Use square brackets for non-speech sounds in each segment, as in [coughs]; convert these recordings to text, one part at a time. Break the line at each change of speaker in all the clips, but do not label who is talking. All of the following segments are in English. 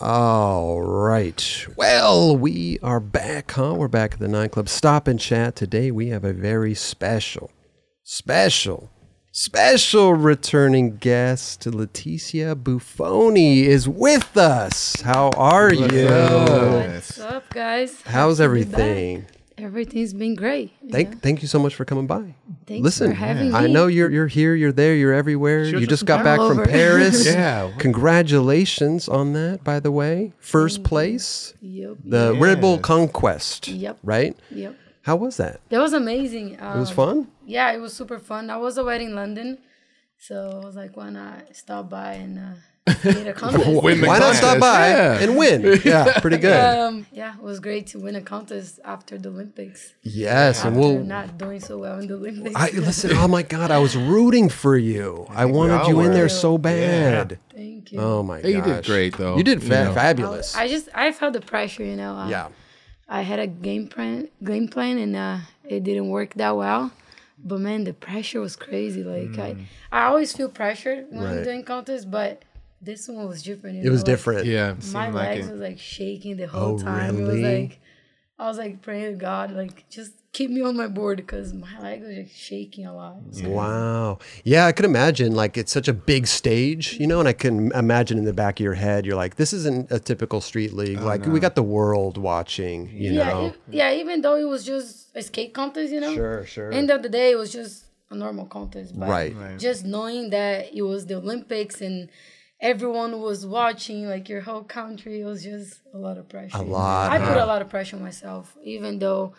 All right. Well, we are back, huh? We're back at the Nine Club Stop and Chat. Today we have a very special, special, special returning guest. Leticia Buffoni is with us. How are you?
What's up, guys?
How's
Happy to be back.
everything?
Everything's been great. you
Thank,
know?
thank you so much for coming by.
Thanks
Listen,
for having
I
me.
know you're you're here, you're there, you're everywhere.
was
you
just
just got
in
back
Paris.
from
All over.
Paris.
Yeah. what-
Congratulations on that, by the way. First place,
Yep.
the Red Bull
Yes.
Conquest.
Yep.
Right?
yep.
How was that?
That was amazing. Um,
It was fun?
Yeah, it was super fun. I was already in London, so I was like, why not stop by and uh,
[laughs]
get a contest?
Win the
Why not stop
contest.
by
[laughs] Yeah.
and win? Yeah, pretty good.
um, yeah, it was great to win a contest after the Olympics.
yes,
After
and we'll.
not doing so well in the Olympics.
I listen. Oh my God, I was rooting for you. I wanted
all
you in
were.
there so bad.
Thank you.
Oh my
Hey, you
god,
did great, though,
You did
you
fa-
know.
fabulous.
I just I felt the pressure, you know. Uh,
yeah,
I had a game plan, game plan, and uh, it didn't work that well. But man, the pressure was crazy. Like I, I always feel pressured when
Mm. Right.
I'm doing contests, but this one was different. you
it was
know, like,
different.
Yeah, it
my
seemed like
legs
it.
was like shaking the whole
Oh,
time. It was
really?
like I was like praying to God, like just keep me on my board because my leg was like, shaking a lot. So,
Wow. Yeah, I could imagine. Like, it's such a big stage, you know, and I can imagine in the back of your head, you're like, this isn't a typical street league.
Oh,
like, we got the world watching, you
yeah,
know?
e- yeah. Even though it was just a skate contest, you know.
Sure, sure.
End of the day, it was just a normal contest. But
Right.
just knowing that it was the Olympics and everyone was watching, like your whole country, it was just a lot of pressure. A
lot,
I put a lot of pressure on myself, even though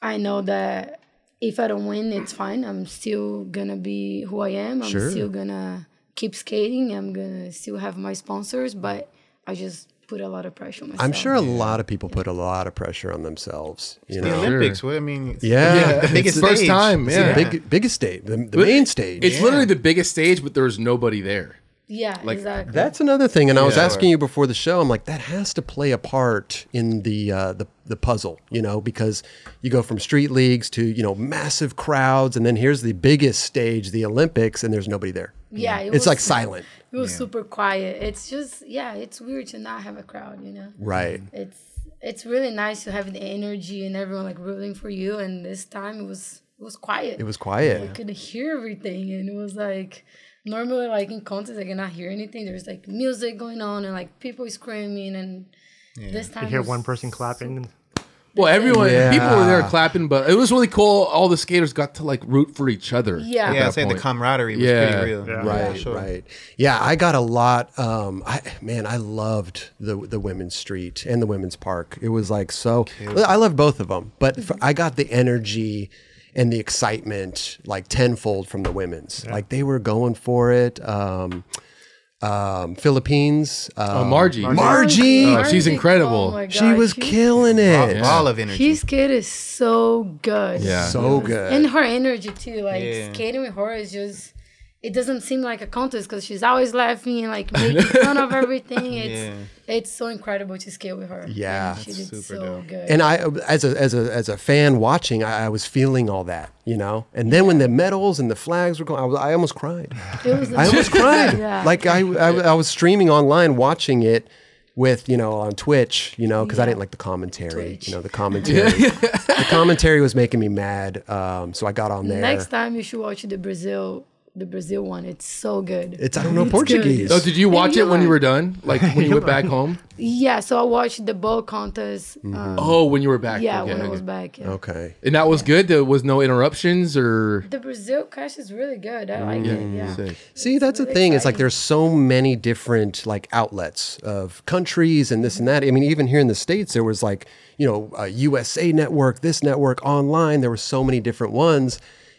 I know that if I don't win, it's fine. I'm still gonna be who I am. I'm
Sure.
still gonna keep skating. I'm gonna still have my sponsors, but I just put a lot of pressure on myself.
I'm sure a lot of people put a lot of pressure on themselves, you
the
know?
Olympics. What I mean, it's-
Yeah.
[laughs]
the
It's
biggest
the
first
stage.
time.
It's the
Yeah,
big, biggest stage, the, the main stage.
It's literally the biggest stage, but there's nobody there.
Yeah, exactly.
That's another thing, and I was
Yeah.
asking you before the show. I'm like, that has to play a part in the uh, the the puzzle, you know, because you go from street leagues to you know massive crowds, and then here's the biggest stage, the Olympics, and there's nobody there.
yeah, it
it's
was-
like silent,
It was super quiet. It's just yeah, it's weird to not have a crowd, you know.
right?
It's it's really nice to have the energy and everyone like rooting for you. And this time it was it was quiet.
It was quiet.
I could hear everything, and it was like normally like in concerts I cannot hear anything. There's like music going on and like people screaming, and this time
You hear
was-
one person clapping.
Well, everyone,
Yeah.
people were there clapping, but it was really cool. All the skaters got to like root for each other.
Yeah.
at
Yeah,
yeah. I
that
say the
point.
camaraderie was
Yeah.
pretty real.
Yeah.
Right,
sure.
right. Yeah, I got a lot. Um, I man, I loved the the women's street and the women's park. It was like so. I loved both of them, but f I I got the energy and the excitement like tenfold from the women's. Like they were going for it. Um, um, Philippines.
Uh,
Um,
Margie.
Margie.
Oh, she's incredible.
my
she
God,
was killing it.
Ball of energy.
His kid is so good.
Yeah.
So good.
and her energy too like
Yeah.
skating with her is just it doesn't seem like a contest because she's always laughing and
[laughs]
like making fun of everything it's it's so incredible to skate with her
Yeah.
she did
super
so
dope.
good
and I, as a as a as a fan watching, I, I was feeling all that, you know. And then when the medals and the flags were going, I, was, I almost cried.
it was
I
[laughs]
almost cried.
Yeah.
Like I, I, I was streaming online, watching it with you know on Twitch, you know, because I didn't like the commentary.
Twitch.
You know, the commentary. the commentary was making me mad. Um, so I got on there.
next time you should watch the brazil the brazil one it's so good
it's I don't know Portuguese.
Oh, did you watch it when you were done? Like when you went
[laughs]
back home?
yeah so i watched the bowl contest
Mm-hmm.
um,
Oh, when you were back.
yeah
Okay,
when i
okay.
was back yeah.
okay.
And that was good. There was no interruptions or.
the brazil cash is really good i like
Mm-hmm.
it yeah
Sick.
See, that's the thing. It's like there's so many different like outlets of countries and this and that. I mean, even here in the states, there was like you know a USA Network, this network online. There were so many different ones,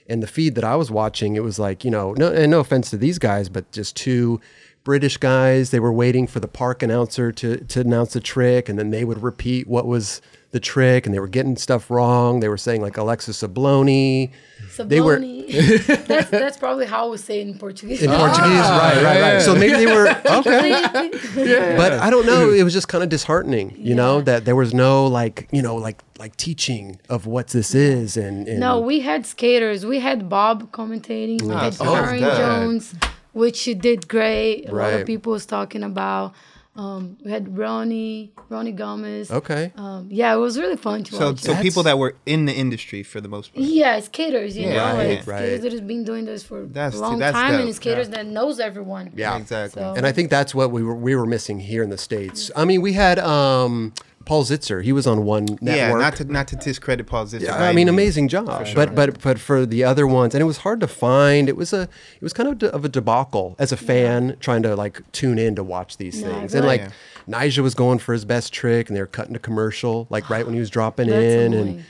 and the feed that I was watching, it was like you know, no, and no offense to these guys, but just two British guys. They were waiting for the park announcer to to announce the trick, and then they would repeat what was the trick, and they were getting stuff wrong. They were saying like Alexis Sabloni. They were-
Sabloni. [laughs] that's, that's probably how we say it in Portuguese.
In
[laughs]
Portuguese, right, right, right. So maybe they were okay. but I don't
[laughs]
know. It was just kind of disheartening, you know,
Yeah.
that there was no like, you know, like like teaching of what this is and, and
No, we had skaters. We had Bob commentating. We had
so that's
Karen
good.
Jones, which she did great. A lot
Right.
of people was talking about. Um, we had Ronnie, Ronnie Gomez.
Okay.
Um, yeah, it was really fun to
So,
watch.
so people that were in the industry for the most part.
yeah, skaters, you know,
Right,
like
right.
skaters that has been doing this for
That's-
a long
that's
time,
dope,
and skaters
yeah.
that knows everyone.
Yeah.
Exactly.
So-
And I think that's what we were we were missing here in the states. I mean, we had um, Paul Zitzer. He was on one network.
yeah, not to not to discredit Paul's.
Yeah, I mean, amazing job. But but but for the other ones, and it was hard to find. It was a it was kind of de- of a debacle as a fan trying to like tune in to watch these
Yeah,
things.
I
And
bet.
like Nigel was going for his best trick, and they were cutting a commercial like right
[gasps]
when he was dropping
That's
in, and
annoying.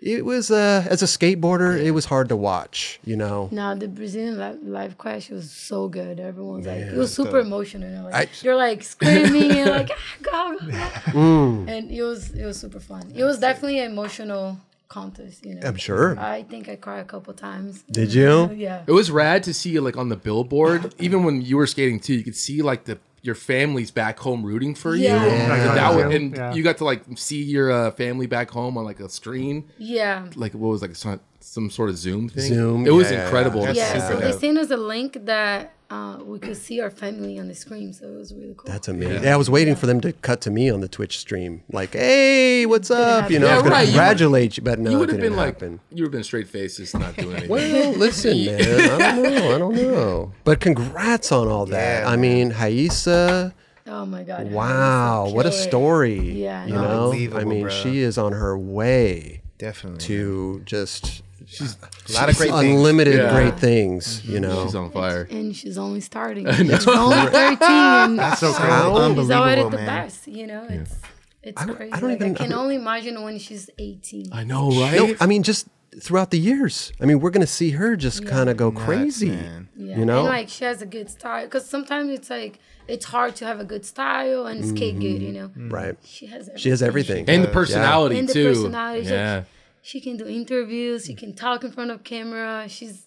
it was uh, as a skateboarder, it was hard to watch. You know,
Now the Brazilian live, live crash was so good. Everyone's like, it was super
dope.
emotional. You know? like,
I-
[laughs] you're like screaming
[laughs]
and like, ah, God, God, God." and it was it was super fun. It was definitely an emotional contest. You know,
I'm sure.
I think I cried a couple times.
Did you?
Yeah.
It was rad to see you like on the billboard. Even when you were skating too, you could see like the your family's back home rooting for you.
Yeah. Yeah.
Like, that was- and
Yeah.
you got to like see your uh, family back home on like a screen,
Yeah.
like what was like some, some sort of Zoom thing.
Zoom,
It was
yeah.
incredible.
That's
Yeah.
super
So they
dope.
sent us a link that uh, we could see our family on the screen. So it was really cool.
That's amazing. Yeah, I was waiting for them to cut to me on the Twitch stream, like, "Hey, what's up?" You know,
Yeah,
I was gonna
right, you would-
congratulate you, but no,
you
it
would have
didn't
been like
happen.
you would have been straight faces, not doing anything.
[laughs] Well, listen, man. I don't know. I don't know. But congrats on all that.
Yeah,
I
man.
mean, Haisa.
oh my God.
Wow, what a
killer.
story.
Yeah,
you
no.
know. I
Unbelievable,
mean,
bro.
she is on her way
definitely
to just
a lot of great things.
unlimited Mm-hmm.
Yeah.
great things. You know.
She's on fire.
And she's only starting. She's only 13.
[laughs]
And
That's so crazy.
Wow.
He's already
Unbelievable,
the
man.
best. You know, it's it's crazy.
I don't
like,
even-
I can
I don't-
only imagine when she's 18.
I know, right?
No, I mean, just throughout the years. I mean, we're gonna see her just kind of go crazy.
man.
yeah.
You know.
and like she has a good style because sometimes it's like it's hard to have a good style and skate good. You know,
right.
she has everything.
Mm-hmm. Mm. She has everything.
and the personality
And the
too.
personality, she-
yeah.
She can do interviews. She can talk in front of camera. She's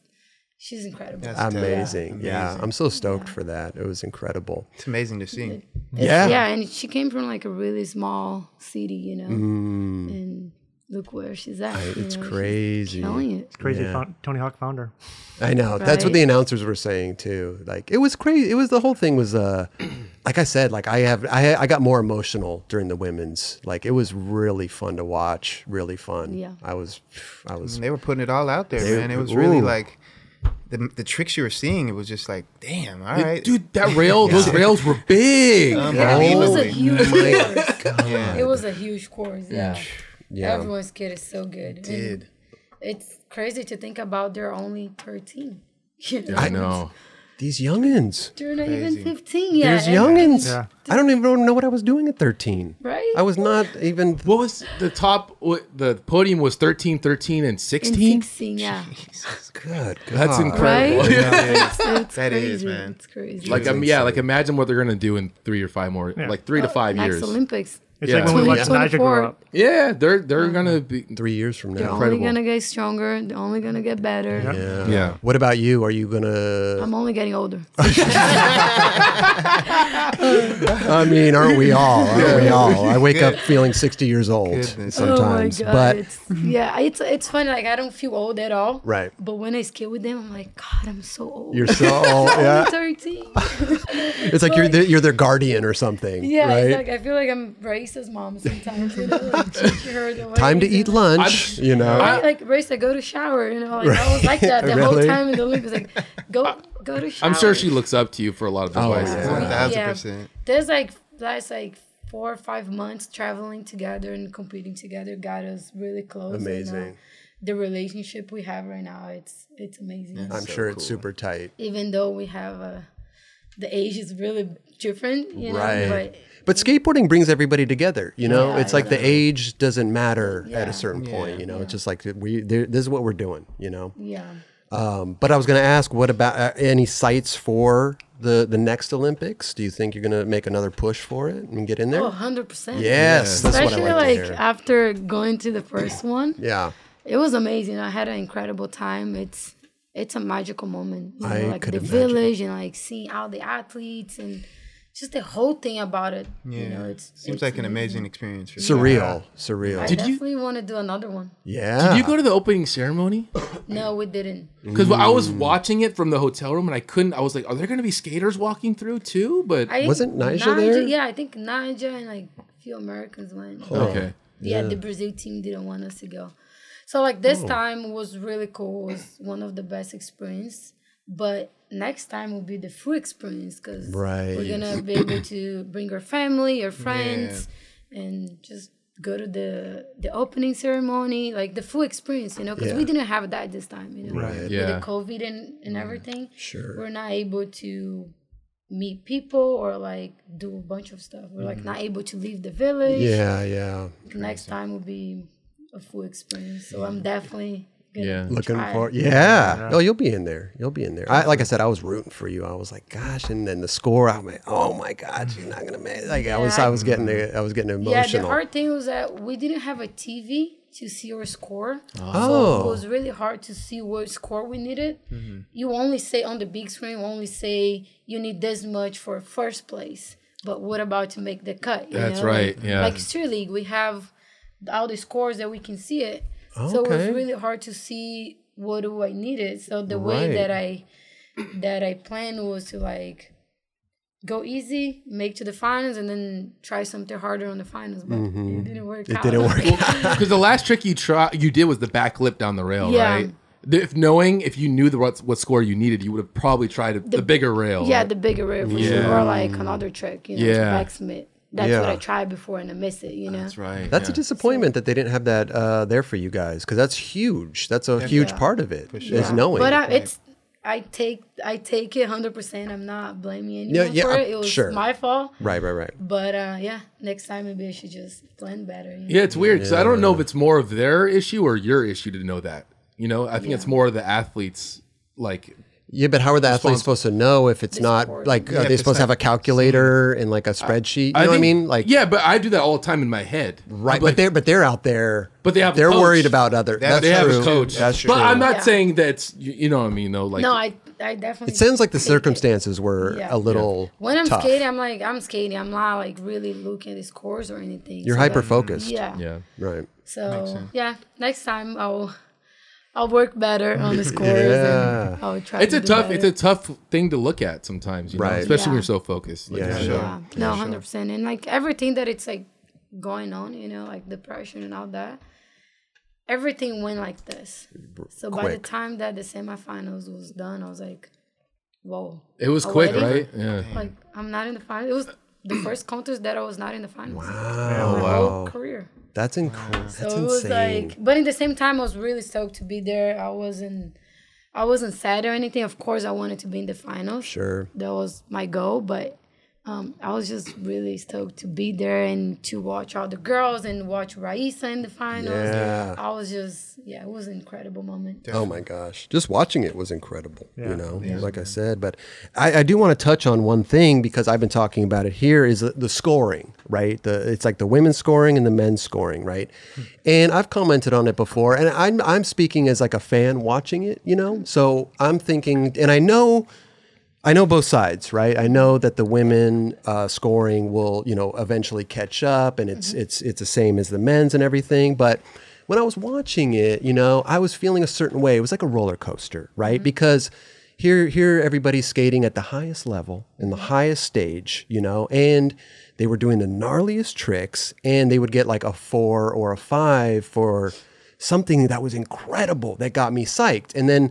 she's incredible.
That's dope.
Amazing. Yeah. I'm so stoked for that. It was incredible.
It's amazing to see.
Yeah.
yeah, and she came from like a really small city. You know, and look where she's at. you
Mm. It's
know, she's
crazy.
Killing it.
Crazy fou- Tony Hawk founder.
I know. That's what
Right?
the announcers were saying too. Like it was crazy. It was the whole thing was uh [clears throat] like I said, like I have I I got more emotional during the women's. Like it was really fun to watch. Really fun.
Yeah.
I was I was
They were putting it all out there,
They-
man. It was really
ooh.
like the the tricks you were seeing. It was just like, damn, all
Dude,
right,
Dude, that rail, those rails were big.
Yeah, it was a
Unbelievable.
huge
[laughs] my
course. It was a huge course. Yeah.
Yeah.
Everyone's kid is so good. And
Did.
It's crazy to think about they're only 13. [laughs] You know?
I know.
these youngins.
They're not
Crazy.
even 15 yet.
There's
and-
youngins.
Yeah.
I don't even know what I was doing at 13.
Right?
I was not even
What was the top? What, the podium was 13, 13, and
And
16.
16, yeah.
good.
That's
God.
incredible.
[laughs]
Right?
Yeah.
It's
That
crazy.
is, man.
It's crazy.
Like, um, yeah, like imagine what they're gonna do in three or five more, like three to five
Next
years.
Olympics.
It's
Yeah.
like when we watched Nigel grow
2024.
up.
Yeah, they're they're gonna be.
Three years from
They're
now.
only
Incredible.
going to get stronger. They're only going to get better.
Yeah.
Yeah.
What about you? Are you gonna?
I'm only getting older.
I mean, aren't we all? Aren't we all? I wake up feeling 60 years old
Goodness.
sometimes,
oh my God.
but
it's, yeah, it's, it's funny. Like, I don't feel old at all.
Right.
But when I skate with them, I'm like, God, I'm [laughs] so old.
You're so old.
I'm
yeah.
13.
It's like you're the, you're their guardian or something.
Yeah,
Right.
it's like I feel like I'm racist mom sometimes. You know,
[laughs]
like, teaching her the
Time to
ways
eat
and-
lunch. you know.
Right, like race, I go to shower. You know, like I was like
[laughs]
that the
Really?
whole time in the Olympics.
[laughs]
Like go go to shower.
I'm sure she looks up to you for a lot of advice.
yeah. One thousand percent.
There's like last like four or five months traveling together and competing together got us really close. and, uh,
Amazing.
the relationship we have right now, it's it's amazing.
I'm sure it's super tight.
Even though we have a, the age is really different, you know,
Right.
but
But skateboarding brings everybody together. You know,
Yeah,
it's like the
yeah.
age doesn't matter at
Yeah.
a certain point. You know, it's just like we there, this is what we're doing. You know.
yeah.
Um, but I was going to ask, what about uh, any sites for the the next Olympics? Do you think you're going to make another push for it and get in there?
Oh, 100%.
yes, that's what I
Especially
like,
like,
to hear.
after going to the first one,
yeah.
it was amazing. I had an incredible time. It's it's a magical moment. You know,
I
like
could
the
imagine.
village and like seeing all the athletes and just the whole thing about it. You know, it's
seems
it's
like an amazing experience. For you.
Surreal, surreal.
I
Did you-
definitely want to do another one.
yeah.
Did you go to the opening ceremony?
No, we didn't.
Because I was watching it from the hotel room and I couldn't. I was like, are there going to be skaters walking through too? But
I think
Wasn't Naija there?
Yeah, I think Naija and like a few Americans went.
okay,
yeah, the Brazil team didn't want us to go. So like
Oh.
this time was really cool. It was one of the best experience. But next time will be the full experience because
Right.
we're gonna be able
[coughs]
to bring our family, our friends, and just go to the the opening ceremony, like the full experience, you know, because we
Yeah.
didn't have that this time, you know,
Right. Mm.
with
Yeah.
the COVID and, and everything.
Sure.
we're not able to meet people or like do a bunch of stuff. We're like not able to leave the village
Mm. Yeah, yeah.
next time will be a full experience. So I'm definitely gonna
Yeah.
Looking
try.
for yeah. Oh, you'll be in there. You'll be in there. I, like I said, I was rooting for you. I was like, gosh, and then the score. I'm like, oh my god, you're not gonna make. Like I was,
Yeah.
I was getting,
Mm-hmm.
I was getting
Yeah, the
emotional.
hard thing was that we didn't have a TV to see our score. So it
oh,
was really hard to see what score we needed. You only say on the big screen, you only say you need this much for first place. But what about to make the cut? you
That's
know?
right,
Like,
yeah.
Like Street League, we have all the scores that we can see it. So it was
Okay.
really hard to see what do I needed. So the way
Right.
that I that I planned was to like go easy, make to the finals, and then try something harder on the finals. But it didn't work.
Mm-hmm. it
out.
didn't
[laughs]
work. out.
because the last trick you try you did was the back lip down the rail,
Yeah.
right? The- If knowing if you knew the what, what score you needed, you would have probably tried a, the, bigger rail.
Yeah,
right?
the bigger rib for sure, or like another trick, you know,
Yeah.
to backsmith. That's what
Yeah.
I tried before and I missed it, you know.
that's right.
That's
yeah.
a disappointment that they didn't have that uh, there for you guys because that's huge. That's a huge part of it is knowing.
But I, it's I take I take it hundred percent. I'm not blaming anyone
Yeah, yeah,
for it.
I'm
It was
sure.
my fault.
right, right, right.
But uh, yeah, next time maybe I should just plan better. You know?
Yeah, it's weird because I don't know if it's more of their issue or your issue to know that. You know, I think it's more of the athletes. Like,
Yeah, but how are the athletes supposed to know if it's not
sport.
like are
if
they
it's
supposed to have a
not
calculator and like a spreadsheet? You know what I
think-
mean? Like
yeah, but I do that all the time in my head.
right.
I'm
but
like,
they're but they're out there.
But they have a
They're
coach.
worried about other. That's,
they have
true.
a coach.
That's true.
But I'm not
Yeah.
saying that's you, you know what I mean though. Like,
No, I I definitely.
It sounds like the
take it.
circumstances were
Yeah.
a little
When I'm
tough.
skating, I'm like I'm skating. I'm not like really looking at the scores or anything.
You're
So, like,
hyper-focused.
Yeah.
yeah.
Right.
So yeah, next time I'll I'll work better on
[laughs]
the scores.
Yeah.
and I'll try.
It's
to
a
do
tough,
better.
it's a tough thing to look at sometimes, you know,
Right.
especially when
Yeah.
you're so focused. Like,
Yeah.
Sure.
yeah, no, hundred percent, and like everything that it's like going on, you know, like depression and all that. Everything went like this. So by the
quick.
time that the semifinals was done, I was like, "Whoa!"
It was
Oh,
quick,
I
right?
didn't-
Yeah.
Like I'm not in the final. It was
[clears throat]
the first contest that I was not in the finals.
Wow.
My whole career.
That's incredible. That's
so it was
insane.
like but in the same time i was really stoked to be there i wasn't i wasn't sad or anything of course i wanted to be in the final
sure.
that was my goal but um, i was just really stoked to be there and to watch all the girls and watch raisa in the finals
Yeah.
i was just yeah it was an incredible moment
Oh my gosh. Just watching it was incredible, you know, like I said. But I, I do want to touch on one thing because I've been talking about it here is the, the scoring, right? The It's like the women's scoring and the men's scoring, right? And I've commented on it before, and I'm, I'm speaking as like a fan watching it, you know? So I'm thinking, and I know. I know both sides, right? I know that the women uh, scoring will, you know, eventually catch up, and it's it's it's the same as the men's and everything. But when I was watching it, you know, I was feeling a certain way. It was like a roller coaster, right? Because here here everybody's skating at the highest level and the highest stage, you know, and they were doing the gnarliest tricks, and they would get like a four or a five for something that was incredible that got me psyched. And then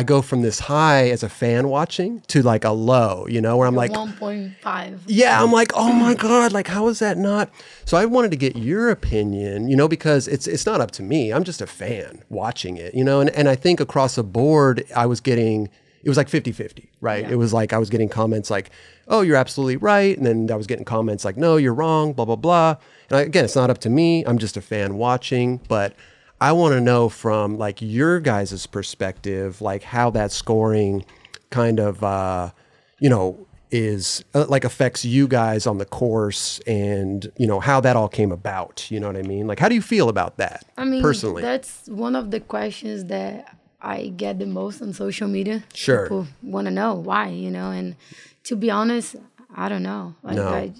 I go from this high as a fan watching to like a low, you know, where I'm like,
1.5
yeah, I'm like, oh my god, like how is that not? So I wanted to get your opinion, you know, because it's it's not up to me. I'm just a fan watching it, you know, and and I think across the board I was getting it was like 50-50, right? It was like I was getting comments like, "Oh, you're absolutely right," and then I was getting comments like, "No, you're wrong," blah blah blah. And I, again, it's not up to me. I'm just a fan watching, but I want to know from like your guys' perspective, like how that scoring kind of uh, you know is uh, like affects you guys on the course and you know how that all came about you know what i mean like how do you feel about that
i mean
personally
that's one of the questions that i get the most on social media
Sure.
people want to know why you know and to be honest I don't know. Like,
No.
I,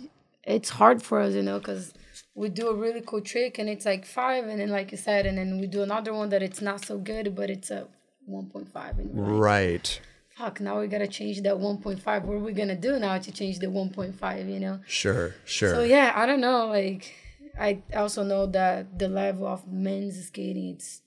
it's hard for us, you know, because we do a really cool trick and it's like five, and then like you said, and then we do another one that it's not so good, but it's a 1.5. And we're like,
Right.
fuck, now we gotta change that 1.5. What are we gonna do now to change the 1.5? You know.
Sure. Sure.
So yeah, I don't know. Like, I also know that the level of men's skating it's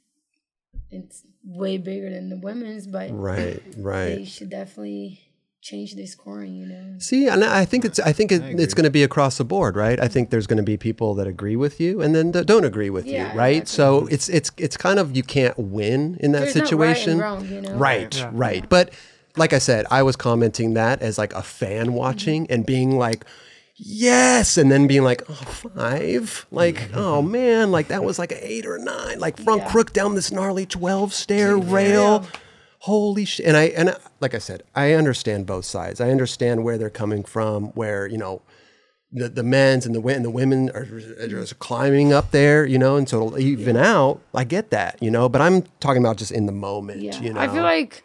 it's way bigger than the women's, but
Right.
they
Right.
should definitely change the scoring. You know.
See, and I think it's I think it, it's going to be across the board, right? I think there's going to be people that agree with you and then that don't agree with
Yeah,
you, right? So it's it's it's kind of you can't win in that
There's not
situation,
right and wrong, you know.
right? right. But like I said, I was commenting that as like a
Mm-hmm.
fan watching and being like. Yes, and then being like, oh, five, like, oh man, like that was like an eight or a nine, like front
Mm-hmm. Yeah.
crook down this gnarly twelve stair rail, holy shit and i and I, like i said i understand both sides i understand where they're coming from where you know the, the men's and the, wo- and the women are
Mm-hmm.
just climbing up there you know and so it'll even out i get that you know but i'm talking about just in the moment
Yeah.
you know
I feel like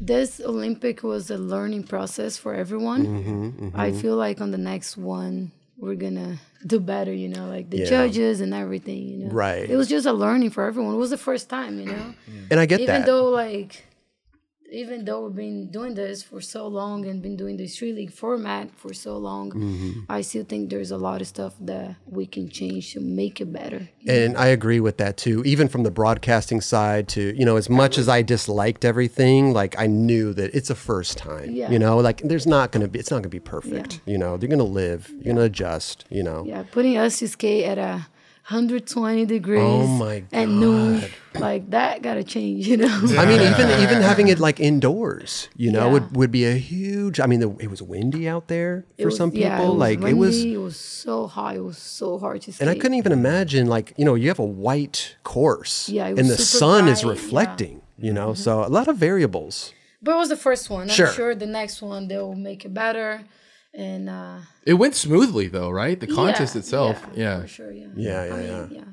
this Olympic was a learning process for everyone.
Mm-hmm,
I feel like on the next one we're gonna do better, you know, like the
Yeah.
judges and everything, you know.
Right.
It was just a learning for everyone. It was the first time, you know.
and i get
Even
that
though like even though we've been doing this for so long and been doing the street league format for so long,
Mm-hmm.
I still think there's a lot of stuff that we can change to make it better.
And I agree with that too, even from the broadcasting side to, you know, as much as I disliked everything, like I knew that it's a first time,
Yeah.
you know, like there's not going to be, it's not going to be perfect, you know, they're going to live, you're going to adjust, you know.
Yeah, putting us to skate at a 120 degrees
Oh my
at noon, like that gotta change,
[laughs]
you know.
I mean, even even having it like indoors, you know,
Yeah.
would would be a huge. I mean, the, it was windy out there
It
for
was-
some people.
yeah,
like it was,
windy, It was so hot. It was so hard to skate.
and I couldn't even imagine. Like you know, you have a white course,
Yeah, it
and
was
the
super
sun is
bright, yeah. Mm-hmm.
reflecting. You know, so a lot of variables.
But it was the first one. I'm
Sure.
sure, the next one they'll make it better. And uh,
It went smoothly though, right? The contest
yeah,
itself. Yeah.
for sure. Yeah,
Yeah, yeah,
I
yeah.
mean, yeah.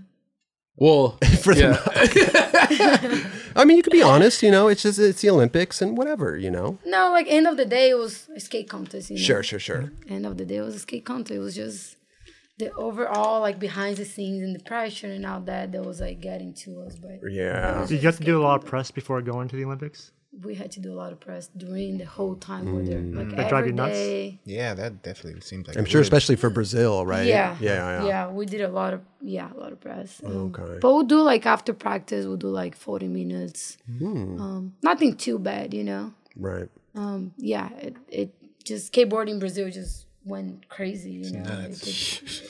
Well,
For the
yeah.
I mean, you [laughs] could be honest. You know, it's just it's the Olympics and whatever. You know,
No, like end of the day, it was a skate contest. You know?
sure, sure, sure.
end of the day it was a skate contest. It was just the overall like behind the scenes and the pressure and all that that was like getting to us. But
Yeah,
Did you have to do a lot of press before going to the Olympics?
we had to do a lot of press during the whole time we were there.
Mm.
Like
That drive
every
you nuts?
day.
Yeah, that definitely seems like
I'm
it
sure,
would.
especially for Brazil, right?
Yeah.
yeah, yeah.
we did a lot of yeah, a lot of press. Um,
Okay.
But we'll do like after practice, we'll do like forty minutes.
Hmm.
Um, nothing too bad, you know.
Right.
Um, yeah, it, it just skateboarding in Brazil just went crazy, you know. It just-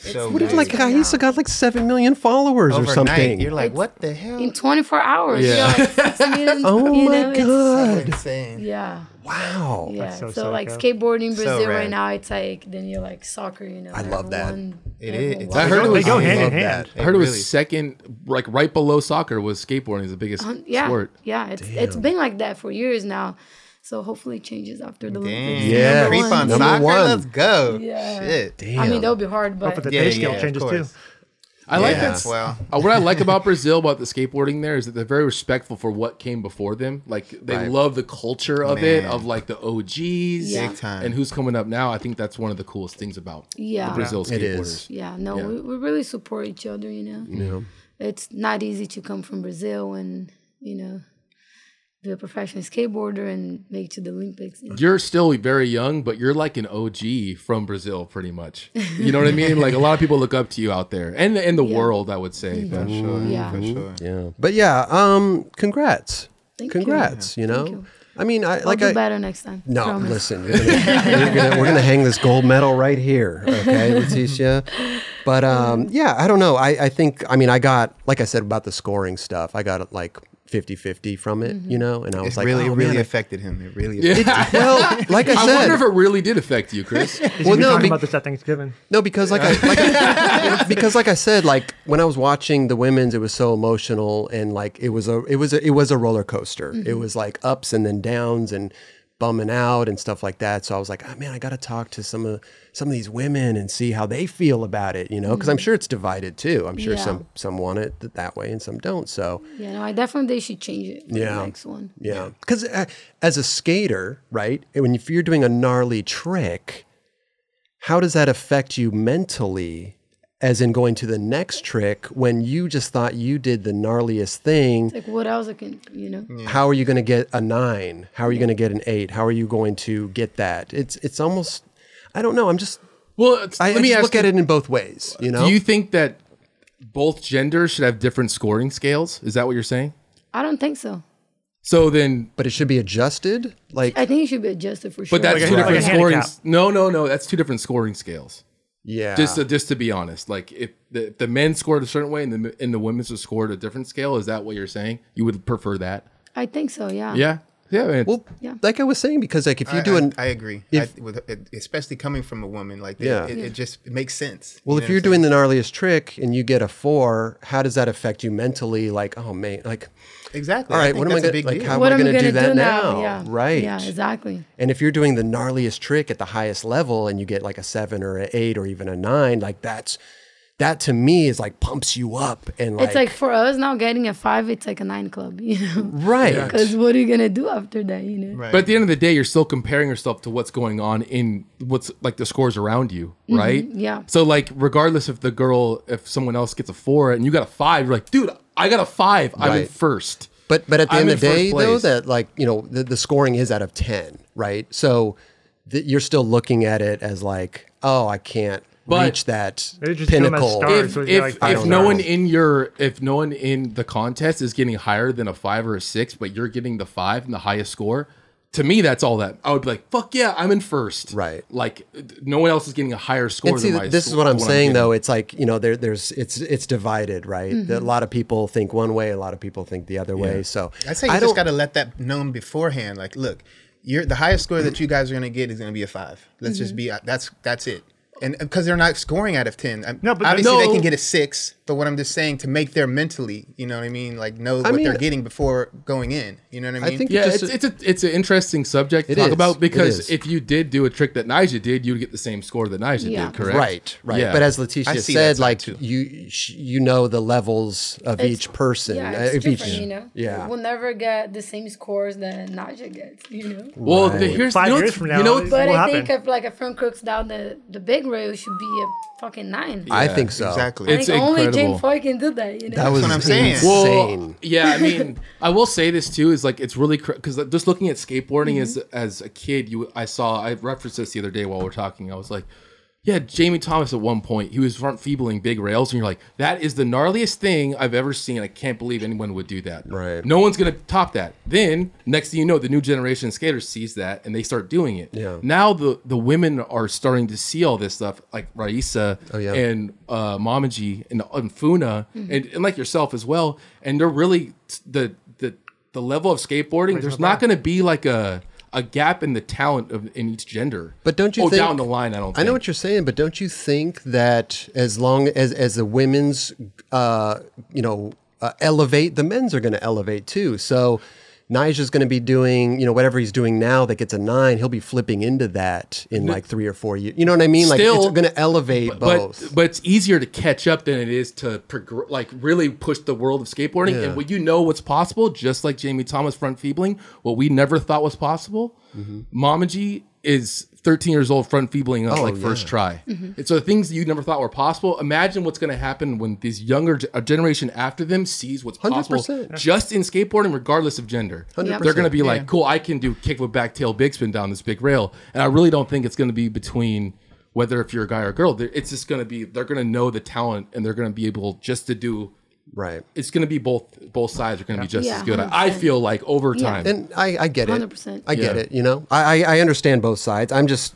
[laughs]
so
What if
nice.
like Kaisa got like seven million followers or
overnight?
something?
You're like, what the hell?
in 24 hours, yeah. Like six million,
oh
you
my
know, it's-
god!
Insane.
Yeah,
Wow.
yeah.
so
So, like
psycho.
skateboarding in Brazil right
rad.
now, it's like then you're like soccer, you know. I
love that.
It is. It's-
I heard it
They
was.
go hand
love
in hand.
I heard it
Really.
was second, like right below soccer was skateboarding is the biggest
Um, yeah,
sport.
yeah. It's it's been like that for years now, so hopefully it changes after the Olympics.
Yeah.
Number
Creep
Creep on
one.
Number
soccer.
one.
Let's go.
Yeah.
Shit.
I mean, that'll be hard, but
But the
Yeah,
pay
yeah,
scale
of
changes too.
course.
I like
Yeah.
that.
Well-
uh, what I like about Brazil about the skateboarding there is that they're very respectful for what came before them. Like they
Right.
love the culture of it,
Man.
of like the OGs,
Yeah. Big
time.
and who's coming up now. I think that's one of the coolest things about
Yeah.
the Brazil skateboarders.
It is.
yeah, no,
Yeah.
We, we really support each other, you know.
Yeah.
It's not easy to come from Brazil and you know be a professional skateboarder and make it to the Olympics. you know.
You're still very young, but you're like an OG from Brazil, pretty much. You know what
[laughs]
I mean? Like a lot of people look up to you out there, and in the world, I would say.
For sure.
Yeah.
For sure.
Yeah. But yeah, um, congrats.
Thank you.
congrats, you, know?
you.
I mean, I
I'll
like
do
I
better next time.
No,
promise.
listen. You're gonna, you're gonna, we're going to hang this gold medal right here, okay, Leticia? But um, yeah, I don't know. I, I think, I mean, I got, like I said about the scoring stuff, I got like 50 50 from it, you know? And I was
It
like,
really,
oh,
really
man,
affected him. It really
Yeah.
affected
I- [laughs] well, like I
I
said,
wonder if it really did affect
[laughs]
you, Chris.
He's
Well,
gonna be
no,
talking
be-
about this at Thanksgiving.
No, because like I, like I [laughs] because like I said, like when I was watching the women's, it was so emotional and like it was a it was a, it was a roller coaster. It was like ups and then downs and bumming out and stuff like that. So I was like, oh, man, I got to talk to some of some of these women and see how they feel about it, you know, because I'm sure it's divided too. I'm sure
Yeah.
some some want it th- that way and some don't. So
Yeah, no, I definitely they should change it. for
Yeah.
The next one.
yeah, because uh, as a skater, right, and when if you're doing a gnarly trick, how does that affect you mentally as in going to the next trick when you just thought you did the gnarliest thing
Like what else I can, you know?
how are you going to get a nine? How are you going to get an eight? How are you going to get that? It's it's almost I don't know. I'm just
Well, it's-
I,
let
I
me
just
ask
look
you,
at it in both ways. You know,
Do you think that both genders should have different scoring scales? Is that what you're saying?
I don't think so.
So then,
but it should be adjusted. Like
I think it should be adjusted for sure.
but that's
Like a-
two
like a
different scoring.
handicap.
No, no, no. That's two different scoring scales.
yeah,
Just,
Ah.
to, just to be honest, like if the, if the men scored a certain way and the and the women's have scored a different scale, is that what you're saying? You would prefer that?
I think so, yeah.
Yeah, yeah. man.
well,
Yeah.
like I was saying, because like if you
I,
do
I-
an
I, agree.
if-
I, with, it- especially coming from a woman, like
Yeah.
it, it, it just it makes sense.
well,
You
if
know
you're
what I'm
doing the gnarliest trick and you get a four, how does that affect you mentally? Like, oh man, like,
saying? exactly.
all
I
right,
think
what am I
that's
gonna-
a big
like,
deal.
how- We're
What am I
gonna
gonna
do
do,
that
now?
now,
Yeah.
right.
Yeah, exactly.
and if you're doing the gnarliest trick at the highest level and you get like a seven or an eight or even a nine, like that's that to me is like pumps you up and like,
it's like for us now getting a five, it's like a nine club, [laughs] you know?
right.
Because what are you gonna do after that, you know?
Right.
But at the end of the day, you're still comparing yourself to what's going on in what's like the scores around you, right?
yeah.
So like, regardless if the girl, if someone else gets a four and you got a five, you're like, dude, I got a five. I'm in
Right.
first.
But but at the
I'm
end
in
of the day,
first
though,
place.
that like you know the, the scoring is out of ten, right? So th- you're still looking at it as like, oh, I can't
But-
reach that
Maybe just do 'em as
pinnacle.
stars.
if
so you
if,
got, like,
if
five
no
stars.
one in your if no one in the contest is getting higher than a five or a six, but you're getting the five and the highest score, to me that's all that I would be like, fuck yeah, I'm in first.
Right.
Like no one else is getting a higher score
And see,
than my
this is
score-
what I'm saying
getting.
though. It's like you know, there, there's it's it's divided, right?
Mm-hmm.
That A lot of people think one way, a lot of people think the other way. So
I say you
I don't-
just got to let that known beforehand. Like, look, you're the highest score that you guys are going to get is going to be a five. Let's just be uh, that's that's it. And because they're not scoring out of ten, I'm-
No, but-
obviously they
No.
can get a six. But what I'm just saying to make their mentally, you know what I mean, like know what
mean-
they're getting before going in. You know what I mean?
think-
Yeah,
Just
it's, it's a it's an interesting subject to
It
talk
is.
about
It is.
because if you did do a trick that Nija did, you'd get the same score that Nija
Yeah.
did, correct?
Right, right.
Yeah.
But as Leticia
see that
said,
side,
like
too.
you sh- you know the levels of each person,
Yeah,
uh,
it's
of each,
different, you know.
yeah.
we'll never get the same scores that Naja gets, you know.
well, the, here's
Five
you know,
years
what's-
from now,
you know, what's-
What
But I
happened?
think if like a friend crooks down the the big rail should be a fucking nine.
I think so.
exactly.
I
It's-
think only
incredible.
Jane Foy can do that, you know.
That was
what I'm saying.
Insane.
Well, yeah, I mean, [laughs] I will say this too is like it's really because just looking at skateboarding as as a kid, you I saw I referenced this the other day while we are talking. I was like, yeah, Jamie Thomas at one point he was front feebling big rails, and you're like, that is the gnarliest thing I've ever seen. I can't believe anyone would do that.
Right.
No one's gonna top that. Then next thing you know, the new generation of skaters sees that and they start doing it.
Yeah.
Now the the women are starting to see all this stuff, like Raisa
Oh, yeah.
and and uh, Mamaji and, and Funa and, and like yourself as well. And they're really the the the level of skateboarding. There's not going to be like a a gap in the talent of in each gender.
But don't you
oh,
think-
down the line? I don't.
I know
think.
what you're saying, but don't you think that as long as as the women's, uh, you know, uh, elevate, the men's are going to elevate too. So Nigel's going to be doing, you know, whatever he's doing now that gets a nine, he'll be flipping into that in like three or four years. You know what I mean? Like
Still-
it's going to elevate both.
But but it's easier to catch up than it is to progr- like really push the world of skateboarding. And when you know what's possible, just like Jamie Thomas front feebling, what we never thought was possible, Mamaji is 13 years old front feebling us like first try. And so the things you never thought were possible. Imagine what's going to happen when these younger a generation after them sees what's possible
100%.
just in skateboarding, regardless of gender.
Yep.
They're going to be like, cool, I can do kick with back tail big spin down this big rail. And I really don't think it's going to be between whether if you're a guy or a girl. They're- It's just going to be, they're going to know the talent and they're going to be able just to do,
right.
it's going to be both, both sides are going to be just
Yeah,
as good. I, I feel like over time.
And I, I get it.
100%.
I get
Yeah.
it. You know, I, I, I understand both sides. I'm just,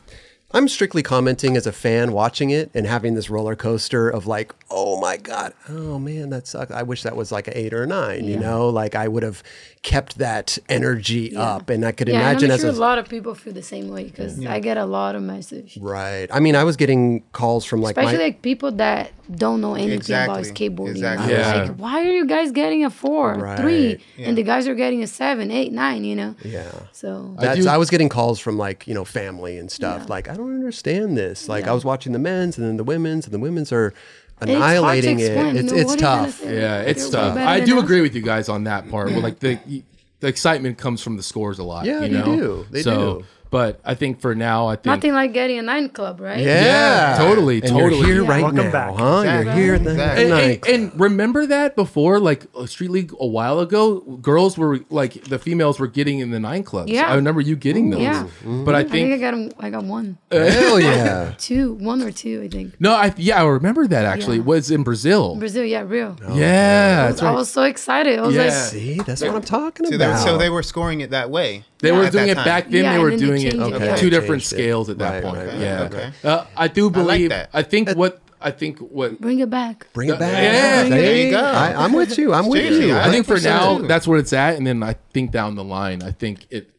I'm strictly commenting as a fan watching it and having this roller coaster of like, oh my God, oh man, that sucks. I wish that was like an eight or a nine, you
Yeah.
know, like I would have kept that energy up and I could
yeah,
imagine
and I'm
as
sure
a,
a lot of people feel the same way because I get a lot of messages.
right. I mean, I was getting calls from like
Especially
my,
like people that don't know anything about
Exactly.
skateboarding.
Exactly.
I was
Yeah.
like, why are you guys getting a four,
Right.
three, and the guys are getting a seven, eight, nine? You know.
yeah.
So
That's, I,
do-
was getting calls from like, you know, family and stuff. Like, I don't understand this. Like, I was watching the men's and then the women's, and the women's are annihilating
it's hard to explain.
it. It's,
you know,
it's
what are you gonna
tough.
say?
yeah, it's
They're way
tough.
better
I
than
do
us.
agree with you guys on that part. Where like the the excitement comes from the scores a lot.
Yeah,
you
they
know?
do. They
so,
do.
But I think for now, I think
Nothing like getting a nine club, right?
Yeah, totally,
And
totally.
you're here
Yeah.
right
Welcome
now,
back.
huh? You're
Exactly.
here at the
Exactly.
and,
night.
and- and remember that before, like uh, Street League a while ago, girls were like the females were getting in the nine clubs.
Yeah.
I remember you getting those.
Yeah.
But I
I think I
think
got 'em- I got one,
[laughs]
Hell yeah!
two, one or two, I think.
no, I yeah, I remember that actually
Yeah.
was in Brazil.
Brazil, yeah, real.
Yeah, that's
I
right.
was so excited. I was
Yeah.
like,
See, that's what I'm talking
So
about.
they, so they were scoring it that way.
They were
at
doing
that
it
time.
back then.
Yeah,
they
and
were
then they
doing it
changed
it. Okay.
two
They
different
changed it.
scales at that
Right,
point.
right, right,
yeah,
okay.
Uh, I do believe. I,
that.
think what I think what
bring it back.
Bring it back.
Yeah,
there you
Hey,
go.
I, am with you. I'm with
Seriously,
you.
I
I, think for
100%
now
too.
that's where it's at, and then I think down the line I think it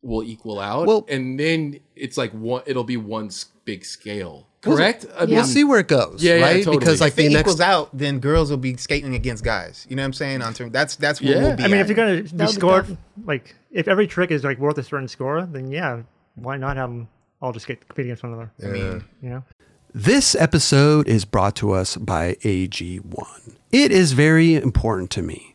will equal out.
Well-
and then it's like one. It'll be one s- big scale. Correct. I
Yeah.
We'll see where it goes,
Yeah, yeah,
right?
totally.
Because like
If it
the next
equals out, then girls will be skating against guys. You know what I'm saying? On term, that's that's what
Yeah.
we'll be.
I
I
at.
mean, if you're gonna be
That would be
scored,
tough.
like if every trick is like worth a certain score, then yeah, why not have them all just get competing against one another? I mean, you know,
This episode is brought to us by AG1. It is very important to me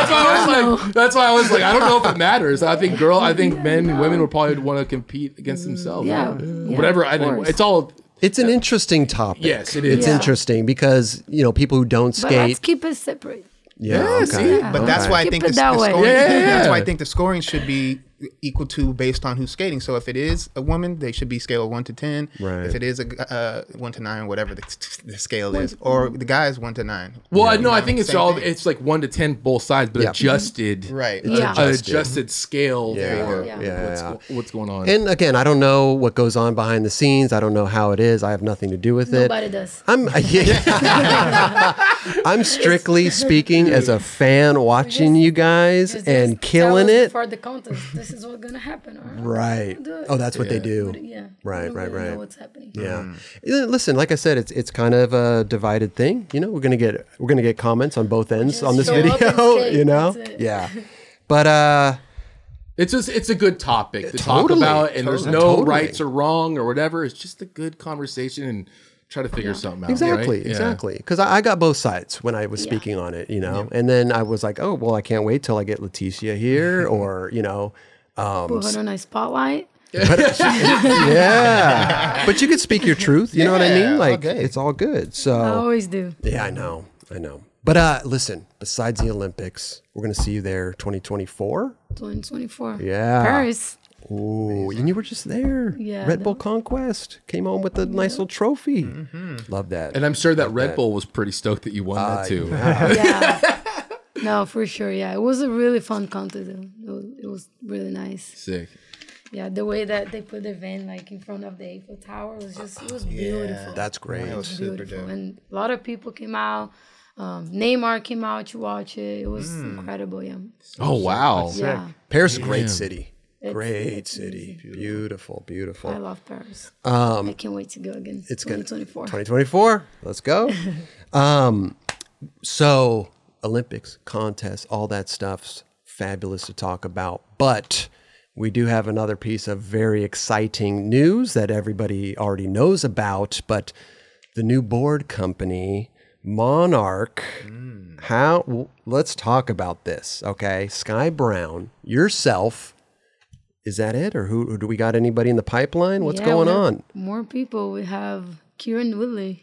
why I was like, that's why I was like, I don't know if it matters. I think girl, I think men and women would probably want to compete against themselves.
Yeah,
Or
yeah,
whatever.
of
I think
course.
it's all.
It's an interesting topic.
Yes, it
It's
is.
Yeah.
interesting because you know people who don't
But let's
skate.
keep it separate.
Yeah, see?
But that's why I
Keep
think
it
the,
that
the
way.
Oh,
scoring.
Yeah, yeah,
That's
yeah.
why I think the scoring should be equal to based on who's skating. So if it is a woman, they should be scale one to ten.
Right.
If it is a g- uh, one to nine, whatever the, [laughs] the scale is, or the guys one to nine.
Well, I
You
no, I
know,
think it's
same
all.
thing.
It's like one to ten both sides, but
Yeah.
adjusted.
right.
Yeah.
An adjusted scale
Yeah,
for
Mm-hmm. yeah,
yeah.
What's, go- what's going on.
And again, I don't know what goes on behind the scenes. I don't know how it is. I have nothing to do with it.
Nobody does.
I'm [laughs] I'm
[laughs]
strictly speaking as a fan watching you guys
Just-
and
just
killing
tell us
it.
before the contest. This is what's gonna happen. all
Right.
Do it.
Oh, that's what they do.
But, yeah.
Right,
we don't
right,
really know
right.
what's happening.
Yeah. Yeah, Listen, like I said, it's it's kind of a divided thing. You know, we're gonna get we're gonna get comments on both ends
Just
on this
show up and
video.
skate,
[laughs] You know.
that's it.
Yeah. But uh,
it's just it's a good topic to talk
Totally,
about, and there's no
totally. Totally.
rights or wrong or whatever. It's just a good conversation and try to figure something out.
exactly,
right? Yeah.
exactly. Because I, I got both sides when I was
Yeah.
speaking on it. You know, and then I was like, oh well, I can't wait till I get Leticia here, or you know. um,
Put her on a spotlight.
yeah. [laughs] But you could speak your truth. You know what I
Yeah,
mean? Like
okay.
it's all good. So
I always do.
Oh. yeah, I know, I know. But uh, listen, besides the Olympics, we're gonna see you there 2024.
2024.
Yeah.
Paris.
Ooh, and you were just there.
Yeah,
Red
that
Bull Conquest came home with a nice little trophy. Love that.
And I'm sure that Red Bull was pretty stoked that you won that too.
[laughs]
[laughs]
Yeah. no, for sure. Yeah, it was a really fun contest. though. It was, it was really nice.
Sick.
Yeah, the way that they put the van like in front of the Eiffel Tower was just it was beautiful.
That's great.
That was super
beautiful.
dope.
And a lot of people came out. Um, Neymar came out to watch it. It was incredible. Yeah.
Oh wow.
Yeah.
Paris, is a great city. Great city. Beautiful, beautiful.
I love Paris. Um, I can't wait to go again.
It's good.
2024.
2024. Let's go. um, so Olympics, contests, all that stuff's fabulous to talk about. But we do have another piece of very exciting news that everybody already knows about. But the new board company, Monarch. How? w- Let's talk about this, okay? Sky Brown, yourself Is that it, or who or do we got? Anybody in the pipeline? What's
Yeah,
going
we have
on?
More people. We have Kieran Willie.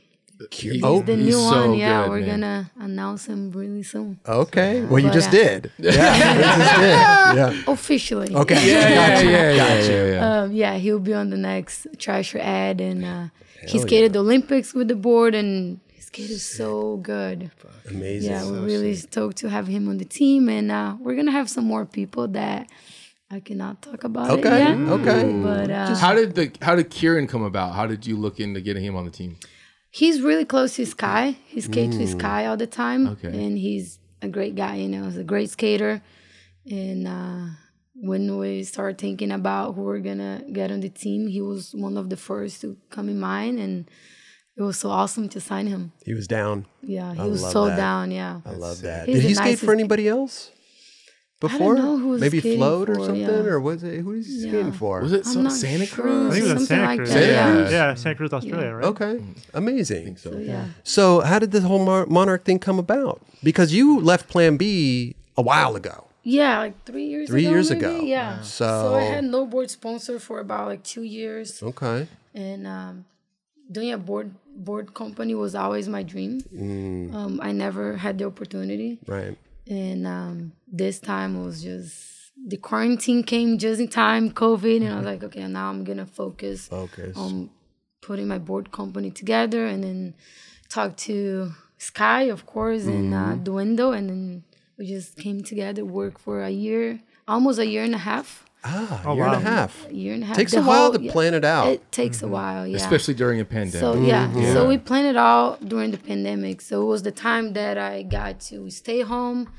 He-
Oh,
the new
he's so
one. Yeah,
good,
we're
man.
gonna announce him really soon.
Okay. Well, you
But,
just
uh,
did. Yeah, you just
[laughs]
did. Yeah.
Officially.
Okay.
Yeah, [laughs] yeah, yeah, yeah, Uh, yeah, yeah.
Um, yeah, he'll be on the next Thrasher ad, and uh, he skated the Olympics with the board, and his skate is so good.
Amazing.
Yeah, we're really stoked to have him on the team, and uh, we're gonna have some more people that I cannot talk about it
Okay,
yet.
okay.
but uh,
How did the how did Kieran come about? How did you look into getting him on the team?
he's really close to Sky. He skates
Mm.
with Sky all the time,
Okay.
and he's a great guy. You know, he's a great skater. And uh, when we started thinking about who we're gonna get on the team, he was one of the first to come in mind, and it was so awesome to sign him.
He was down.
Yeah, he
I
was
love
so
that.
down. Yeah,
I love that.
He's
Did
the
he skate
nicest
for anybody else before?
know who was
Maybe
skating
float or
for,
something,
yeah.
or was it? Who was he skating
Yeah.
for?
Was it
I'm
some
not
Santa
sure.
Cruz?
I think it was in
Something
Santa
like
Cruz.
that,
Yeah. yeah.
yeah, Santa Cruz, Australia, right?
Okay, amazing. Mm. So,
yeah.
so how did this whole Mar- Monarch thing come about? Because you left Plan B a while ago.
Yeah, like three years
Three
ago.
years
maybe?
ago.
Yeah.
So-
I
Oh.
had no board sponsor for about like two years.
Okay.
And um, doing a board board company was always my dream. Um, I never had the opportunity.
Right.
And um, this time was just the quarantine came just in time, COVID, and I was like, okay, now I'm gonna focus
Focus.
on putting my board company together, and then talk to Sky, of course, and uh, Duendo, and then we just came together, worked for a year, almost a year and a half.
Ah, year and a
wow.
half.
A year and a half.
Takes
The
a while
whole-
to plan it out.
It takes a while, yeah.
Especially during a pandemic.
So yeah, so we planned it out during the pandemic. So it was the time that I got to stay home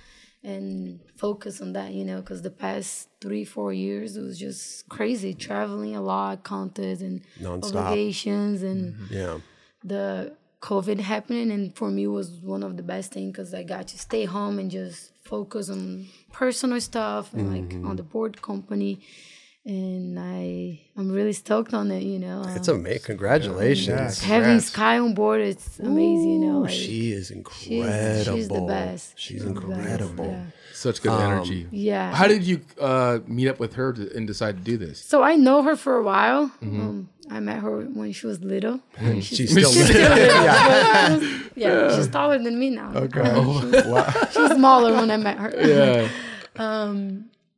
and focus on that, you know, because the past three, four years it was just crazy, traveling a lot, contests and
Nonstop.
obligations, and
yeah.
the COVID happening. And for me, was one of the best things because I got to stay home and just focus on personal stuff and like on the board company. And I, I'm really stoked on it, you know. Um,
It's amazing. Congratulations.
Having Sky on board, it's amazing. You know, like,
She is incredible.
she's, she's the best.
She's
the best,
incredible.
yeah.
Such good energy.
yeah.
How did you uh, meet up with her to, and decide to do this?
So I know her for a while. Um, I met her when she was little. She's,
She's still
She's
living.
yeah. she's taller than me now. [laughs] she, was, she was smaller when I met her. [laughs]
Yeah.
Um,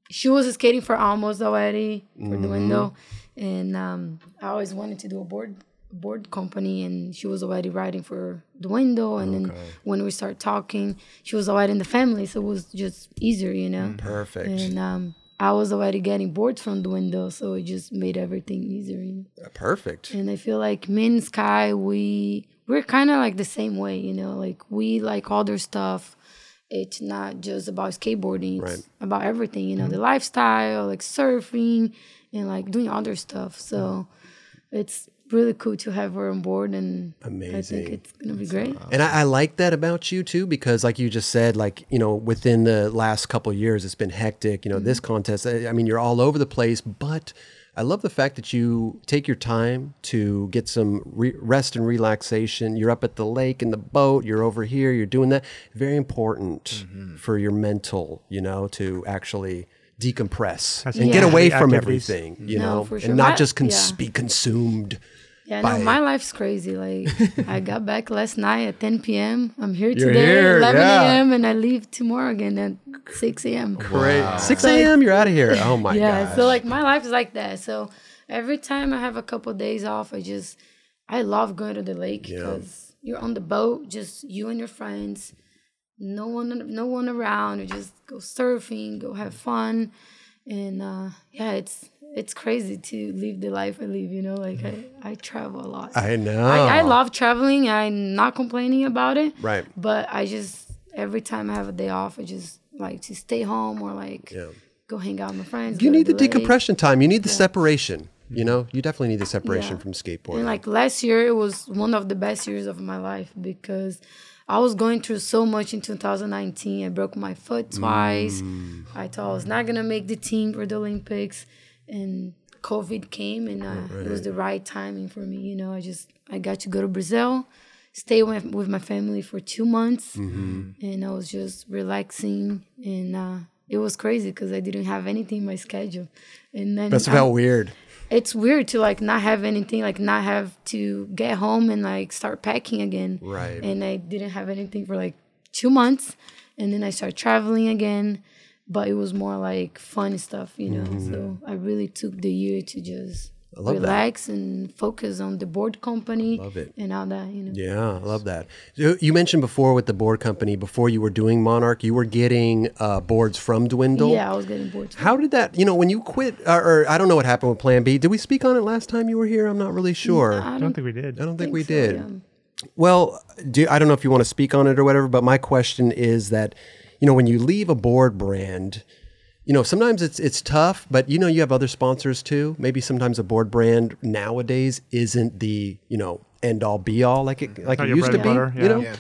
She was skating for almost already for the window, and um, I always wanted to do a board board company, and she was already writing for the window, and then when we start talking, she was already in the family, so it was just easier, you know.
Perfect.
and um, I was already getting boards from the window, so it just made everything easier. You know?
Perfect.
And I feel like me and Sky, we we're kind of like the same way, you know. Like we like all their stuff. It's not just about skateboarding; it's
Right. Mm-hmm.
about everything, you know, the lifestyle, like surfing, and like doing other stuff. So
Mm-hmm.
it's really cool to have her on board, and I
Amazing. uh,
think it's gonna be great.
And I, I like that about you too, because like you just said, like you know, within the last couple years, it's been hectic. You know, this contest. I, I mean, you're all over the place, but I love the fact that you take your time to get some re- rest and relaxation. You're up at the lake in the boat. You're over here. You're doing that. Very important for your mental. You know, to actually decompress
That's
and
right.
get
Yeah.
away from
Activities.
everything. You
No,
know,
for sure.
and not
My-
just cons-
yeah.
be consumed.
Yeah,
by
no,
it.
my life's crazy. Like I got back last night at 10 p.m. I'm here
You're
today
here,
at 11
yeah.
a.m. and I leave tomorrow again at 6 a.m.
Great. 6 a.m. You're out of here. Oh my
yeah,
god.
so like my life is like that. So every time I have a couple days off, I just I love going to the lake because you're on the boat, just you and your friends, no one, no one around. You just go surfing, go have fun, and uh, yeah, it's it's crazy to live the life I live. You know, like I I travel a lot.
I know.
I, I love traveling. I'm not complaining about it.
Right.
But I just every time I have a day off, I just like to stay home or like go hang out with my friends.
You
go to
need the
lake.
decompression time. You need the separation. You know, you definitely need the separation
Yeah.
from skateboarding.
And like last year, it was one of the best years of my life because I was going through so much in 2019. I broke my foot
Mm.
twice. I thought I was not gonna make the team for the Olympics, and COVID came, and uh, it was the right timing for me. You know, I just I got to go to Brazil, stay with,
Mm-hmm.
with my family for two months, and I was just relaxing and. Uh, it was crazy because I didn't have anything in my schedule. And then
That's
I-
about weird.
it's weird to like not have anything, like not have to get home and like start packing again.
Right.
And I didn't have anything for like two months. And then I started traveling again. But it was more like fun stuff, you know. So I really took the year to just
Mm-hmm. love that.
relax and focus on the board company
Love it.
and all that, you know.
Yeah, I love that. You you mentioned before with the board company, before you were doing Monarch, you were getting uh, boards from Dwindle.
Yeah, I was getting bored.
How did that, you know, when you quit, or, or I don't know what happened with Plan B. Did we speak on it last time you were here? I'm not really sure.
uh,
I don't think we did.
I don't think, we
so,
did.
yeah.
Well, do, I don't know if you want to speak on it or whatever, but my question is that, you know, when you leave a board brand, you know, sometimes it's it's tough, but you know, you have other sponsors too. Maybe sometimes a board brand nowadays isn't the you know end all be all like it like
Not
it
your
used to
bread
be.
and butter,
You
yeah.
know,
Yeah.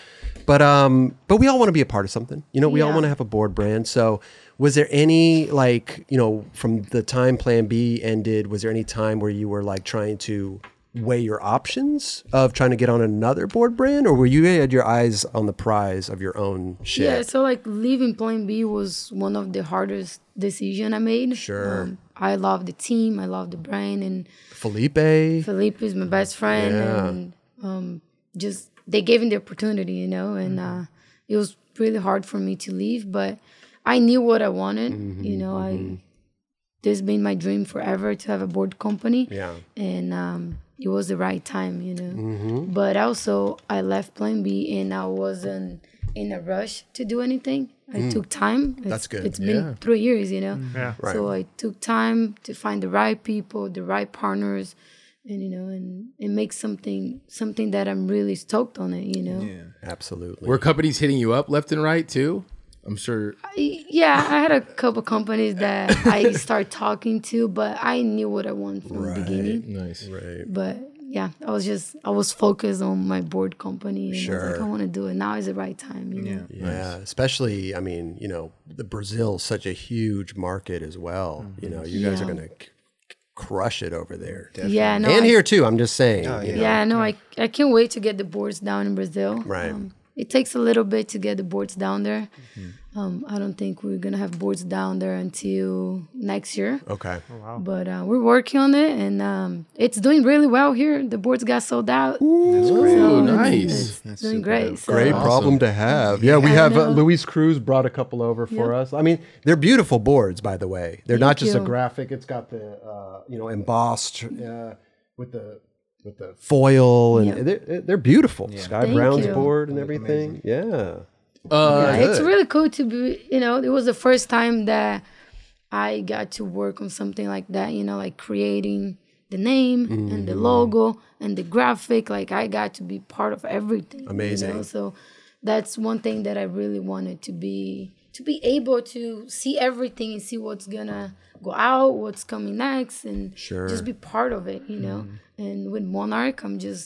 but um, but we all want to be a part of something. You know, we all
Yeah.
want to have a board brand. So, was there any like you know from the time Plan B ended? Was there any time where you were like trying to weigh your options of trying to get on another board brand, or were you had your eyes on the prize of your own shit?
Yeah, so like leaving Plan B was one of the hardest decision I made.
Sure.
Um, I love the team, I love the brand, and
Felipe.
Felipe is my best friend, and um, just they gave me the opportunity, you know, and uh, it was really hard for me to leave, but I knew what I wanted, you know. I this been my dream forever to have a board company,
Yeah.
and um, it was the right time, you know. But also, I left Plan B, and I wasn't in a rush to do anything. I took time. It's,
That's good,
It's been three years, you know.
Mm-hmm.
Yeah.
So I took time to find the right people, the right partners, and you know, and and make something something that I'm really stoked on it. You know. Yeah.
Absolutely.
Were companies hitting you up left and right too? I'm sure.
yeah, I had a couple companies that I started talking to, but I knew what I wanted from the beginning.
Nice.
But yeah, I was just I was focused on my board company, and I was like,
Sure.
I want to do it. Now is the right time. You know?
Yeah, especially I mean, you know, the Brazil's such a huge market as well. You know, you guys are
Yeah.
going to c- crush it over there.
Yeah, no,
and
I-
here too, I'm just saying. you know.
Yeah, no, I I can't wait to get the boards down in Brazil. Um,
Right.
it takes a little bit to get the boards down there. Um, I don't think we're gonna have boards down there until next year,
Okay.
but uh, we're working on it, and um, it's doing really well here. The boards got sold out.
Ooh,
It's
nice.
doing great. So.
Great
Awesome.
problem to have. Yeah, we have uh,
know.
Luis Cruz brought a couple over for us. I mean, they're beautiful boards, by the way. They're not
Thank
just a
you.
graphic. It's got the uh, you know embossed uh, with the with the foil, and
Yeah.
they're, they're beautiful. Sky
Thank
Brown's
you.
board and everything. Yeah.
Uh,
Yeah, it's
Oh, Good.
really cool to be you know it was the first time that i got to work on something like that you know like creating the name and the
Mm-hmm.
logo and the graphic like i got to be part of everything you
Amazing.
know? so that's one thing that i really wanted to be to be able to see everything and see what's gonna go out what's coming next and
Sure.
just be part of it you know
Mm-hmm.
and with monarch i'm just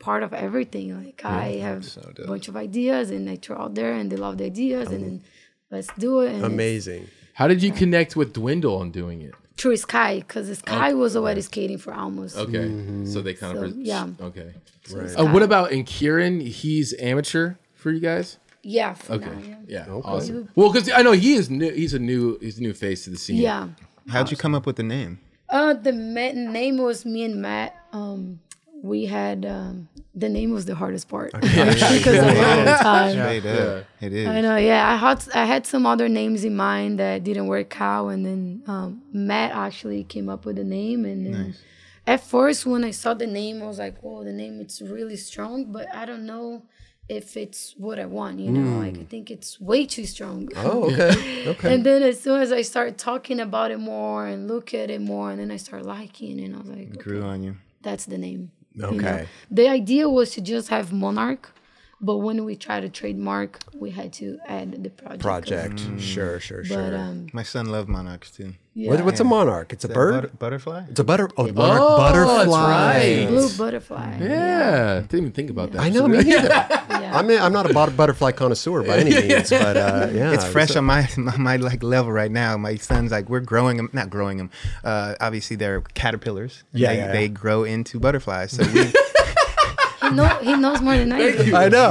part of everything. Like I have a bunch of ideas and I throw out there and they love the ideas and then let's do it. And it's
Amazing.
how did you connect with Dwindle on doing it?
Through Sky, because Sky was already skating for almost.
Okay, so they kind of
Mm-hmm. So, yeah.
Okay.
Right.
Uh, what about in Kieran? He's amateur for you guys.
Yeah. For
Okay.
Now, yeah.
yeah. Awesome. Well, because I know he is new. He's a new. He's a new face to the scene.
Yeah.
How'd you come up with the name?
Uh, the ma- name was me and Matt. Um, we had um, the name was the hardest part because of all the time.
Straight up. It is.
I know, yeah. I had I had some other names in mind that didn't work out, and then um, Matt actually came up with the name. And then at first, when I saw the name, I was like, "Whoa, the name it's really strong," but I don't know if it's what I want. You know, like I think it's way too strong.
Mm.
[laughs]
Oh, okay. Okay.
And then as soon as I started talking about it more and look at it more, and then I started liking it, and I was like,
Grew on you.
that's the name. you
Okay.
know. The idea was to just have Monarch, but when we tried to trademark, we had to add the project. 'cause-
Project. Sure. Sure. Sure.
But um,
My son loved monarchs too.
yeah.
Mm. What- what's a monarch? It's a bird.
Butter- butterfly?
It's a butter. Oh, monarch
Oh, that's
butterfly.
right.
blue butterfly?
Yeah. Didn't even think about that.
I [laughs] know me neither. I'm a, I'm not a bot- butterfly connoisseur [laughs] by any means, but uh, yeah,
It's fresh on my, [laughs] my my like level right now. My son's like we're growing them, not growing them. Uh, obviously, they're caterpillars.
Yeah,
they,
yeah, yeah.
they grow into butterflies. So we
He, know, he knows more than I [laughs] do. um,
I know.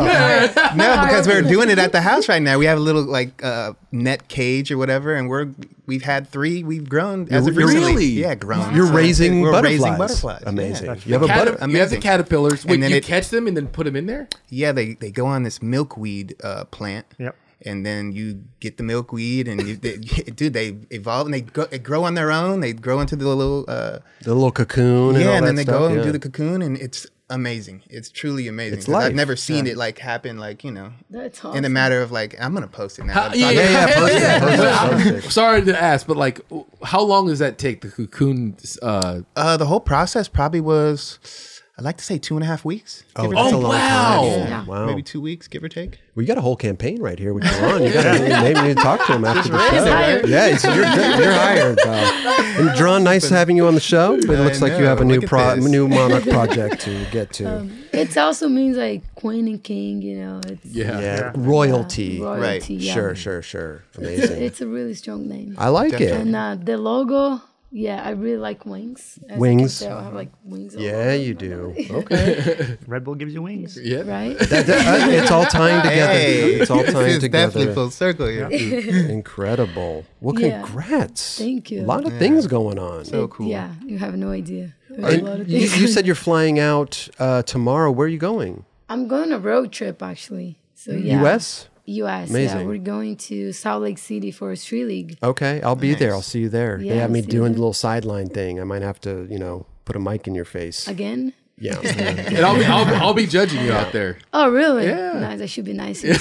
No, because we're doing it at the house right now. We have a little like uh, net cage or whatever, and we're we've had three. We've grown as of
You're-
recently.
Really?
yeah, grown.
You're
So
raising
we're
butterflies.
Raising butterflies. yeah.
Amazing.
That's
You have a
Cat-
butter.
you have the
amazing.
caterpillars.
And
Wait,
then
you
it-
catch them and then put them in there?
Yeah, they they go on this milkweed uh, plant.
Yep.
And then you get the milkweed, and you, they, [laughs] dude, they evolve and they, go, they grow on their own. They grow into the little uh,
The little cocoon. And
yeah,
all that
and then they go
stuff,
and
yeah. [laughs]
do the cocoon, and it's amazing. It's truly amazing.
It's
'cause
life.
I've never seen it like happen, like you know,
That's
in a
awesome.
matter of like I'm gonna post it now.
How-
I'm sorry.
post it,
yeah.
post it,
Well,
post it.
I'm Sorry to ask, but like, w- how long does that take? The cocoon. Uh,
Uh, the whole process probably was, I'd like to say two and a half weeks. give
Oh,
or
that's
take.
a long
Oh,
wow.
time.
Yeah.
Yeah.
Wow.
maybe two weeks, give or take.
We got a whole campaign right here, which is on. You got to maybe we need to talk to him after the show.
raise it, right?
Yeah, it's, you're, you're hired. Pal. And Dron, nice having you on the show. But it looks like you
know.
have a new
Look at
pro,
this. Um,
new monarch project to get to.
It also means like queen and king, you know. It's
yeah.
yeah. royalty.
royalty, yeah.
Sure, sure, sure.
It's a,
Amazing.
it's a really strong name.
I like it.
And uh, the logo, yeah, I really like wings. As you can
Wings.
tell, I have like wings. all
Yeah,
over.
you
[laughs]
do. Okay,
Red Bull gives you wings.
Yeah.
Right?
That- that- uh, it's all tying together. it's all
this
tying
is definitely
[laughs]
together.
full circle here.
Incredible. Well,
Yeah.
congrats.
Thank you.
A lot of things going on.
So cool.
Yeah, you have no idea. There's a lot
And
of
you,
things.
you said you're flying out uh, tomorrow. Where are you going?
I'm going on a road trip actually. So yeah.
U.S.
US, yeah.
Mm. Amazing.
We're going to Salt Lake City for a street league.
Okay, I'll be there. I'll see you there. they
Yeah,
have me
see you
doing
there.
the little sideline thing. I might have to, you know, put a mic in your face.
Again?
yeah.
[laughs]
And I'll, be- I'll, be- I'll be judging you out there.
Oh really? Yeah. Nice. I should be
[laughs]
nice. oh,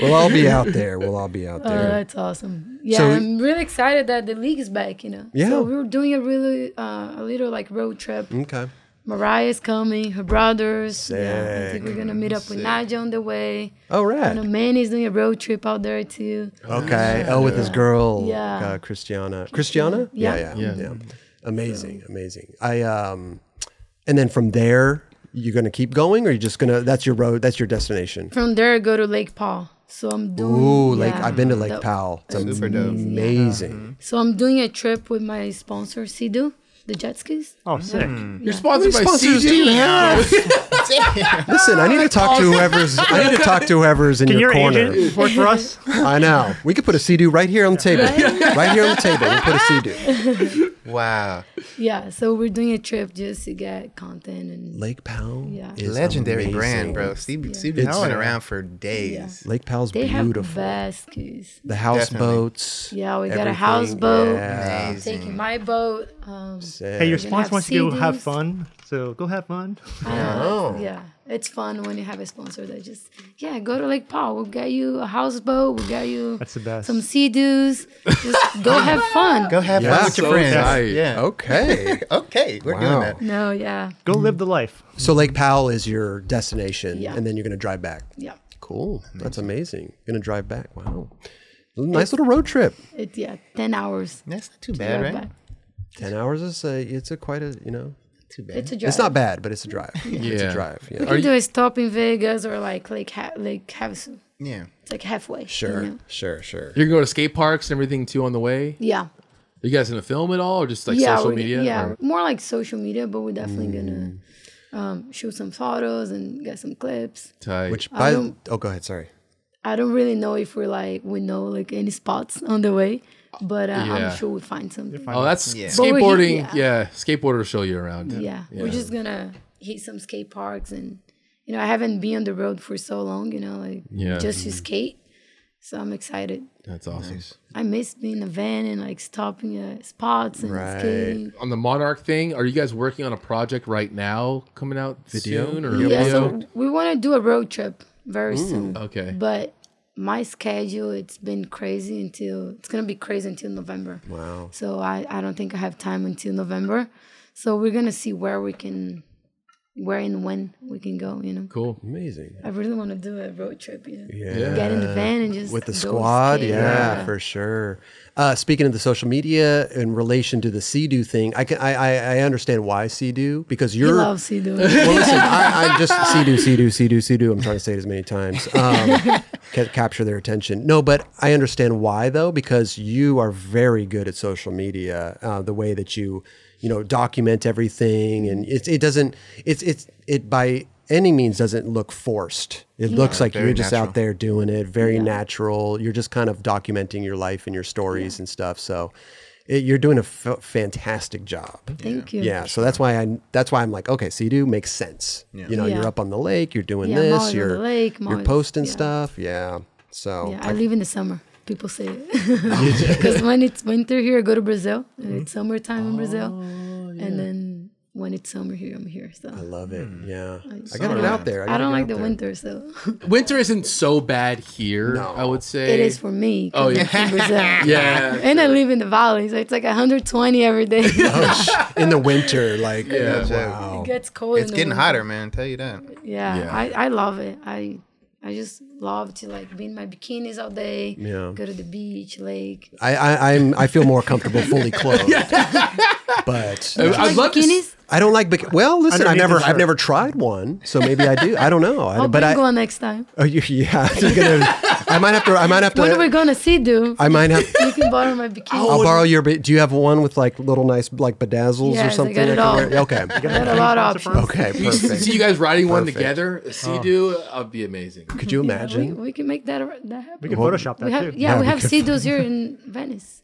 we'll all be out there. We'll all be out
Uh,
there.
Oh, that's awesome. Yeah,
So-
I'm really excited that the league is back, you know.
Yeah. Mm.
So we were doing a really uh, a little like road trip.
okay.
Mariah's coming, her brothers. Yeah. I think we're gonna meet up with Naja on the way.
All
I know
right.
Manny's doing a road trip out there too.
Okay. Oh, with his girl,
Yeah.
uh, Christiana. Christiana?
Yeah.
Yeah. Yeah. yeah. Amazing. Amazing. I um, and then from there, you're gonna keep going, or you're just gonna? That's your road. That's your destination.
From there, I go to Lake Paul. So I'm doing.
Ooh, Lake.
yeah,
I've been to Lake
the-
Powell. It's
[laughs] Super dope.
amazing.
So I'm doing a trip with my sponsor, Sidu, the jet skis.
Oh, sick.
You're sponsored by
sponsors
CG.
do you have?
[laughs]
Listen, I need to talk to
[laughs]
whoever's. I need to talk to whoever's in
Can
your
your
corner.
agent work for
[laughs]
us?
I know. We could put a Sea-Doo right here on the table. right here on the table. We put a
[laughs]
Sea-Doo.
Wow.
Yeah, so we're doing a trip just to get content and
Lake Powell.
Yeah.
is
Legendary
amazing.
brand, bro. Steve, Steve has
It's-
been around for days.
Lake Powell's
they have
beautiful.
best skis.
the
Definitely.
houseboats.
Yeah, we got a
everything.
houseboat.
Yeah.
I'm taking my boat. Um,
Hey,
gonna
your sponsor
have
wants you to have
CDs.
fun, so go have fun.
uh, yeah, it's fun when you have a sponsor that just yeah go to Lake Paul. We'll get you a houseboat. We'll get you
That's the best.
some sea doos. Just go have fun.
Go have
Yeah.
fun with your
So
friends.
tight.
[laughs]
Yeah.
[laughs]
Okay.
Okay, we're
Wow.
doing that.
No, yeah,
Go live the life.
so Lake Powell is your destination,
Yeah.
and then you're going to drive back.
yeah.
Cool. That's amazing. Going to drive back. Wow. Nice little road trip.
It's yeah, ten hours.
That's not too bad,
drive
right?
back.
Ten hours is a. It's a quite a. You know.
Too bad.
It's a drive.
It's not bad, but it's a drive. It's a
Yeah.
drive. Yeah.
We can do a stop in Vegas or like Lake ha- Lake Havasu.
yeah.
It's like halfway.
Sure.
you know?
Sure. Sure.
You're going to skate parks and everything too on the way.
Yeah.
you guys going to film it all or just like
yeah.
social
we-
media?
Yeah.
Or- Mm.
More like social media, but we're definitely gonna um, shoot some photos and get some clips.
Tight.
Which by
don't-
oh, go ahead. Sorry.
I don't really know if we're like we know like any spots on the way, but uh,
Yeah.
I'm sure we'll find something.
oh, that's
Yeah.
But we're here-
skateboarding.
yeah.
yeah. skateboarders will show you around.
yeah. We're just gonna hit some skate parks and you know, I haven't been on the road for so long, you know, like
Yeah.
just to skate. So I'm excited.
That's awesome.
I miss being in a van and like stopping at spots and
Right.
skating.
On the Monarch thing, are you guys working on a project right now coming out
Video?
soon or
Yeah,
video?
so we want to do a road trip very soon.
Okay.
But my schedule it's been crazy until it's gonna be crazy until November.
Wow.
So I, I don't think I have time until November. So we're gonna see where we can where and when we can go, you know.
cool.
Amazing.
I really wanna do a road trip, you know.
Yeah.
Get in the van and just
With the
go
squad,
skate.
yeah, for sure. Uh, speaking of the social media in relation to the CDU thing, I can I I, I understand why CDU because
He
you're
loves to do
[laughs]
it.
well.
[laughs]
Listen, I, I just CDU CDU CDU CDU. I'm trying to say it as many times.
[laughs]
Um, ca- capture their attention. No, but I understand why though because you are very good at social media. Uh, the way that you you know document everything and it, it doesn't it's it's it by any means doesn't look forced it looks like
very
you're just
natural.
out there doing it very natural you're just kind of documenting your life and your stories and stuff so it, you're doing a f- fantastic job
Thank you.
yeah so that's why i that's why i'm like okay so you do makes sense you know
Yeah.
you're up on the lake you're doing
Yeah, I'm always on
this
the
you're
lake, I'm
you're
always-
posting
yeah.
stuff yeah so
Yeah, I live in the summer. People say
[laughs]
[laughs] it because when it's winter here, I go to Brazil. and
Mm-hmm.
It's summertime in Brazil,
Oh,
and then when it's summer here, I'm here. So
I love it.
Hmm.
Yeah, I
just-
got it
don't-
out there.
I,
gotta
don't
get
like
out
the
there.
winter, so [laughs]
Winter isn't so bad here. I would say
it is for me. 'cause
Oh, yeah.
[laughs] it's in Brazil.
Yeah.
and I live in the valley, so it's like 120 every day. it
Oh, sh- in the winter,
[laughs]
like oh,
Yeah.
wow.
gets cold.
It's
in the
getting
winter.
hotter, man. Tell you that.
Yeah,
Yeah.
I, I love it. I I just love to like be in my bikinis all day.
Yeah.
go to the beach, lake.
I, I I'm I feel more comfortable fully clothed,
[laughs]
but
I- I'd
Like
love to s-
bikinis.
I don't like. Bec- well, listen, I
Underneath
never
the
I've
shirt.
never tried one, so maybe I do. I don't know. I,
I'll
but
bring
I
one next time.
oh, you, [laughs] yeah, you're gonna, I might have to. I might have to.
When are we gonna see, dude?
I might have.
you can borrow my bikini.
I'll borrow your. bi- Do you have one with like little nice like bedazzles or
Yes, I
something?
got it
can
all.
wear? Okay.
[laughs] I had a lot of
Is it
options. [laughs]
Okay.
You see
Perfect.
you guys riding one
Perfect.
together, a sea-doo, that'd be amazing.
Could you
[laughs] Yeah, we,
imagine? Oh,
we can make that ar- that happen.
We can Photoshop that
We have,
too.
yeah,
Yeah,
we
we
have
could-
Cedos here in Venice.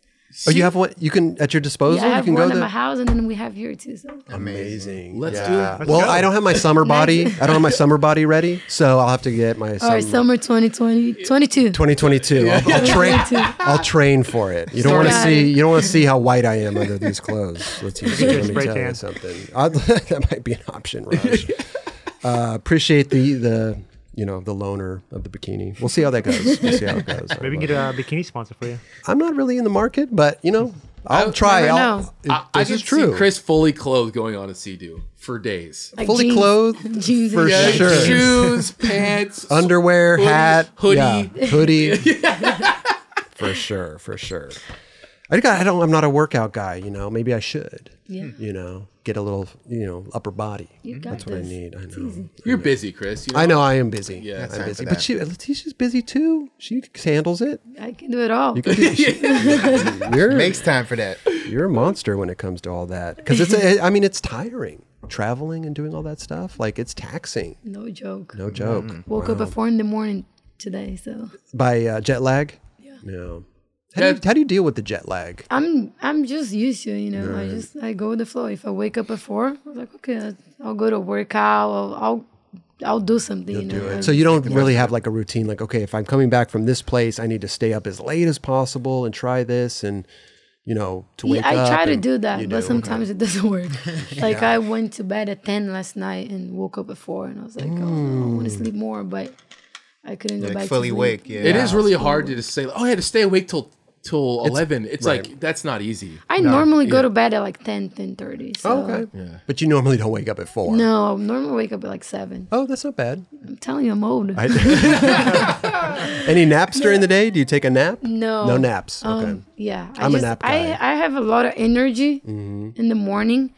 Oh, you have one. You can at your disposal.
Yeah, I
you
have
can
one
go
at
to.
my house, and then we have here too. So
Amazing.
Let's
Yeah.
do it.
Let's
well,
go.
I don't have my
[laughs]
summer body. I don't have my summer body ready, so I'll have to get my
all
summer.
right, summer 2020, 22.
2022. I'll, I'll train.
2022.
I'll train for it. You don't want to
Sorry.
see. You don't want to see how white I am under these clothes. Let's use, let me
Spray
tell you
tan.
something. [laughs] i that might be an option, Raj. Uh, appreciate the the you know the loner of the bikini. We'll see how that goes. We'll see how it goes.
[laughs] Maybe we can get a bikini sponsor for you.
I'm not really in the market, but you know I'll try.
never
I'll,
know.
It-
I, I
this
could
is true.
see Chris fully clothed going on a sea-doo for days.
Like
fully
jeans-
clothed
jeans
for
and
Yeah,
shorts.
sure. [laughs]
Shoes, pants,
underwear,
hoodie-
hat,
hoodie.
yeah, hoodie. for sure, for sure. I got. I don't. I'm not a workout guy. You know. Maybe I should.
Yeah.
Mm-hmm.
You know, get a little. You know, upper body.
You got
That's what I
this.
need. I know.
You're busy, Chris. You
I know. I am busy.
Yeah. That's
I'm
time
busy.
for
But
that.
she, Letitia's busy too. She handles it.
I can do it all.
You can do- she- you're
Makes time for that.
you're a monster when it comes to all that because it's. A, I mean, it's tiring traveling and doing all that stuff. Like it's taxing.
No joke.
No joke.
Mm.
Woke up at four in the morning today, so
By uh, jet lag. Yeah. How do, you,
That-
how do you deal with the jet lag?
I'm I'm just used to it, you know. I just I go with the flow. If I wake up at four, I'm like okay, I'll go to workout. I'll I'll, I'll do something. you know.
do
I-
it. So you don't really have like a routine, like okay, if I'm coming back from this place, I need to stay up as late as possible and try this, and you know to wake
Yeah, I
up.
try to
and-
do that,
you
but
do,
sometimes it
[laughs]
doesn't work. Like I went to bed at ten last night and woke up at four, and I was like, oh, no, I want
Mm.
to sleep more, but I couldn't go
Like
back.
fully
to sleep.
awake. Yeah.
It is really hard to just say, "Oh, I had to stay awake till till 11." It's like that's not easy.
I normally go to bed at like 10, 10.30. So
Oh, okay. But you normally don't wake up at four.
No, I normally wake up at like seven.
Oh, that's not bad.
I'm telling you, I'm old.
[laughs] Any naps during the day? Do you take a nap?
No.
No naps.
Um,
okay.
Yeah. I
I'm a
just,
nap guy. Mm-hmm.
I, I have a lot of energy in the morning,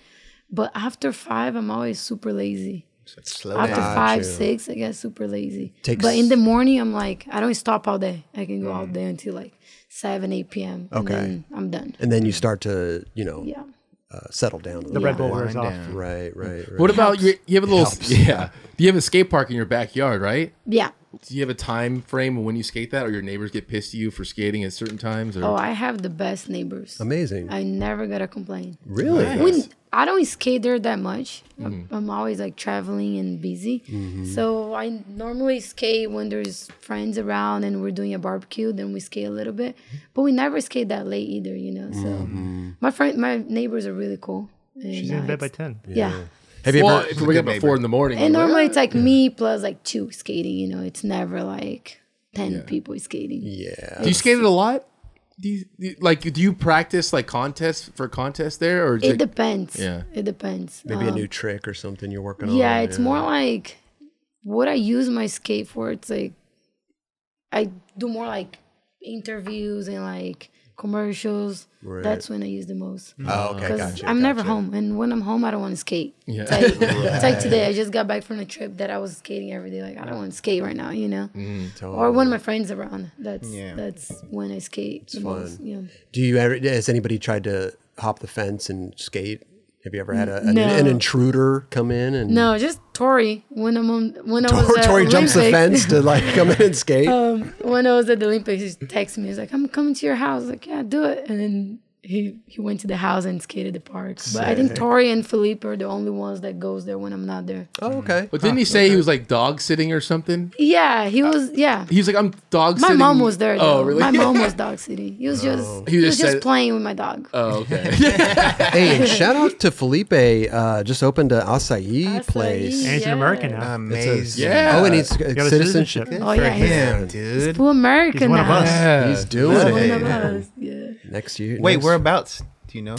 but after five, I'm always super lazy.
Slow
After
down.
five, six, I get super lazy.
Oh, Takes- Mm.
But in the morning, I'm like, I don't stop all day. I can go all day until like 7, 8 p.m. And
Okay.
then I'm done.
And then you start to, you know,
Yeah.
uh, settle down. A
The
little
Red
bit.
Bull wears off.
Right, right, right.
What about you? You have a little,
Helps.
yeah. You have a skate park in your backyard, right?
Yeah.
Do you have a time frame of when you skate that, or your neighbors get pissed at you for skating at certain times? Or
Oh, I have the best neighbors.
Amazing.
I never got to complain.
really?
When I don't skate there that much. I'm- I'm always like traveling and busy. So I normally skate when there's friends around and we're doing a barbecue, then we skate a little bit. But we never skate that late either, you know. So my friend my neighbors are really cool. And,
She's in
uh,
bed by
it's-
ten.
Yeah.
Have you
well,
ever?
if we wake up
good
at four in the morning,
And
we're like,
normally it's like me plus like two skating, you know. It's never like ten people skating.
Yeah.
do you skate it a lot? Do you, do you- like, do you practice like contests for contests there, or is
It
it,
depends.
Yeah.
It depends.
Maybe a
Um,
new trick or something you're working on.
yeah it's more like what i use my skate for it's like i do more like interviews and like commercials
Right.
that's when i use the most
Oh, okay,
because
gotcha.
i'm never
gotcha.
home and when i'm home i don't want to skate
Yeah.
[laughs]
it's like, it's like today i just got back from a trip that i was skating every day like i don't want to skate right now you know
Mm,
or when my friends around that's
Yeah.
that's when i skate the most
fun.
yeah
Do you ever? Has anybody tried to hop the fence and skate? Have you ever had a, an,
No.
an intruder come in and
No, just Tori. When I'm on, when I was
Tor-
at
Tori jumps the
Olympics-
fence to like [laughs] come in and skate?
um, when I was at the Olympics, he texted me. He's like, "I'm coming to your house." I was like, yeah, do it. And then he he went to the house and skated the park. But I think Tori and Felipe are the only ones that goes there when I'm not there.
oh, okay.
But didn't he say he was like dog sitting or something?
Yeah, he was. Yeah,
He was like, I'm dog
my
sitting.
mom was there. Though.
Oh, really?
My mom was dog city. He was just
He
he,
just
was just
said-
playing with my dog.
[laughs] oh, okay.
hey, and shout out to Felipe. Uh, just opened an acai, place.
And he's an American now.
Amazing.
Yeah.
Oh, and he's
got a
citizenship.
citizenship.
oh
For
yeah, he's
him, dude.
full American
He's one of
now.
us.
He's doing
Love
it
it.
One of
man.
us. Yeah.
next year.
Wait,
next-
whereabouts? Do you know?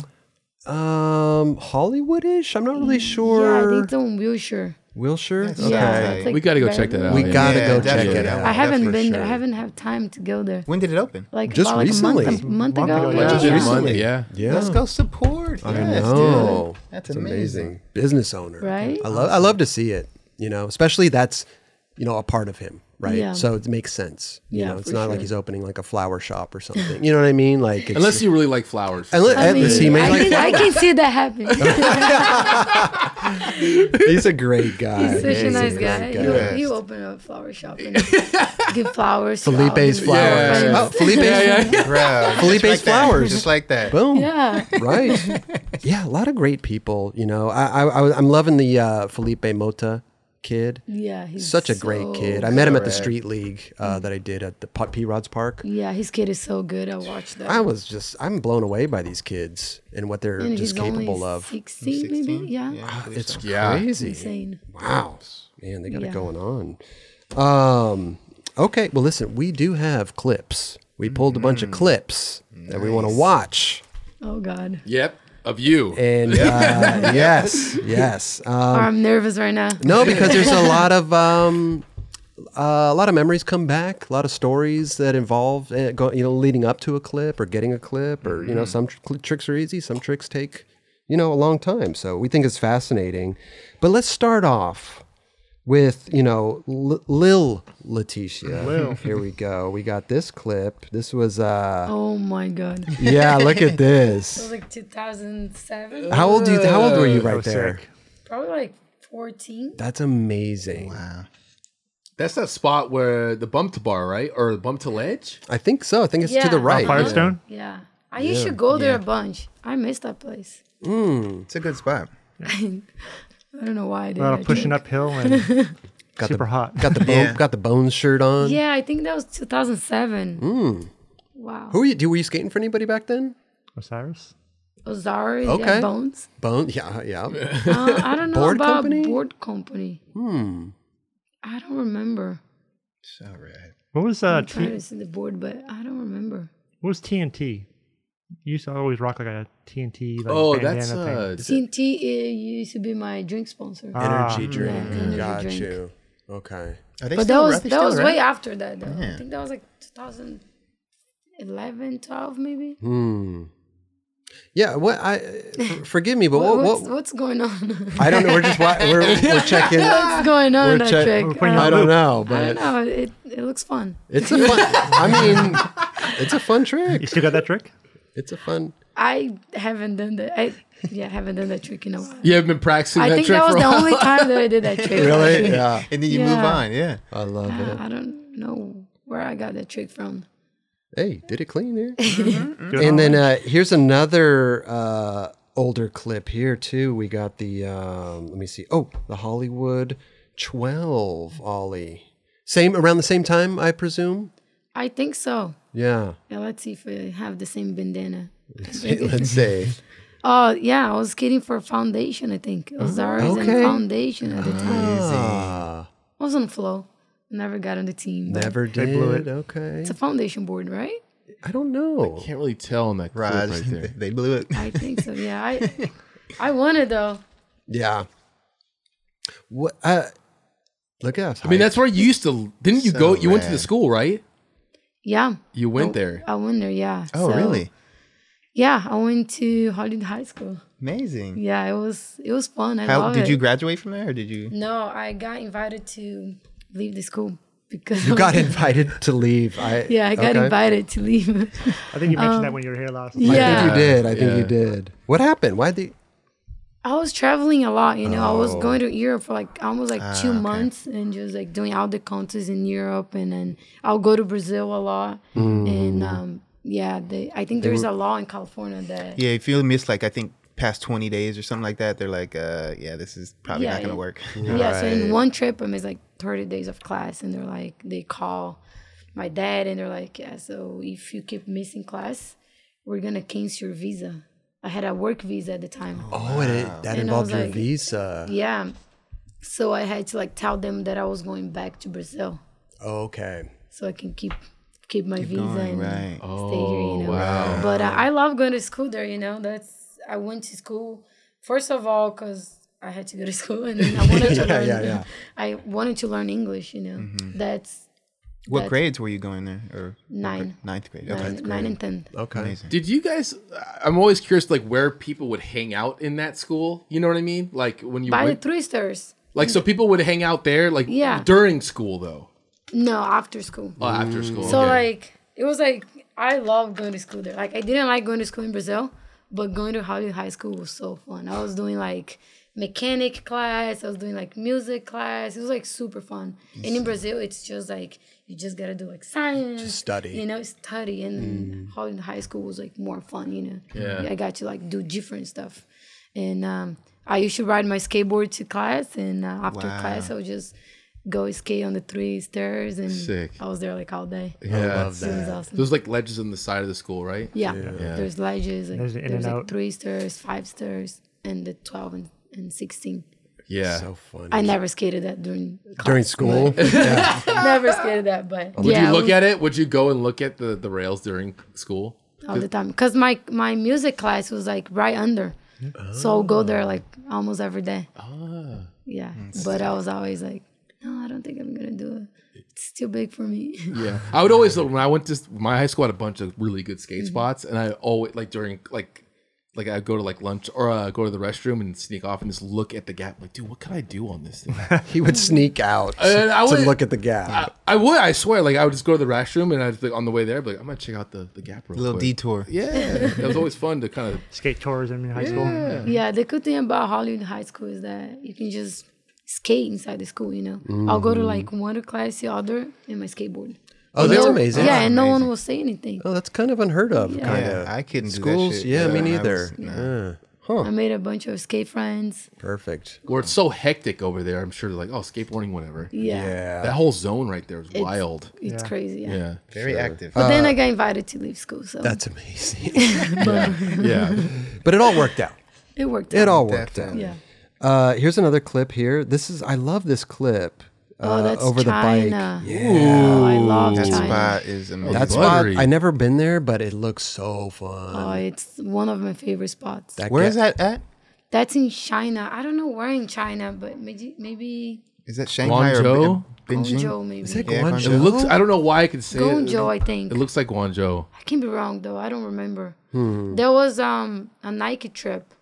um Hollywoodish. I'm not really
Yeah, I
sure.
think it's on Wilshire.
Wilshire.
Nice.
Okay.
Yeah,
Okay.
it's like
We gotta go check that
very-
out.
We
yeah.
gotta
Yeah,
go check
definitely.
it out.
I haven't
for
been there. I
sure.
haven't had time to go there.
When did it
[laughs]
open?
Like
Just
about, like,
recently.
a month, a month
Month
ago.
ago,
yeah.
yeah.
Just recently.
Yeah.
Yeah.
Let's go support.
I
yes,
know.
dude. That's
It's
amazing.
Oh, Business owner.
Right?
I love I love to see it, you know, especially that's you know, a part of him, right?
Yeah.
So it makes sense. You
Yeah,
know, it's
for
not like
sure.
he's opening like a flower shop or something. You know what I mean? Like it's,
Unless you really like flowers.
Unless-
I, mean,
unless he may
I,
like
can, I can see that
[laughs]
happen.
He's a great guy.
He's such a
He's
nice
great
guy.
guy.
He, he opened a flower
[laughs]
shop and give flowers. to all
Felipe's
his
flowers.
friends.
Oh, Felipe's
yeah, yeah, yeah.
Bro,
Felipe's
just like that,
flowers.
Just like that.
Boom.
Yeah. [laughs]
Right. yeah, a lot of great people. You know, I, I, I was- I'm loving the uh, Felipe Mota kid.
Yeah. He's
Such a great
so-
kid. I met him at the street league uh, that I did at the P- P Rods Park.
Yeah, his kid is so good. I watched that.
I was just, I'm blown away by these kids and what they're
and
just
he's only
capable of.
16, maybe? Yeah.
It's
Yeah.
crazy.
Insane.
Wow. Man, they got it
Yeah.
going on. Um, okay. Well, listen, we do have clips. We pulled a bunch of clips that we want to watch.
Oh, God.
Yep. Of you.
And uh, yes, yes.
Oh, I'm nervous right now.
No, because there's
[laughs]
a lot of um, uh, a lot of memories come back, a lot of stories that involve uh, go, you know leading up to a clip or getting a clip, or
Mm-hmm.
you know some tr- cl- tricks are easy, some tricks take you know a long time. So we think it's fascinating, but let's start off with you know L- Lil Letitia. Here we go. We got this clip. This was uh
Oh, my
[laughs]
God. It
yeah. Look at this.
was like
[laughs]
2007.
How old do you? How old were you right
was
there?
sick.
Probably like 14.
That's amazing.
That's that spot where the bump to bar, right? Or bump to ledge?
I think so. I think it's to
Yeah.
the
Oh,
right.
Firestone?
Yeah. I used to go there a bunch. I miss that place.
It's a good spot.
I don't know why I did
A lot
I
of Uh, pushing
think-
uphill
[laughs]
and
Got
super
the,
hot.
Got the bone,
Yeah.
got the bones shirt on.
Yeah, I think that was 2007. Wow.
Who were you? do- Were you skating for anybody back then?
Osiris?
Ozari
Okay.
yeah, Bones.
Bone? Yeah, yeah.
Uh, I don't know
Board
about
company?
board company. Hmm. I don't remember.
It's all right.
What was uh,
I'm trying
T-
to see the board, but I don't remember.
what was TNT? You used to always rock like a TNT. Like,
Oh,
bandana
that's
thing.
uh
TNT uh, used to be my drink sponsor.
Ah.
Energy drink.
Yeah, energy
Got
drink.
you. Okay.
Are they
but that
still,
was
are
that
they still
was
around?
way after that though.
Yeah.
I think that was like 2011, 12 maybe.
Hmm. Yeah. What? I for- forgive me, but what?
What-
what,
what's, what's
[laughs]
going on? [laughs]
I don't know. We're just wa- we're, we're checking. I
what's going on
We're
in that
check-
trick?
we're putting
Uh,
out-
don't know,
I don't
but
know. It, it looks fun.
it's a fun. I mean, it's a fun
[laughs]
You
trick.
still got that trick?
It's a fun.
I haven't done that. I yeah, I haven't done that trick in a while.
You have been practicing
I
that
think
trick
that was
for a
the
while.
only time that I did that trick.
Really? Yeah.
And then you move
Yeah.
on. Yeah.
I love it.
I don't know where I got that trick from.
Hey, did it clean there?
Mm-hmm,
[laughs]
Do it all
And then
right.
uh, here's another uh, older clip here too. We got the um, let me see. Oh, the Hollywood 12 Ollie. Same around the same time, I presume.
I think so.
Yeah.
Yeah, let's see if we have the same bandana.
[laughs] Let's say.
Oh yeah, I was skating for foundation. I think Ozari's and
Okay.
foundation at the time.
Ah,
I was on flow. Never got on the team. but
never did.
blew it.
Okay.
It's a foundation board, right?
I don't know.
Can't really tell on that clip
Raj,
right
they,
there.
[laughs] they blew it.
I think so. Yeah, I I won it though.
Yeah. What? Uh, look at us.
I mean, that's where you used to. Didn't you
So
go? You went to the
rad.
school, right?
Yeah,
You went there.
I won there. Yeah.
Oh,
So,
really?
Yeah, I went to Hollywood High School.
Amazing.
Yeah, it was it was fun. I
How
love
did
it.
you graduate from there? Or did you?
No, I got invited to leave the school because
You
[laughs]
got invited to leave. I
Yeah, I got
okay.
invited to leave. [laughs]
I think you mentioned that when you were here last.
I
Um, yeah.
think you did. I think you
Yeah.
did. What happened? Why the?
I was traveling a lot, you know. I
Oh.
was going to Europe for like almost like
Ah,
two months and just like doing all the countries in Europe, and then I'll go to Brazil a lot.
Mm.
And um, yeah, they, I think there's a law in California that
Yeah, if you miss like I think past twenty days or something like that, they're like, uh, yeah, this is probably
Yeah,
not gonna
yeah. [laughs]
work.
Yeah, so in one trip, I missed like 30 days of class, and they're like, they call my dad and they're like, yeah, so if you keep missing class, we're gonna cancel your visa. I had a work visa at the time.
Oh, and it, that
I
involved
was
your
like-
visa.
Yeah. So I had to like tell them that I was going back to Brazil
Okay.
so I can keep keep my visa
Going,
and
right.
stay here, you know. But uh, I love going to school there, you know. That's I went to school first of all because I had to [laughs] go to school and then I wanted to learn.
yeah, yeah.
I wanted to learn English, you know. That's
What
That's-
grades were you going there? Or
Nine.
ninth grade. Okay.
nine, nine and ten.
Okay.
Did you guys? I'm always curious, like where people would hang out in that school. You know what I mean? Like when you
By the
went,
three stars.
like so people would hang out there, like
Yeah.
during school though,
No, after school.
Oh, after school.
So
okay.
like it was like I love going to school there. Like I didn't like going to school in Brazil, but going to Hollywood High School was so fun. I was doing like mechanic class, I was doing like music class. It was like super fun. And in Brazil it's just like you just gotta do like science.
study.
You know, study and Hollywood High School was like more fun, you know.
Mm. Yeah.
I got to like do different stuff. And um I used to ride my skateboard to class and uh, after class I would just go skate on the three stairs and
Sick.
I was there like all day.
yeah.
Love
It was
that.
awesome.
There's like ledges on the side of the school, right?
yeah. There's ledges. Like, there's
There's the in and
like
out.
three stairs, five stairs, and the 12 and, and 16.
Yeah.
So funny.
I never skated that during class.
During
[laughs]
school,
never skated that, but
Would
yeah,
you look
we-
at it? Would you go and look at the, the rails during school?
all the time. Because my, my music class was like right under. So I'll go there like almost every day.
Ah.
Yeah.
Hmm.
But I was always like, no, I don't think I'm going to do it. It's too big for
[laughs]
me. [laughs]
Yeah. I would always when I went to my high school had a bunch of really good skate spots, and I always like during like like I'd go to like lunch or uh, go to the restroom and sneak off and just look at the gap. Like, dude, what could I do on this thing?
he would sneak out
Uh,
And I
to
would-
look at the gap.
I, I would, I swear. Like I would just go to the restroom and I'd like on the way there, I'd be like I'm gonna check out the the gap real
A little
quick.
detour.
Yeah, that was always fun to kind of
Skate tourism in high school.
yeah.
Yeah, the good thing about Hollywood High School is that you can just skate inside the school, you know. I'll go
Mm-hmm.
to like one class, the other, in my skateboard.
oh, that's
No-
amazing.
Yeah, and no one will say anything.
Oh, that's kind of unheard of.
Yeah.
Kind
Yeah,
of.
I couldn't do that
Schools,
shit.
yeah, me
Yeah, I
neither.
was-
Yeah.
I made a bunch of skate friends.
Perfect.
where it's so hectic over there. I'm sure they're like, oh, skateboarding, whatever.
Yeah,
Yeah.
That whole zone right there is wild.
it's
Yeah.
crazy. Yeah.
Yeah,
Very active.
Uh,
But then I got invited to leave school, so
That's amazing. [laughs]
yeah.
but it all worked out.
it worked.
It
out.
all worked out.
Definitely.
Yeah.
Uh, here's another clip here. This is I love this clip. uh,
Oh, that's
over the bike.
China. Oh, I love
that
China.
spot is amazing.
That's
Buttery.
why I never been there, but it looks so fun.
Oh, it's one of my favorite spots.
That
Where
ga-
is that at?
That's in China. I don't know where in China, but maybe maybe
Is that Shanghai or
Guangzhou?
Be- Beijing?
Guangzhou, maybe.
Is that
Yeah,
Guangzhou?
It looks. I don't know why I could say it.
Guangzhou, I think.
It looks like Guangzhou.
I can be wrong though. I don't remember.
Hmm.
There was um a Nike trip.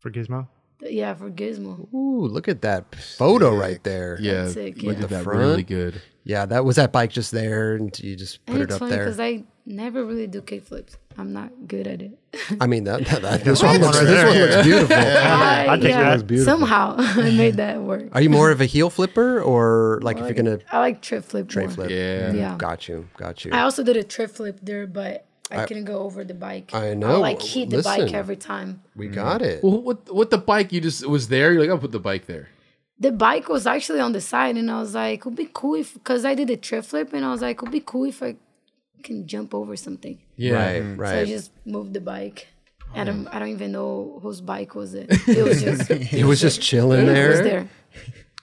For Gizmo.
Yeah, for Gizmo.
Ooh, look at that photo right there.
Yeah,
That's sick,
we
yeah.
did that
front.
really good.
Yeah, that was that bike just there, and you just put
and
it
it's
up
funny
there.
because I never really do kickflips. I'm not good at
[laughs]
it.
I mean, that, that, that- this, one
What?
looks,
Right
this one
there.
looks beautiful.
I, [laughs]
I think that was
beautiful.
Somehow [laughs] I made that work.
Are you more of a heel flipper, or like if you're
[laughs]
gonna
I like trip flip.
tray
more.
flip?
Yeah.
Mm, Yeah.
got you, got you.
I also did a trip flip there, but I, couldn't go over the bike.
I know.
like hit the bike
Listen.
every time.
We got it.
Well, what what the bike? You just it was there. You're like, I'll put the bike there.
The bike was actually on the side, and I was like, "It'd be cool if," because I did a trip flip, and I was like, "It'd be cool if I can jump over something."
Yeah,
Right,
So I
right. Oh,
just moved the bike. I don't, I don't even know whose bike was it. It
[laughs]
was just [laughs] it
it was just chilling
was
there.
there.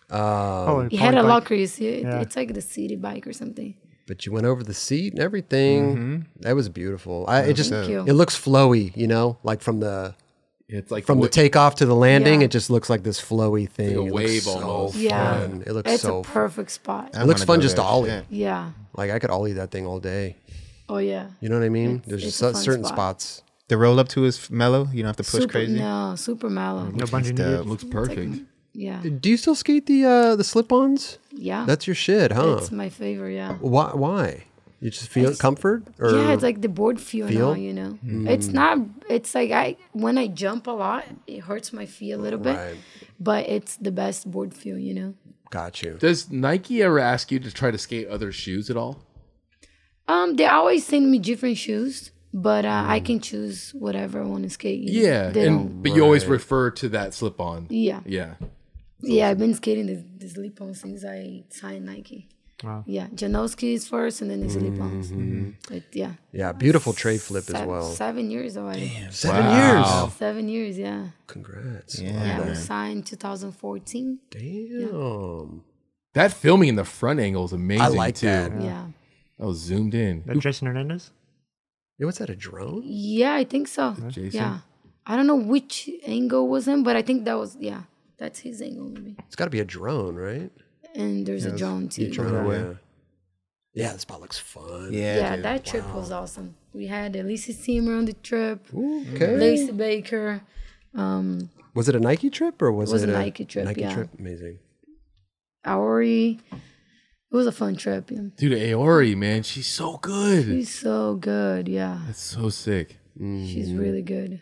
Uh,
Oh,
It had a
probably
locker, you see. It,
Yeah.
It's like the city bike or something.
But you went over the seat and everything. That was beautiful. I, it just
Thank you.
it looks flowy, you know, like from the
it's like
from the
what-
takeoff to the landing.
Yeah.
It just looks like this flowy thing.
a
It looks
wave
so
almost.
Yeah.
fun. It looks
It's
so
a perfect spot.
I
It looks
wanna
fun
go
just to
there.
ollie.
Yeah.
Yeah.
like I could ollie that thing all day.
Oh yeah.
You know what I mean?
It's-
There's
it's
just
a
cer-
fun
certain
spot.
spots.
The roll up to is f- mellow. You don't have to push
super,
crazy.
No, super mellow.
No bungee
dope.
needed.
looks perfect.
Yeah.
Do you still skate the uh, the slip-ons?
Yeah.
That's your shit, huh?
It's my favorite. Yeah.
Why? Why? You just feel comfort, or
yeah, it's like the board feel,
feel?
now, you know. It's not it's like I when I jump a lot, it hurts my feet a little bit.
Right.
But it's the best board feel, you know.
got you.
Does Nike ever ask you to try to skate other shoes at all?
Um, they always send me different shoes, but uh, I can choose whatever I want to skate. you know.
Yeah,
They
and
don't-
but you always refer to that slip on.
yeah.
Yeah,
Yeah, I've been skating the, the slip on since I signed Nike. Yeah, Janowski's first and then the slip ons. But yeah.
Yeah, beautiful tray flip as
Sev-
well.
Seven years already.
Seven years.
Seven years, yeah.
Congrats. Oh,
Yeah, I
Yeah.
was signed 2014.
Damn.
that filming in the front angle is amazing.
I like
too.
that.
Yeah.
That was zoomed in.
That Jason Hernandez?
Yeah, what's that? A drone?
Yeah, I think so.
Jason?
Yeah. I don't know which angle was him, but I think that was, yeah, that's his angle maybe.
It's got to be a drone, right?
And there's a drone too.
drone. away.
Yeah. Yeah, this spot looks fun.
Yeah,
Yeah,
dude.
that trip was awesome. We had Elise Seymour on the trip,
Okay.
Lacey Baker. Um,
Was it a Nike trip or was it,
It was a Nike trip,
Nike
yeah.
trip, amazing.
Aori. It was a fun trip. Yeah.
Dude, Aori, man, she's so good.
She's so good. Yeah.
That's so sick.
She's
Mm-hmm.
really good.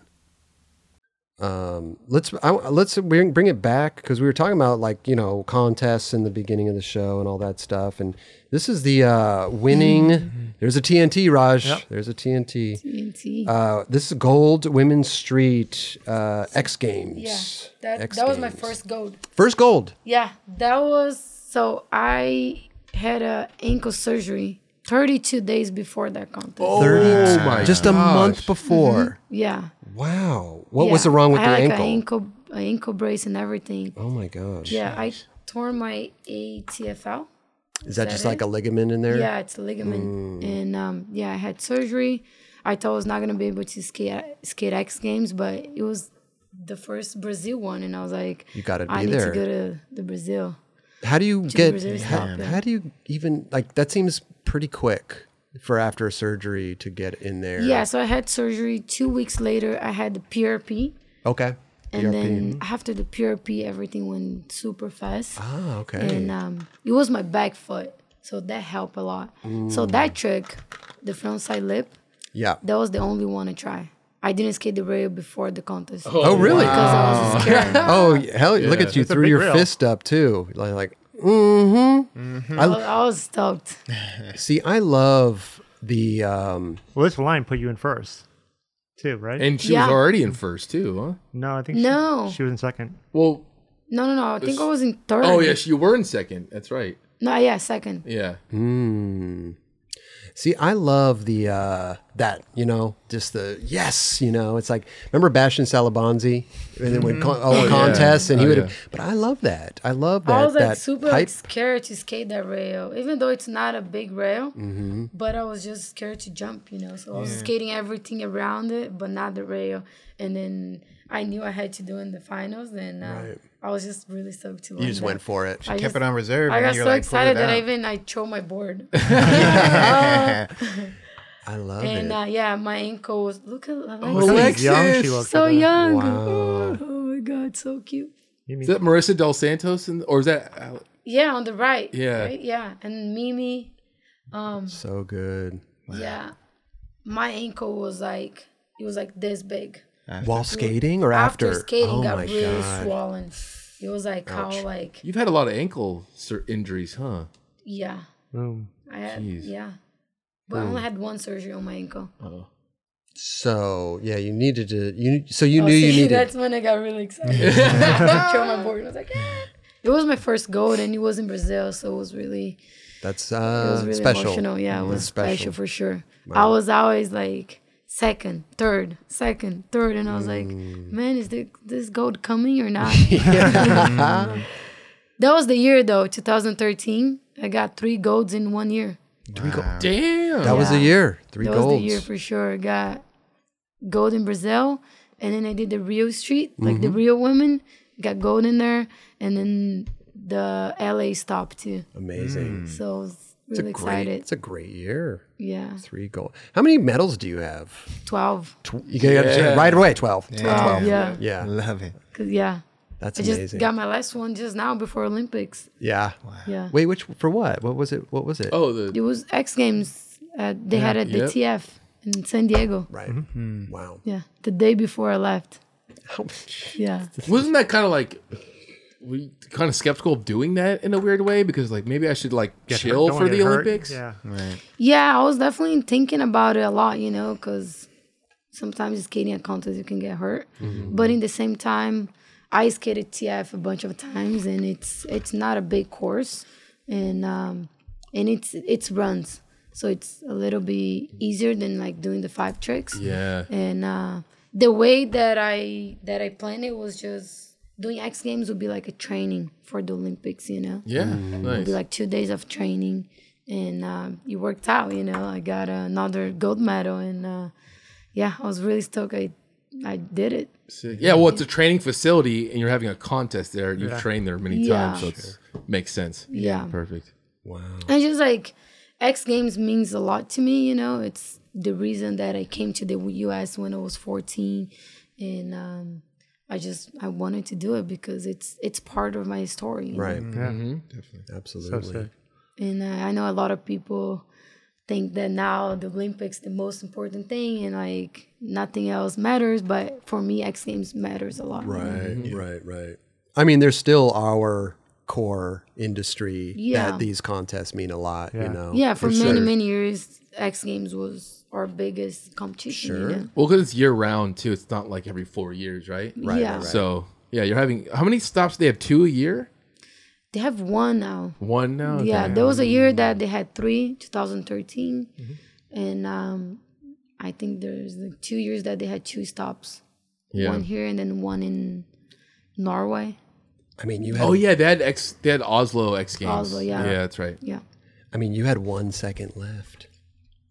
Um, let's I, let's bring bring it back because we were talking about like you know contests in the beginning of the show and all that stuff. And this is the uh,
Mm-hmm.
winning. There's a TNT, Raj. There's a TNT.
TNT.
Uh, this is Gold Women's Street uh, X Games.
yeah. That,
X
that was my
Games.
first gold.
first gold.
Yeah, that was so I had a ankle surgery 32 days before that contest.
Oh my
just a month
gosh.
before.
Yeah.
Wow, what was
Mm-hmm. yeah.
wrong with
I
your
had like
ankle?
A ankle? A ankle brace and everything.
Oh my gosh.
Yeah, I tore my ATFL.
Is that,
that
just
it?
like a ligament in there? Mm.
Yeah, it's a ligament. And um, yeah, I had surgery. I thought I was not gonna be able to skate skate X Games, but it was the first Brazil one, and I was like,
You gotta
I
be
need
there."
to go to the Brazil.
How do you
Two
get?
reserves
How,
out there.
how do you even like? That seems pretty quick for after a surgery to get in there.
Yeah, so I had surgery. Two weeks later, I had the PRP,
Okay.
and
PRP.
then after the PRP, everything went super fast.
Ah, okay.
and um, it was my back foot, so that helped a lot.
Mm.
So that trick, the front side lip,
yeah.
that was the only one I tried. I didn't skate the rail before the contest.
Oh, really? [laughs]
Because I was scared.
Oh, y- hell! Look at you
That's a
threw
big
your
rail.
fist up too. Like, like mm-hmm.
I was- I was stoked.
see, I love the. um
Well, this line put you in first, too, right?
And she
Yeah.
was already in first too, huh?
no, I think she-
No.
she, was in second.
Well,
No, no, no. I think I was in third.
oh yes, you were in second. That's right.
No, yeah, second.
Yeah.
mm, See, I love the uh that you know, just the yes, you know. It's like remember Bastian Salabanzi, and then when con- oh, contests, and he
Oh,
would.
yeah.
have But I love that. I love that.
I was like
that
super like,
hype.
scared to skate that rail, even though it's not a big rail.
Mm-hmm.
But I was just scared to jump, you know. So I was skating everything around it, but not the rail. And then I knew I had to do in the finals, and uh, I was just really stoked to.
you just went for it.
I
kept
just-
it on reserve.
I
and
got
you're
so
like,
excited that
pulled it
I
[laughs] out.
even I chose my
[laughs]
board.
I love
and
it.
uh, yeah, my ankle was look at Alexa.
Oh,
Alexis!
young she looked.
so young.
Wow.
Oh my god, so cute.
Is that Marissa Del Santos in, or is that Ale-
Yeah, on the right.
Yeah.
right? yeah, and Mimi. Um,
so good.
yeah, my ankle was like it was like this big.
While skating or
After,
after?
skating,
oh
got
my
really
god!
swollen. It was like how like
You've had a lot of ankle sur- injuries, huh?
yeah,
Boom.
I had
Jeez.
yeah, but I only had one surgery on my ankle.
So yeah, you needed to. You so you knew
Oh,
you
see, [laughs]
needed.
That's when I got really excited. I [laughs] threw my board and I was like, "Ah." It was my first gold, and it was in Brazil, so it was really,
That's
it
uh,
was really
special.
emotional. Yeah, it was
That's
special.
special.
for sure. I was always like second, third, second, third, and I was like,
Mm.
man, is the, this gold coming
[laughs]
or not? [laughs] that was the year though, 2013. I got three golds in one year.
Three gold.
Damn.
That was a
Yeah.
year. Three
that was
golds.
the year for sure. I got gold in Brazil, and then I did the real street, like the
Mm-hmm.
real women. Got gold in there, and then the LA stop too.
Amazing.
So I was
Mm. It's a
really
great.
excited.
It's a great year.
yeah,
Three gold. How many medals do you have?
twelve.
Tw- you got yeah. right away. Twelve.
Yeah.
Yeah, yeah.
Yeah.
Love it.
'Cause- yeah.
That's
I just
amazing.
got my last one just now before Olympics.
yeah.
Yeah,
Wait, which for what? What was it? What was it?
Oh, the
it was X Games. Uh, they had it
yep.
at the TF in San Diego.
Right. Wow. [laughs]
Yeah, the day before I left.
How-
Yeah.
wasn't that kind of like we kind of skeptical of doing that in a weird way because like maybe I should like
Get hurt-
chill
don't
for
wanna
the
get hurt.
Olympics.
Yeah.
Yeah, I was definitely thinking about it a lot, you know, because sometimes skating at contests you can get hurt. But in the same time, I skated TF a bunch of times, and it's it's not a big course, and um, and it's it's runs, so it's a little bit easier than like doing the five tricks.
Yeah.
And uh, the way that I that I planned it was just doing X Games would be like a training for the Olympics, you know
Yeah. Nice.
Mm. be like two days of training and uh, you worked out you know i got another gold medal and uh, yeah i was really stoked i i did it
Sick. Yeah, well, it's a training facility, and you're having a contest there. You've trained there many
Yeah.
times, so it makes sense.
Yeah.
perfect.
and just like x games means a lot to me you know it's the reason that i came to the us when i was 14 and um, i just i wanted to do it because it's it's part of my story you know?
Right.
So
Absolutely.
sick.
And uh, I know a lot of people think that now the Olympics the most important thing and like nothing else matters, but for me X Games matters a lot.
Right,
Mm-hmm.
right, right. I mean, there's still our core industry
Yeah.
that these contests mean a lot, you know.
Yeah, for,
sure.
many many years X Games was our biggest competition. Sure. You know?
Well, because it's year round too. It's not like every four years, right?
yeah.
So yeah, you're having how many stops? They have two a year.
They have one now.
One now. Okay.
Yeah, there was a year that they had three, 2013, and um, I think there's like two years that they had two stops,
Yeah.
one here and then one in Norway.
I mean, you had
Oh yeah, they had X. They had Oslo X Games.
Oslo, yeah.
Yeah, that's right.
Yeah.
I mean, you had 1 second left.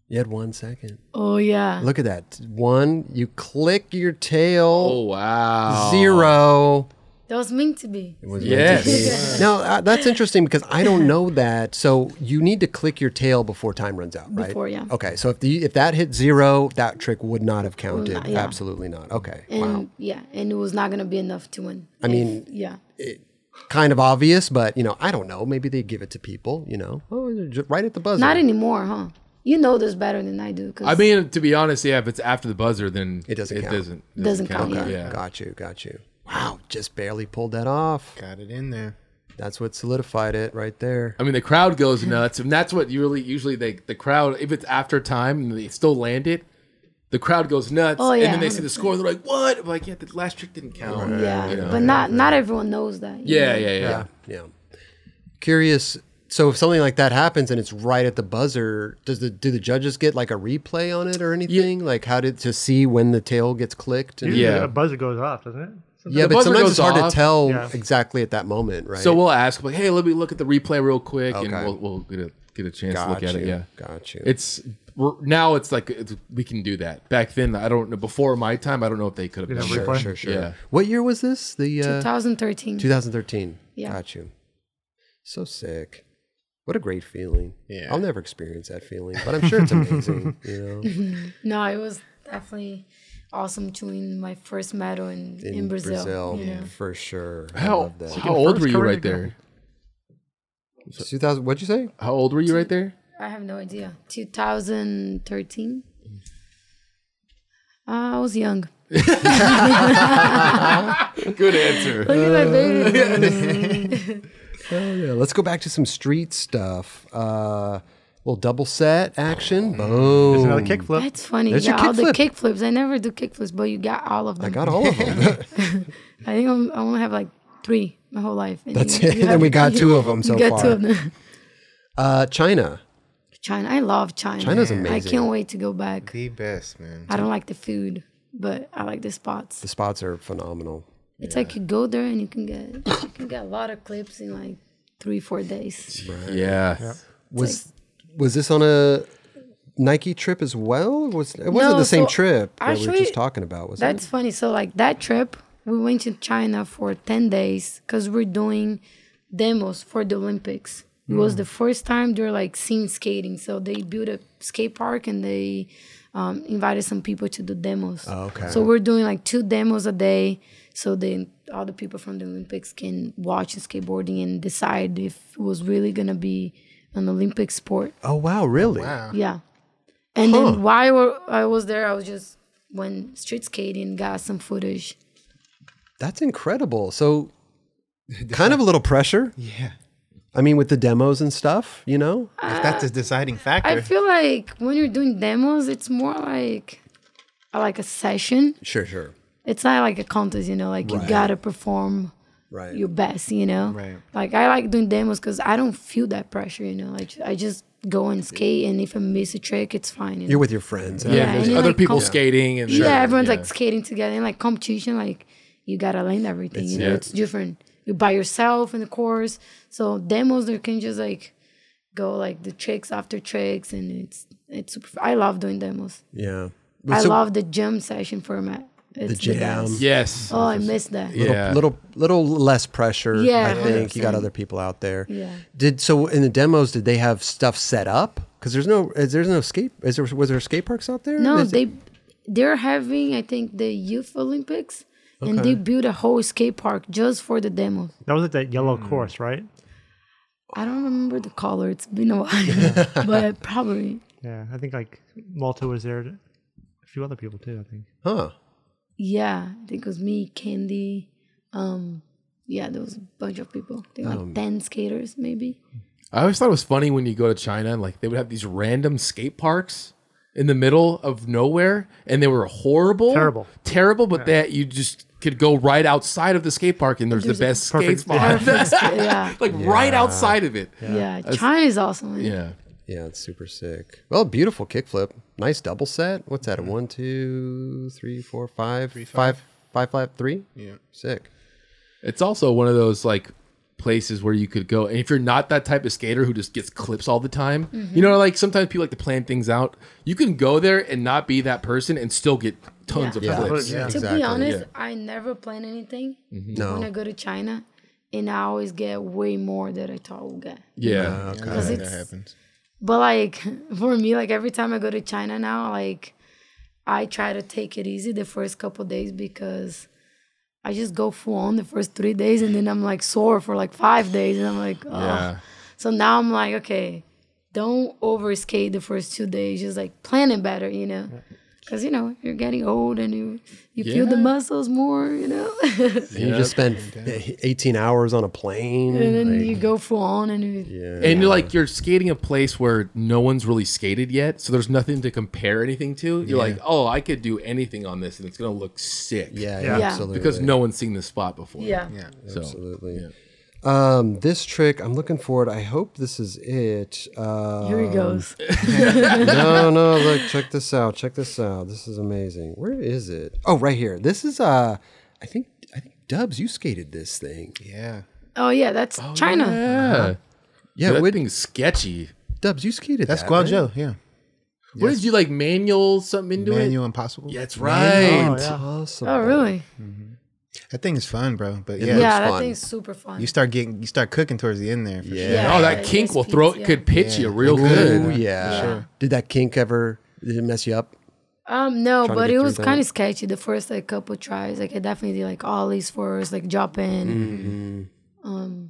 You had 1 second.
Oh yeah.
Look at that. 1, you click your tail.
Oh wow.
0.
That was meant to be.
Yes. [laughs]
Now, uh, that's interesting because I don't know that. So, you need to click your tail before time runs out, right?
Before, yeah.
Okay. So, if the if that hit 0, that trick would not have counted.
not, yeah.
Absolutely not. Okay.
And
wow.
yeah, and it was not gonna be enough to win.
I mean-
yeah.
kind of obvious, but you know, I don't know. Maybe they give it to people. You know, oh, just right at the buzzer.
Not anymore, huh? You know this better than I do. Cause
I mean, to be honest, yeah. If it's after the buzzer, then
It doesn't
It
count.
doesn't.
Doesn't count,
Okay.
yeah.
Got you. Got you. Wow, just barely pulled that off.
Got it in there.
That's what solidified it right there.
I mean, the crowd goes nuts, and that's what you really usually they the crowd. If it's after time and they still land it, the crowd goes nuts.
Oh,
and
yeah,
then they see the score, they're like, "What?" I'm like, yeah, the last trick didn't count.
yeah,
you know.
but not not everyone knows that. you
yeah,
know?
yeah, yeah, yeah.
Yeah. Curious. So if something like that happens and it's right at the buzzer, does the do the judges get like a replay on it or anything? Like how did to see when the tail gets clicked? And,
Usually
Yeah.
a buzzer goes off, doesn't it? Sometimes-
Yeah,
The
but
buzzer
sometimes
goes
it's hard
off.
to tell
Yeah.
exactly at that moment, right?
So we'll ask, like, "Hey, let me look at the replay real quick,"
Okay.
and we'll, we'll get a get a chance
got
to look at
you.
it. Yeah,
Got you.
it's we're, now it's like it's, we can do that. Back then, I don't know. Before my time, I don't know if they could have.
Yeah,
done
sure.
that.
sure, sure, sure.
Yeah.
What year was this? The uh,
2013.
2013.
Mm-hmm. Yeah.
Got you. So sick. What a great feeling.
Yeah.
I'll never experience that feeling, but I'm sure it's [laughs] amazing. you know,
No, it was definitely awesome to win my first medal in, in, Brazil. you know.
for sure. I
How
love that.
how old
first
were you
Korean
right there?
2000. What'd you say?
How old were you right there?
I have no idea. 2013. Uh, I
[laughs]
was young. [laughs]
Good answer.
Look at
[laughs]
my baby.
Oh yeah. Let's go back to some street stuff. Uh, little double set action.
There's
Boom.
another kickflip.
That's funny.
There's
you
your
got all the
kickflip.
kickflips. I never do kickflips, but you got all of them.
I got all of [laughs] them.
I think I'm, I only have like three my whole life. And
That's
you-
it. [laughs]
you
And we got
[laughs] you-
two of 'em
you
so
got
far.
Two of them. [laughs]
Uh, China.
China. I love China.
China's
I
amazing.
can't wait to go back.
The best, man.
I don't like the food, but I like the spots.
The spots are phenomenal.
It's like you go there and you can get you can get a lot of clips in like three four days.
Yeah.
Was was this on a Nike trip as well? Was it wasn't
No,
the same
so
trip that we were
actually,
just talking about? Was
That's funny. So like that trip, we went to China for ten days because we're doing demos for the Olympics. It was
Hmm.
the first time they're like scene skating. So they built a skate park and they um, invited some people to do demos.
Oh, okay.
So we're doing like two demos a day, so then all the people from the Olympics can watch skateboarding and decide if it was really gonna be an Olympic sport.
it? Oh wow, really?
Wow.
Yeah. And then while we're- I was there, I was just went street skating, got some footage.
That's incredible. [laughs] So kind of a little pressure.
Yeah.
I mean, with the demos and stuff, you know.
If that's the deciding factor.
Ah, I feel like when you're doing demos, it's more like like a session.
Sure, sure.
It's not like a contest, you know. Like you gotta perform
Right.
your best, you know.
Right.
Like I like doing demos because I don't feel that pressure, you know. Like I just go and skate, and if I miss a trick, it's fine. You know?
You're with your friends. and
Yeah,
and
there's
you,
other
like,
people
come-
skating and
yeah, everyone's
yeah.
like skating together and like competition, like you gotta learn everything. you know,
yeah.
it's different. You're by yourself in the course. So demos you can just like go like the tricks after tricks and it's it's super I love doing demos.
Yeah.
I
So,
love the jam session format. It's the
jam.
best.
Yes.
Oh, I miss that.
little,
yeah.
little little less pressure.
Yeah,
I think you got
100%.
other people out there.
Yeah.
Did so in the demos? Did they have stuff set up? Because there's no is there's no skate. Is there was there skate parks out there?
No,
Is it-
they they're having I think the Youth Olympics and they built a whole skate park just for the demos.
That was at that yellow
Mm.
course, right?
I don't remember the color. It's been a while, [laughs] but probably
Yeah, I think like Malta was there. A few other people too, I think.
huh?
Yeah, I think it was me, Candy. Um, yeah, there was a bunch of people. I think like ten skaters, maybe.
I always thought it was funny when you go to China and like they would have these random skate parks in the middle of nowhere and they were horrible.
Terrible.
Terrible, but that you just could go right outside of the skate park and there's, the best skate
perfect-
spot.
yeah,
[laughs] like right outside of it.
yeah. China's awesome. man.
Yeah.
Yeah, it's super sick. Well, beautiful kickflip. Nice double set. What's that? A one, two, three, four, five, five, five, five, three.
Yeah.
Sick.
It's also one of those like places where you could go. And if you're not that type of skater who just gets clips all the time,
Mm-hmm.
you know, like sometimes people like to plan things out. You can go there and not be that person and still get tons
Yeah.
of clips.
Yeah.
To
Exactly,
be honest,
yeah.
I never plan anything
No.
when I go to China, and I always get way more than I thought I would get.
Yeah.
Because
that
it's
happens.
But like [laughs] for me, like every time I go to China now, like I try to take it easy the first couple days because I just go full on the first three days and then I'm like sore for like five days and I'm like, oh.
Yeah.
So now I'm like, okay, don't over skate the first two days. Just like plan it better, you know, because you know you're getting old and you you feel the
Yeah.
muscles more, you know. [laughs]
You just spend 18 hours on a plane.
and then
like-
you go full on and you,
And you're like you're skating a place where no one's really skated yet, so there's nothing to compare anything to. You're like, oh, I could do anything on this, and it's gonna look sick.
yeah,
Yeah.
Yeah.
absolutely.
because no one's seen this spot before.
yeah.
Yeah.
so
absolutely. Um, this trick, I'm looking forward. I hope this is
[laughs]
it. Uh,
Here he goes.
no, no, look, check this out. Check this out. This is amazing. Where is it? Oh, right here. This is uh I think I think Dubs, you skated this thing.
Yeah.
Oh yeah, that's China.
yeah,
Yeah,
that
what-
thing's sketchy.
Dubs, you skated
That's
that,
Guangzhou.
right?
Yeah.
What did you like manual something into
Manual Impossible.
it? Yeah, That's
Oh,
right.
Impossible.
Oh really?
That thing is fun, bro. But
looks
Yeah,
yeah,
that
fun.
thing's super fun.
you start getting you start cooking towards the end there. For yeah. Sure.
Yeah.
Oh, that kink
Yes,
will throw
Pete,
it could pitch you real
Ooh,
good.
Oh, yeah.
Sure.
Did that kink ever did it mess you up?
um, no,
to
but
get
it
through
was
that.
kind of sketchy the first like couple tries. Like I definitely did like ollies first, like drop in. Um,
Mm-hmm.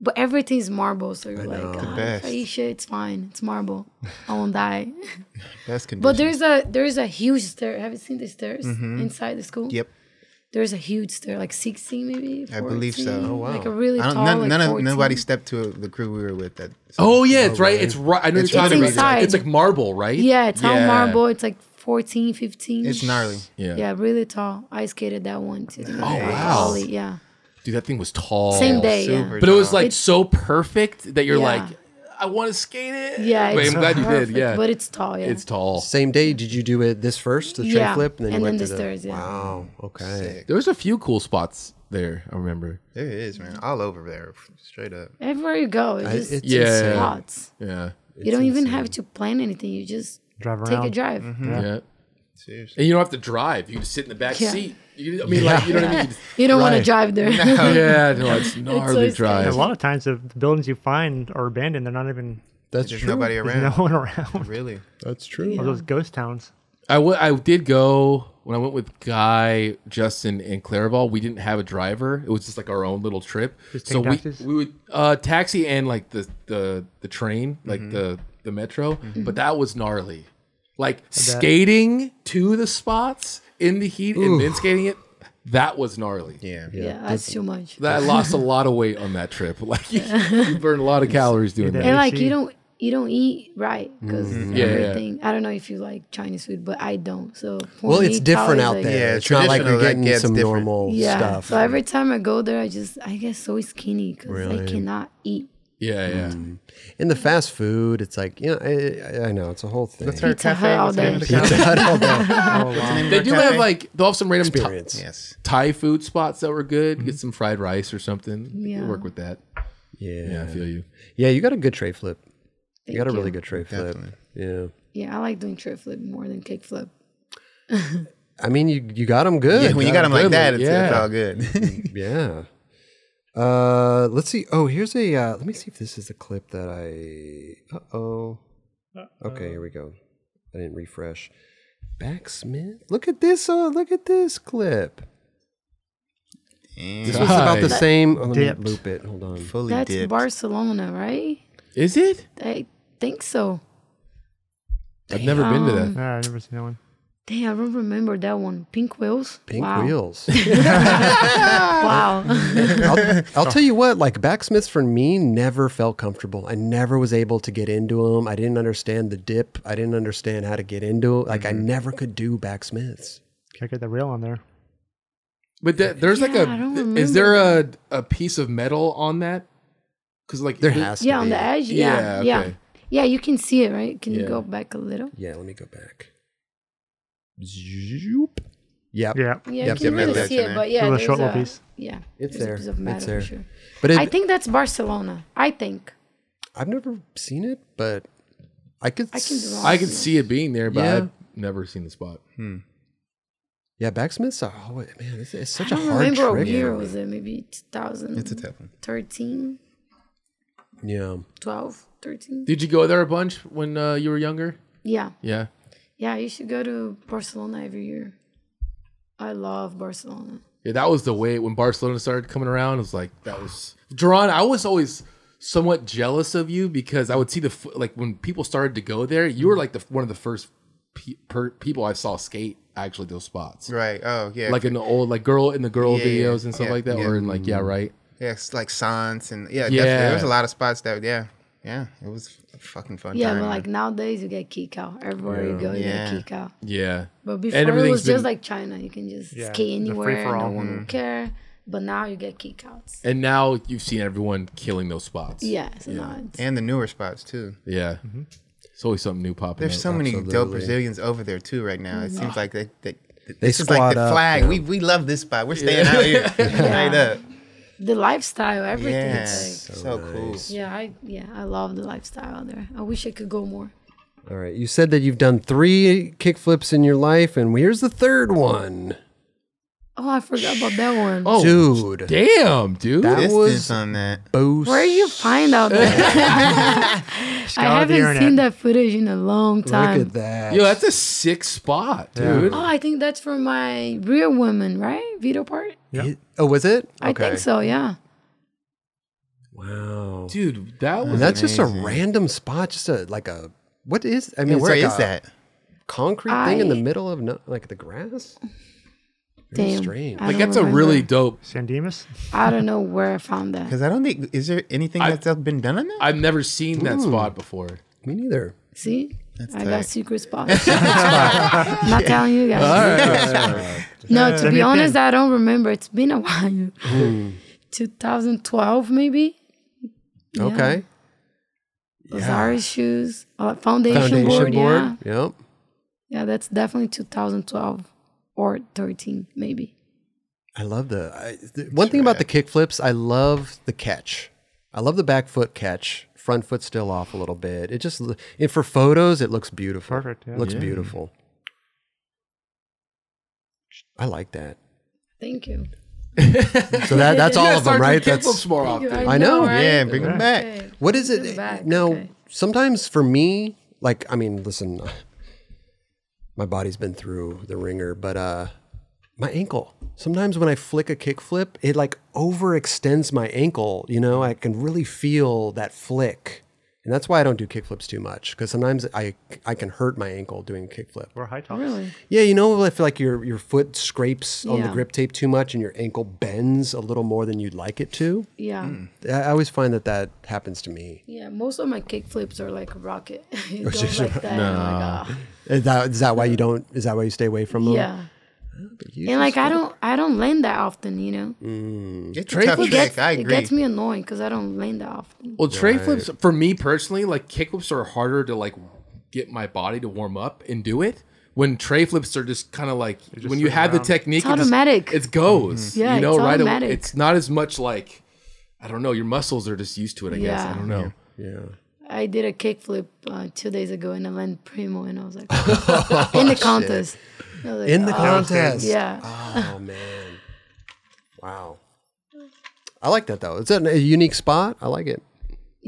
but everything's marble, so you're like, ah, if I
best.
eat shit, it's fine. It's
[laughs]
marble. I won't die.
That's condition.
but there's a there's a huge stair. Have you seen the stairs
Mm-hmm.
inside the school?
Yep.
There's a huge stair, like 16 maybe.
I believe so.
14,
Oh,
Like a really
I
tall.
don't, none,
like
none of
14.
nobody stepped to the crew we were with. That.
Oh yeah, it's right. It's right. I know
It's
you're talking about.
inside.
It's like marble, right?
Yeah, it's all
Yeah.
marble. It's like 14, 15.
It's gnarly.
Yeah.
Yeah, really tall. I skated that one too. Oh
wow.
yeah.
Dude, that thing was tall.
Oh,
Same day.
super
Yeah.
But it was
tall.
like so perfect that you're
Yeah.
like, I want to skate it.
Yeah.
Wait,
it's
I'm glad you
perfect,
did. Yeah,
But it's tall. Yeah.
it's tall.
Same day, did you do it this first, the train
Yeah,
flip, and then you
and
went
then
to
the stairs, yeah.
Wow. Okay.
There was a few cool spots there. I remember.
There it is, man. All over there, straight up.
Everywhere you go,
I-
it's just
it's
Yeah.
insane.
spots.
Yeah,
you don't even have to plan anything. You just
Drive
take a
around.
drive.
Yeah.
Seriously.
And you don't have to drive. You just sit in the back
Yeah.
seat. You, I mean, like, you know what
[laughs]
I mean?
You don't want
Right.
to drive
[laughs]
there.
yeah, [laughs] no, it's gnarly
always
And
drive.
a lot of times, the the buildings you find are abandoned. They're not even.
That's
There's
true.
nobody
There's
around.
[laughs] no
[laughs]
one around.
Really?
That's true.
Or those ghost towns.
I wa- I did go when I went with Guy, Justin, and Clairval. We didn't have a driver. It was just like our own little trip.
Just
so
take
we,
taxis?
we would uh, taxi and like the the the train, like the the metro. But that was gnarly. Like skating to the spots in the heat and then skating it. That was gnarly.
Yeah.
Yeah, that's too much.
That I lost a lot of weight on that trip. [laughs] Like you, you burn a lot of calories doing
Yeah,
that.
and like
see.
you don't you don't eat right because
Mm-hmm.
Yeah, yeah.
everything. I don't know if you like Chinese food, but I don't. So for
Well,
me,
it's different
always,
out
like-
there.
Yeah,
it's not like you're
traditional, that
getting
gets
some
different.
normal
Yeah.
stuff.
So every time I go there, I just I get so skinny because I cannot eat.
Yeah, yeah.
In the fast food, it's like you know, I, I- I know it's a whole thing.
What's our
Pizza
cafe?
Hut all
What's the name of the
day.
cafe?
They do have like they'll have some random ti-
Experience.
Yes.
Thai food spots that were good. Get some fried rice or something.
Yeah.
Work with that.
Yeah.
Yeah,
yeah,
I feel you.
You got a good tray flip. you got a
Thank
really
you.
good tray flip. Yeah.
Yeah, I like doing trip flip more than kick flip.
I mean, you you got them good.
Yeah, when you got them like that, it's,
Yeah.
it's all good.
Yeah. Uh, let's see. Oh, here's a. Uh, let me see if this is the clip that I. Uh oh. Okay, here we go. I didn't refresh. Backsmith. Look at this. Oh, look at this clip. This was about the
Nice.
same. Oh, let
Dipped.
me loop it. Hold on.
Fully
That's
dipped.
Barcelona, right?
Is it?
I think so.
I've never been to
Uh,
that.
I've never seen that one.
Damn, I don't remember that one. Pink wheels.
Pink
wow.
wheels. [laughs]
Wow.
I'll, I'll tell you what, like backsmiths for me never felt comfortable. I never was able to get into them. I didn't understand the dip. I didn't understand how to get into it. Like I never could do backsmiths.
Can't get the rail on there.
But that, there's like
Yeah, I don't
a. Is
remember
there a a piece of metal on that? Because like
There has to
[laughs] yeah,
be.
on the edge. Yeah, yeah,
Yeah,
yeah.
okay.
you can see it, right? Can
Yeah.
you go back a little?
Yeah, let me go back. Zoop. Yep.
Yeah.
Yeah,
Yep,
you can
yep,
really
yep.
see it, but yeah,
Little
there's
short
a,
little piece.
Yeah,
It's
there's
there.
A piece of
It's
metal, for
there.
Sure.
But it,
I think that's Barcelona. I think.
I've never seen it, but I could.
I can do
s-
all-
I can see it being there, but
Yeah.
I've never seen the spot.
Yeah, backsmiths. Are, oh man, it's, it's such a
I don't
hard
remember what
trick.
year was it? Maybe 2000.
It's a tough one.
13,
Yeah.
12, 13.
Did you go there a bunch when uh, you were younger?
Yeah,
Yeah.
yeah. You should go to Barcelona every year. I love Barcelona.
Yeah, that was the way when Barcelona started coming around. It was like that was Duran. I was always somewhat jealous of you because I would see the f- like when people started to go there. You were like the one of the first pe- per- people I saw skate actually those spots,
Right. Oh yeah.
like in the old like girl in the girl
Yeah, yeah,
videos and stuff
yeah,
like that,
yeah. Mm-hmm.
or in like yeah right.
yeah, it's like Sans and yeah,
Yeah.
definitely. There was a lot of spots that yeah, yeah. It was a fucking fun.
Yeah,
time,
but
man.
like nowadays you get kick out. Everywhere you go, you
Yeah.
get kick out.
Yeah,
But
And
before it was
everything's
just
been-
like China. You can just
Yeah,
skate
the
anywhere.
free-for-all.
No one will care. But now you get kickouts.
and now you've seen everyone killing those spots.
Yeah, so now it's
and the newer spots too.
yeah. It's always something new popping.
Mm-hmm. There's
up.
so many dope
absolutely.
Brazilians over there too right now. It seems like they they.
They
this is like
squad
the
up,
flag.
yeah.
We we love this spot. We're staying out here. Straight up.
the lifestyle, everything.
Yeah.
It's like,
so cool.
yeah, I yeah, I love the lifestyle out there. I wish I could go more.
All right. You said that you've done three kickflips in your life, and here's the third one,
Oh, I forgot about that one.
Oh,
dude.
damn, dude.
That
Distance
was
on that.
boost.
Where you find out that? I
Scour the
haven't seen
internet.
that footage in a long time.
Look at that.
Yo, that's a sick spot, dude.
Oh, I think that's from my real woman, right? Vito part?
It- oh, was it?
I think so, yeah.
Wow.
Dude, that was
And that's just a random spot, just a like a what is? I mean,
Yeah,
it's
where
like
is
a
that?
concrete thing in the
I-
middle of no, like the grass? Very
Damn.
strange.
I
like
don't
that's a really
remember.
dope
San Dimas.
I don't know where I found that.
Because I don't think is there anything
I-
that's been done on that. [laughs]
I've never seen Hmm. that spot before.
Me neither.
See? I
tight.
got secret spots. Not telling you guys. No, to
Send
be
me a
honest,
pin.
I don't remember. It's been a while. 2012, maybe.
Okay.
Lazari shoes, uh, foundation,
Foundation
board.
board.
Yeah.
Yep.
yeah, that's definitely 2012 or 13, maybe.
I love the I, th- one thing about the kick flips. I love the catch. I love the back foot catch front foot still off a little bit. It just l- and for photos, it looks beautiful.
Perfect, yeah.
Looks
Yeah.
beautiful. I like [laughs] that.
Thank you.
So that that's all
Yeah,
of them,
Sergeant
right?
Kimball's
That's
more
Thank you.
often.
I know.
right?
Yeah, bring them back.
Okay.
What is
Put
it?
it back,
Now,
okay.
sometimes for me, like I mean, listen, [laughs] my body's been through the ringer, but uh my ankle. Sometimes when I flick a kickflip, it like overextends my ankle. You know, I can really feel that flick, and that's why I don't do kickflips too much because sometimes I I can hurt my ankle doing a kickflip.
Or high tops.
Really?
Yeah, you know, I feel like your your foot scrapes on the
Yeah.
grip tape too much, and your ankle bends a little more than you'd like it to.
Yeah.
I I always find that that happens to me.
Yeah. Most of my kick flips are like rocket. [laughs]
Oh,
you go
[laughs]
like that. No. Like, ah.
Is that is that why you don't? Is that why you stay away from them?
yeah.
You
And like
just- Mm.
I don't, I don't land that often. You know,
It's a tough
it
trick.
gets,
I
It
agree.
gets me annoying because I don't land that often.
Well, tray flips for me personally, like kick flips are harder to like get my body to warm up and do it. When tray flips are just Mm-hmm. kind of like when you
swing
have the
around.
technique,
It's
it just-
automatic.
it goes.
Yeah,
you know,
it's
right? away.
automatic.
It's not as much like I don't know. Your muscles are just used to it. I guess I
Yeah.
don't know.
I did a kick flip uh, two days ago and I landed primo, and I
[laughs]
was like, in the contest. I was like,
in the
"Oh,
contest.
Yeah.
Oh [laughs] man. Wow. I like that though. It's a, a unique spot. I like it.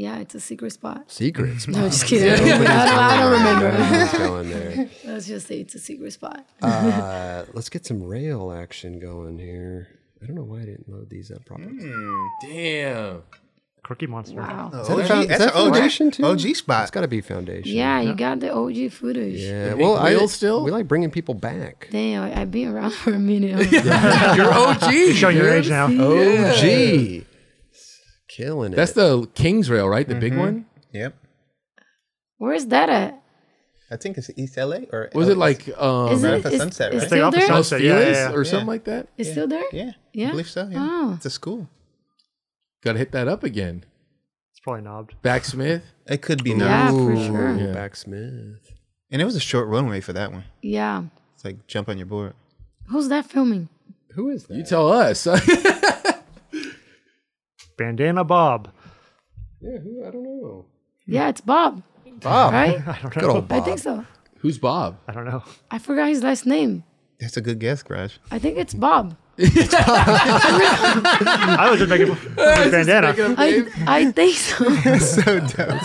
Yeah, it's a secret spot. [laughs]
Secret
[laughs]
spot.
No,
[laughs]
just kidding. [laughs] I, don't, I don't remember.
Nobody's going there.
[laughs] Let's just say it's a secret spot.
Uh, let's get some rail action going here. I don't know why I didn't load these up properly.
Hmm. Damn.
Crookie monster.
Oh,
Wow.
OG,
that a found-
that's
is that
an
foundation too?
OG spot.
It's got to be foundation.
Yeah, you got the OG footage.
Yeah.
The
Well,
big
I
wheel still?
we like bringing people back.
Damn, I- I've been around [laughs] for a
[laughs]
minute. [laughs]
You're OG.
Showing your
dude.
age now.
Oh, gee, killing it.
That's the King's Rail, right? The big one.
Yep.
Where's that at?
I think it's East LA or
Was it
LA.
like um,
Is
right
it
off of
it's-
Sunset,
it's
right?
Like
still
off of
there?
Sunset.
Los
Yeah, yeah,
Feliz
yeah.
or something like that?
It's still there?
Yeah.
Yeah?
I believe so. Yeah.
Oh.
It's a school.
Got to hit that up again.
It's probably knobbed.
Backsmith.
It could be now.
Yeah, for sure.
Yeah.
Backsmith.
And it was a short runway for that one.
Yeah.
It's like jump on your board.
Who's that filming?
Who is that?
You tell us. [laughs]
Bandana Bob.
yeah, who? I don't know.
Yeah, it's Bob,
Bob.
right?
Hmm. [laughs] I don't
Good
know.
old Bob.
I think so.
Who's Bob?
I don't know. [laughs]
I forgot his last name.
That's a good
[laughs]
guess, Garage.
I think it's Bob.
I was
[laughs]
just making fun of his bandana.
I, I think so. [laughs]
so dumb.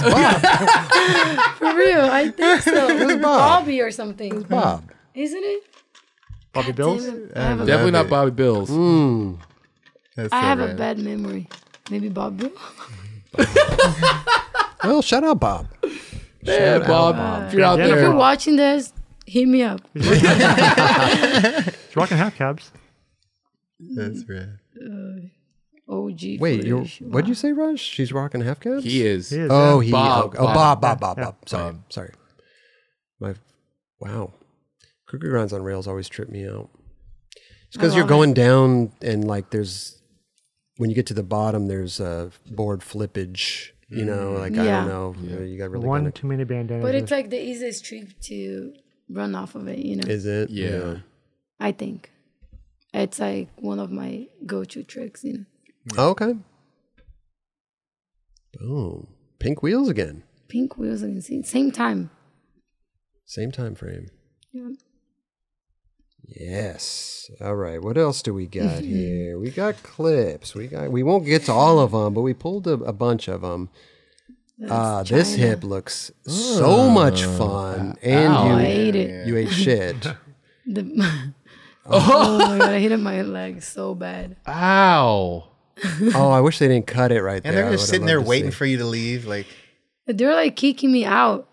For real, I think so. Bobby or something.
Bob.
Isn't it?
Bobby Bills.
Damn it. I have, a,
Definitely not
Love it.
Bobby Bills.
That's
I
so
have a
random.
bad memory. Maybe Bob.
Well, shout out, Bob.
Yeah, Bob, if you're out
Yeah,
If you're
there,
watching this, hit me up.
He's rocking half cabs.
That's rad.
OG.
Wait, you
footage.
what'd you say, Raj? She's rocking half caps?
he is.
He is.
Oh, he.
Bob,
Bob. Oh, Bob, Bob, Bob, Bob. Sorry.
Bob.
Sorry. My, wow. Cookie grinds on rails always trip me out. It's because you're going down and like there's, when you get to the bottom, there's a board flippage, you know, like I
Yeah.
don't know. You got really
One
kinda-
too many bandanas.
But it's like the easiest trick to run off of it, you know.
Is it?
Yeah.
I think it's like one of my go-to tricks, you know.
Oh, Okay. Boom. Pink wheels again.
Pink wheels and same- same time.
Same time frame.
Yeah.
Yes. All right. What else do we
[laughs]
got here? We got clips. We got. We won't get to all of them, but we pulled a, a bunch of them. Uh, this
China.
hip looks so much
Uh,
fun, and
Oh, I
you
hate it.
you ate shit.
The, [laughs] oh my god, I hit my leg so bad.
Ow.
oh, I wish they didn't cut it right
And
there.
they're
I
just
would've
sitting there
loved to
waiting
see.
for you to leave. Like,
They're like kicking me out.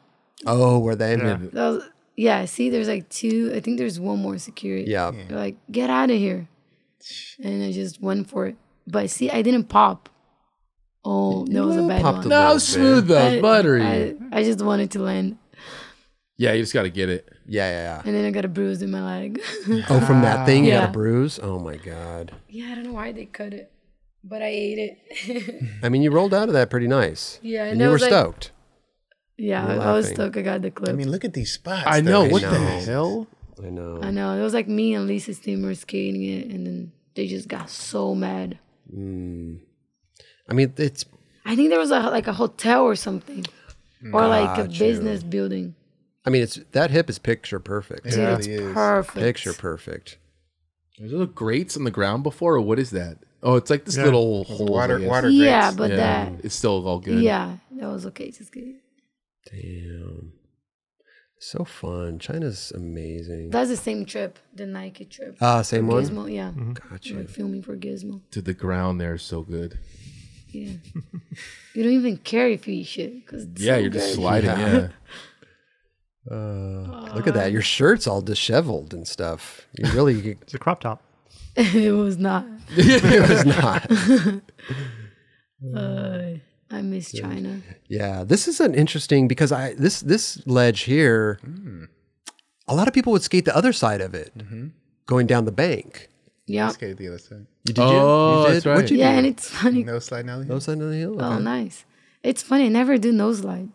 Oh, were they?
Yeah.
That was- yeah, see, there's like two. I think there's one more security.
Yeah.
They're like, get out of here. And I just went for it. But see, I didn't pop. Oh, that was a bad
popped
one.
a
No,
little
smooth
bit.
though,
I-
buttery.
I, I just wanted to land.
yeah, you just got to get it.
Yeah, yeah, yeah.
And then I got a bruise in my leg. [laughs]
Oh, from that thing, you got
Yeah.
a bruise. Oh my god.
yeah, I don't know why they cut it, but I ate it. [laughs]
I mean, you rolled out of that pretty nice.
Yeah,
and,
and
you
I
were
was like-
stoked.
yeah,
You're
I was
laughing.
stuck. I got the clip.
I
I,
mean, look at these spots.
I
though.
know.
It's
What the
nice.
hell?
I know.
know it was like me and Lisa Steamer skating it, and then they just got so mad.
Hmm. I mean, it's
I think there was a like a hotel or something, or like a business building.
I mean, it's that hip is picture perfect.
Dude,
really
it's
is.
perfect.
Picture perfect.
There's little grates on the ground before, or what is that? Oh, it's like this
Yeah.
little hole.
Water, water
Yeah,
grates.
but that.
It's still all good.
Yeah, that was okay. Just kidding.
Damn. So fun. China's amazing.
That's the same trip, the Nike trip.
Ah, same
For
one? Mm-hmm.
Gizmo, yeah.
Gotcha.
Like filming for Gizmo.
To the ground there is so good.
Yeah. you don't even care if you eat shit. Cause it's
Yeah,
so
you're just
good.
sliding.
[laughs]
Yeah.
Oh
Uh, look at that. Your shirt's all disheveled and stuff. You
[laughs]
really
It's a crop top.
it was not.
[laughs] it was not.
Uh, I miss China.
Yeah, this is an interesting because I this this ledge here,
Hmm.
a lot of people would skate the other side of it,
Mm-hmm.
going down the bank.
Yeah.
Skated the other side.
You- Did you?
Oh,
you
that's right.
What'd you
Yeah,
do?
and it's funny.
No slide now.
Nose side of the hill.
Oh,
Okay.
nice. It's funny. I never do nose slide,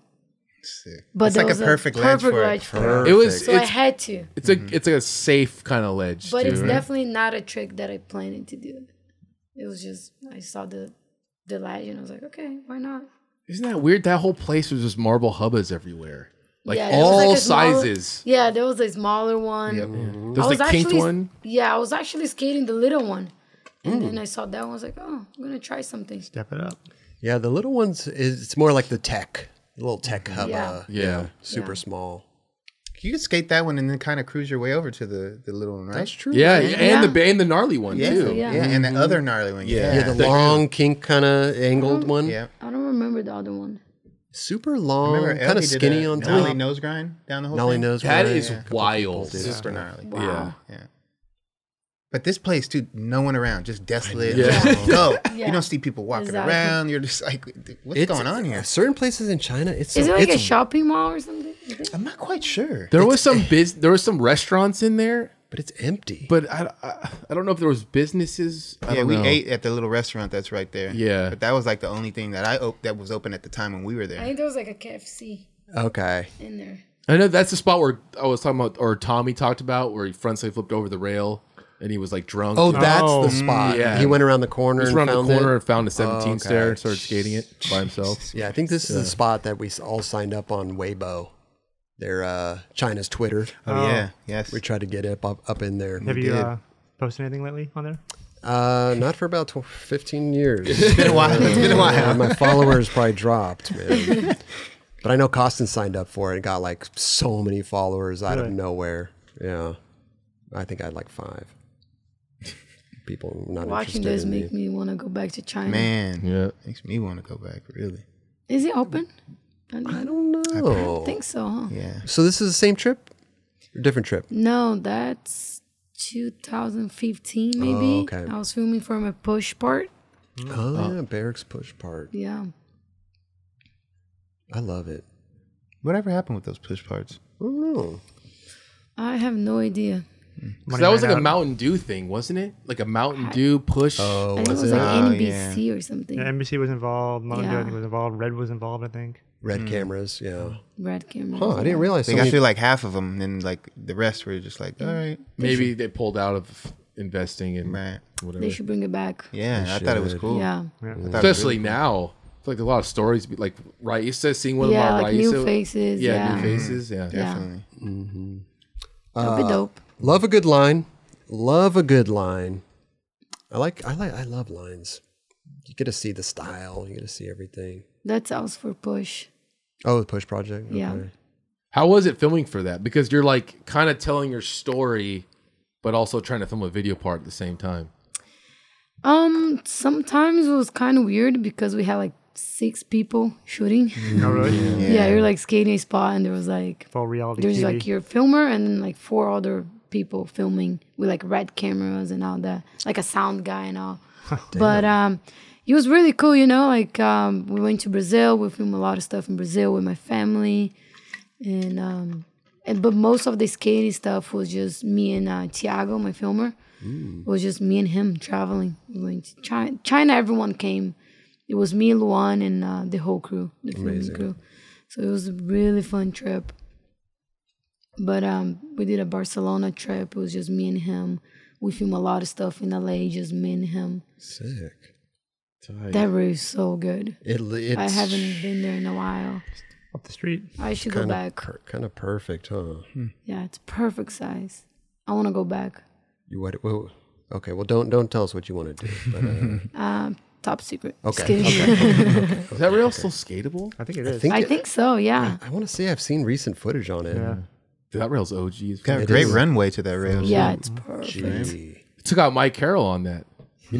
Sick.
but
it's
there
like a
was
perfect ledge
perfect
for it.
ledge for
Perfect.
It was.
So I
it's
had to,
it's a it's like a safe kind of ledge.
but
too,
it's
right?
definitely not a trick that I planned to do. It was just I saw the the ledge and I was like, okay, why not?
Isn't that weird? That whole place was just marble hubbas everywhere, like
Yeah, there was,
all
like, a smaller-
sizes.
Yeah, there was a smaller one.
Mm-hmm.
I
There's
was
the kinked
actually,
one.
Yeah, I was actually skating the little one. And then I saw that one. I was like, oh, I'm going to try something.
Step it up.
Yeah, the little ones is it's more like the tech, the little tech hub.
Mm-hmm. Yeah.
uh,
Yeah.
super
Yeah.
small.
You could skate that one and then kind of cruise your way over to the, the little one, right?
That's true. Mm-hmm.
Yeah,
Yeah.
and the ba- and the gnarly one
Yeah,
too.
yeah,
Yeah.
and the other gnarly one. Yeah,
Yeah, the long kink kind of angled one.
yeah.
I don't remember the other one.
super long,
Remember,
kind of skinny on
gnarly
top.
nose grind down the whole
Nolly
thing.
nose.
That
grind.
is
A couple people
wild.
did it.
super gnarly.
Yeah.
Yeah. But this place, dude, no one around, just desolate.
Yeah.
just go.
[laughs] Yeah.
You don't see people walking
Exactly.
around. You're just like, "Dude, what's
It's-
going on here?
Certain places in China, it's
Is
so-
it like a
it's-
shopping mall or something?
I'm not quite sure.
There was some biz. There was some restaurants in there,
but it's empty.
but I, I, I don't know if there was businesses. I
yeah,
don't
we
know.
ate at the little restaurant that's right there.
Yeah.
but that was like the only thing that I op- that was open at the time when we were
I
there.
think there was like a KFC
okay,
in there.
I know that's the spot where I was talking about, or Tommy talked about, where he frontside flipped over the rail and he was like drunk.
Oh,
He
that's
Oh,
the spot.
yeah.
He went around the corner
just
and
around the
found
corner
it.
and found a 17
okay.
stair and started skating it by himself.
Yeah, I think this is the spot that we s- all signed up on Weibo, their uh, China's Twitter.
Oh, yeah, yes. [laughs]
We tried to get up up, up in there.
Have you
did.
uh, posted anything lately on there?
Uh, not for about tw- 15 years.
been a while. [laughs] It's been a while.
Uh, my followers probably dropped, man. [laughs] but I know Costin signed up for it and got like so many followers out of
Really?
nowhere. Yeah, I think I had like five. People not
Watching
interested
this
in me.
make me want to go back to China.
Man,
Yeah.
makes me want to go back. Really?
Is it open? I, I don't
No.
think so, huh?
Yeah.
So this is the same trip, or different trip?
No, that's 2015 maybe.
okay.
I was filming for my push part.
Mm.
Oh,
Uh,
yeah, barracks push part.
Yeah.
I love it.
Whatever happened with those push parts?
I don't
Mm.
know.
I have no idea.
'Cause
Money
that was
ran
like a
out.
Mountain Dew thing, wasn't it? Like a Mountain Dew push.
I think it was
it?
like
Oh,
NBC or something.
Yeah, NBC was involved. Mountain Dew, I
Yeah.
think was involved. Red was involved. I think.
Red cameras, yeah.
Red camera.
Huh, I didn't realize.
Mm. They
so
got
many-
through like half of them, and then like the rest were just like, all right,
Maybe they pulled out of investing and
right.
whatever.
They should bring it back.
Yeah, I thought it was
should.
cool.
Yeah.
Yeah.
I thought it was
Especially now. I feel like a lot of stories, be- like Raisa, seeing one
yeah,
of my
like
Raisa.
new faces.
yeah,
Yeah, yeah.
Mm-hmm.
new faces. Yeah.
really- definitely.
Mm-hmm. That'd be dope.
love a good line. Love a good line. I like. I like. I love lines. You get to see the style. You get to see everything.
That's us for push.
Oh, the push project.
Yeah.
Okay.
How was it filming for that? Because you're like kind of telling your story, but also trying to film a video part at the same time.
Um, sometimes it was kind of weird because we had like six people shooting. [laughs]
No, really.
Yeah, you're like skating a spot, and there was like
Full reality
there's
TV.
like your filmer and then like four other people filming with like red cameras and all that, like a sound guy and all. but um, it was really cool, you know. Like um, we went to Brazil, we filmed a lot of stuff in Brazil with my family, and um, and but most of the skating stuff was just me and uh, Tiago, my filmer. It was just me and him traveling. We went to China. China, everyone came. It was me, Luan, and uh, the whole crew, the filming crew. So it was a really fun trip but um we did a barcelona trip it was just me and him we filmed a lot of stuff in la just me and him
Sick.
That root is so good.
It, li-
I
it's
haven't been there in a while.
up the street.
I should go
kind
back.
of per, kind of perfect, huh?
Yeah, it's perfect size. I want to go back.
You what? Well, okay. Well, don't don't tell us what you want to do. But, uh,
Top secret. Just
Okay,
kidding.
Is that rail still skatable?
I think it is.
think
[laughs] I
it-
think so. Yeah.
I want to say I've seen recent footage on it.
yeah.
Dude, that rail's OG. as
Got a
fuck.
great runway to that rail.
Yeah, it's perfect.
Gee.
took out Mike Carroll on that. You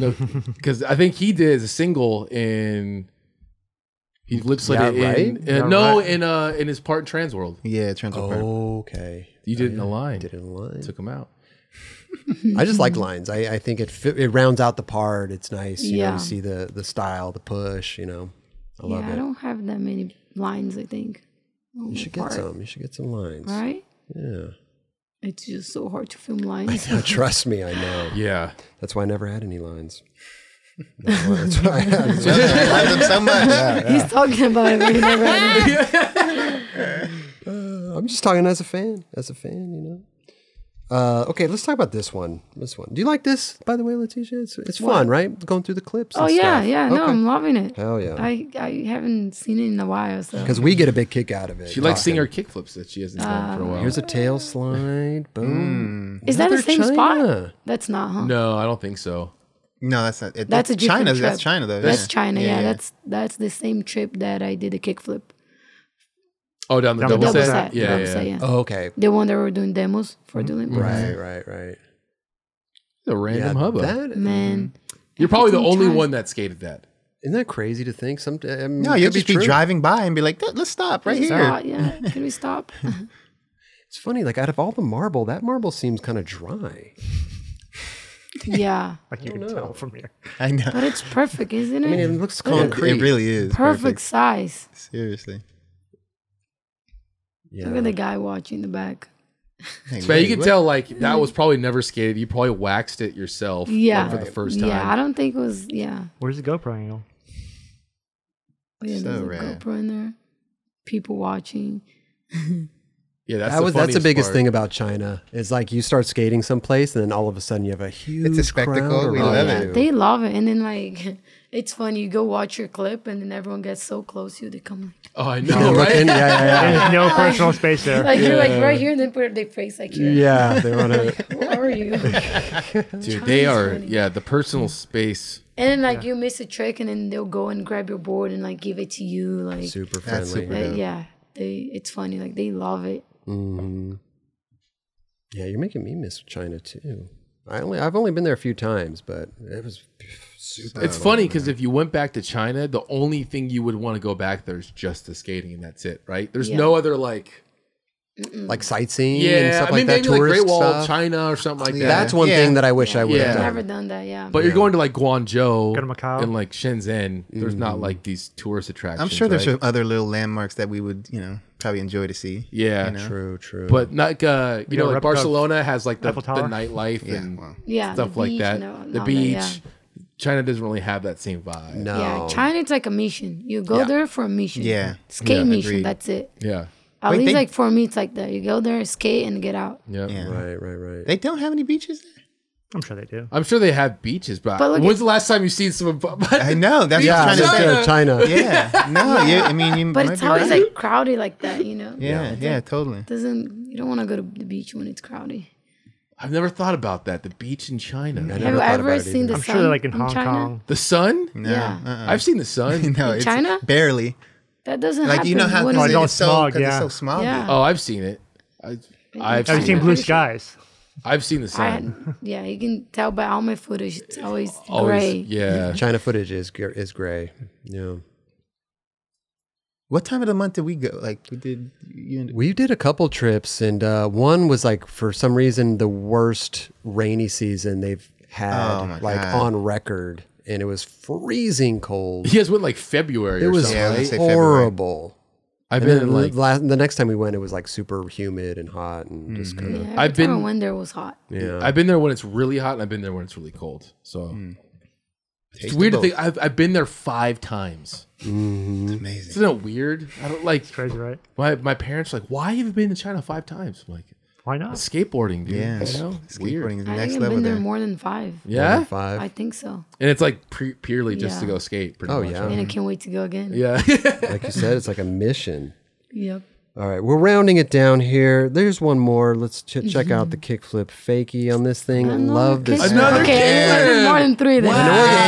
[laughs]
know, because I think he did a single in. He legislated
Yeah,
in
right?
uh, no in uh in his part in Trans World.
Yeah, Trans World
Oh.
Park.
Okay.
You did it in a line.
Oh, Did it in line.
Took him out.
I just
Mm-hmm.
like lines. I, I think it fit, it rounds out the part. It's nice. You know,
Yeah.
you see the the style, the push. You know, I love
yeah, I
it.
don't have that many lines. I think. on
You
my
should get
part,
some. You should get some lines.
Right?
Yeah.
It's just so hard
[laughs]
to film lines.
No, trust me, [laughs] I know.
Yeah,
That's why I never had any lines. That's why- that's why I
[laughs]
had
[laughs] I love them so much.
He's talking about it. but
[laughs]
he never had it.
I'm just talking as a fan, as a fan, you know. Uh, okay, let's talk about this one. This one. Do you like this, by the way, Leticia? It's, it's fun, right? Going through the clips.
Oh
and
yeah,
stuff.
yeah. No, I'm loving it.
Hell yeah.
I I haven't seen it in a while. So
Because we get a big kick out of it.
she likes seeing
Talking.
her kickflips that she hasn't done for
Um,
a while.
Here's a tail slide.
Mm.
Boom.
is that the
Another
same
China.
spot? That's not, huh?
no, I don't think so.
No, that's not. It,
That's a different
China. That's
trip.
China though.
That's
yeah.
China. Yeah, that's that's the same trip that I did a kickflip.
Oh, down the
Down the
double,
Double
set.
set.
Yeah,
double
yeah.
set, yeah.
Oh, okay.
The one that we were doing demos for the Olympics.
Right, right, right.
A random hubba.
That,
Man,
You're probably the
Everything
only
tries-
one that skated that.
isn't that crazy to think? Some, I mean,
No,
it
you'll
could
just be,
true.
driving by and be like, "Let's stop right
can we
here."
stop? Yeah, can
[laughs]
we stop? [laughs]
It's funny, like out of all the marble, that marble seems kind of dry.
yeah,
Like you can tell from here.
I know.
but it's perfect, isn't it?
I mean, it looks
[laughs] It,
concrete.
it really is
perfect, size.
Seriously.
Yeah.
Look at the guy watching the back.
Like,
But
wait,
you can
what?
tell like that was probably never skated. You probably waxed it yourself. like,
Yeah,
for the first time.
Yeah, I don't think it was. Yeah,
Where's the GoPro angle?
oh, yeah
So
there's a
rad.
GoPro in there. People watching.
yeah, that's
that
the
was that's the
funniest
biggest
part.
thing about China. Is like you start skating someplace, and then all of a sudden you have a huge.
spectacle.
crowd
We
around
love
Yeah,
you. [laughs]
they love it, and then like, [laughs] it's funny. You go watch your clip, and then everyone gets so close to you. They come like.
Oh, I know,
They're
[laughs] right?
looking- yeah, yeah,
There's no personal space there.
Like [laughs] you're like right here, and then put their face [laughs] like
yeah.
here.
yeah they want to.
Who
[laughs]
are you?
Dude, they
Chinese
are
money.
yeah, the personal space.
And then like you miss a trick, and then they'll go and grab your board and like give it to you. Like
Super
That's
friendly.
super-
they-
dope.
yeah, they it's funny. Like they love it.
Mhm. Yeah, you're making me miss China too. I only I've only been there a few times, but it was super.
It's funny because if you went back to China, the only thing you would want to go back there is just the skating, and that's it, right? There's
Yeah.
no other like
like sightseeing and
yeah,
stuff
I mean
like that.
maybe like
tourist
Great Wall of
stuff.
China or something like
Yeah.
that.
That's one
Yeah.
thing that I wish I would
Yeah.
have done.
Never done that. Yeah.
But you're going to like Guangzhou
Go to Macau.
and like Shenzhen. There's not like these tourist attractions.
Mm-hmm. I'm sure there's
right?
some other little landmarks that we would, you know, probably enjoy to see.
yeah,
True, true.
but not uh, you know
know,
like
replica of
Barcelona has like the, the
Eiffel Tower?
nightlife
Yeah,
and
well.
yeah, the
stuff like
beach
that.
and all-
the
all
beach.
yeah.
China doesn't really have that same vibe.
no,
Yeah, China it's like a mission. You go
Yeah.
there for a mission.
Yeah.
skate
Yeah,
mission.
agreed.
That's it.
Yeah,
At
Wait,
least
they-
like for me, it's like that. You go there, skate, and get out.
yeah.
Yeah.
right, right, right.
They don't have any beaches there.
I'm sure they do.
I'm sure they have beaches, but,
But look
when's
at-
the last time you've seen someone?
I know. That's
yeah,
what I'm
let's
trying to
go China.
say. Yeah. No,
[laughs]
you, I mean, you
But
might
it's
be
always
right.
like crowded like that. You know.
Yeah, yeah, totally.
Doesn't you don't want to go to the beach when it's crowded.
I've never thought about that. The beach in China.
I
Have
never
you
thought about
ever
it
seen
either.
the
I'm
sun
sure they're like in Hong
China?
Kong.
The sun?
No,
Yeah.
uh-uh.
I've seen the sun.
[laughs] no,
In
it's
China?
barely.
That doesn't
[laughs] Like
happen.
you know how
when
Oh,
is
it's
it?
all
it's so
smog,
because it's
yeah.
so small.
Yeah.
oh, I've seen it. I, I've
Have you
seen
seen
it.
blue skies?
I've seen the
I,
sun.
Oh.
yeah, you can tell by all my footage. It's always
Always,
gray.
yeah.
China footage is gr- is gray. Yeah,
What time of the month did we go? Like we did. You and,
we did a couple trips, and uh, one was like for some reason the worst rainy season they've had,
Oh my
like
God.
on record, and it was freezing cold.
You guys went like [laughs] February.
It
or
was
something.
Yeah, I would say February.
horrible.
I've
And
been
then
in like.
la- the next time we went, it was like super humid and hot, and just kind of
Yeah,
I've
I've been
been-
when there was hot.
yeah.
I've been there when it's really hot, and I've been there when it's really cold. So it's
Taste
weird to
of both.
think. I've I've been there five times.
It's amazing.
Isn't it weird? I don't like.
Crazy, right?
My my parents are like, why have you been to China five times? I'm like,
Why not?
Skateboarding, dude.
Yeah,
You know? It's weird.
skateboarding is the
I
next
think I've
level
been there
there.
more than five.
Yeah.
Number Five.
I think so.
And it's like pre- purely just to
Yeah.
go skate. Pretty
Oh,
much,
yeah.
right?
And I can't wait to go again.
Uh-huh. Yeah.
like you said, it's like a mission.
Yep.
All right, we're rounding it down here. There's one more. Let's ch- check
Mm-hmm.
out the kickflip fakie on this thing. Love this.
kickflip. Another
okay,
can.
there's more than three then.
We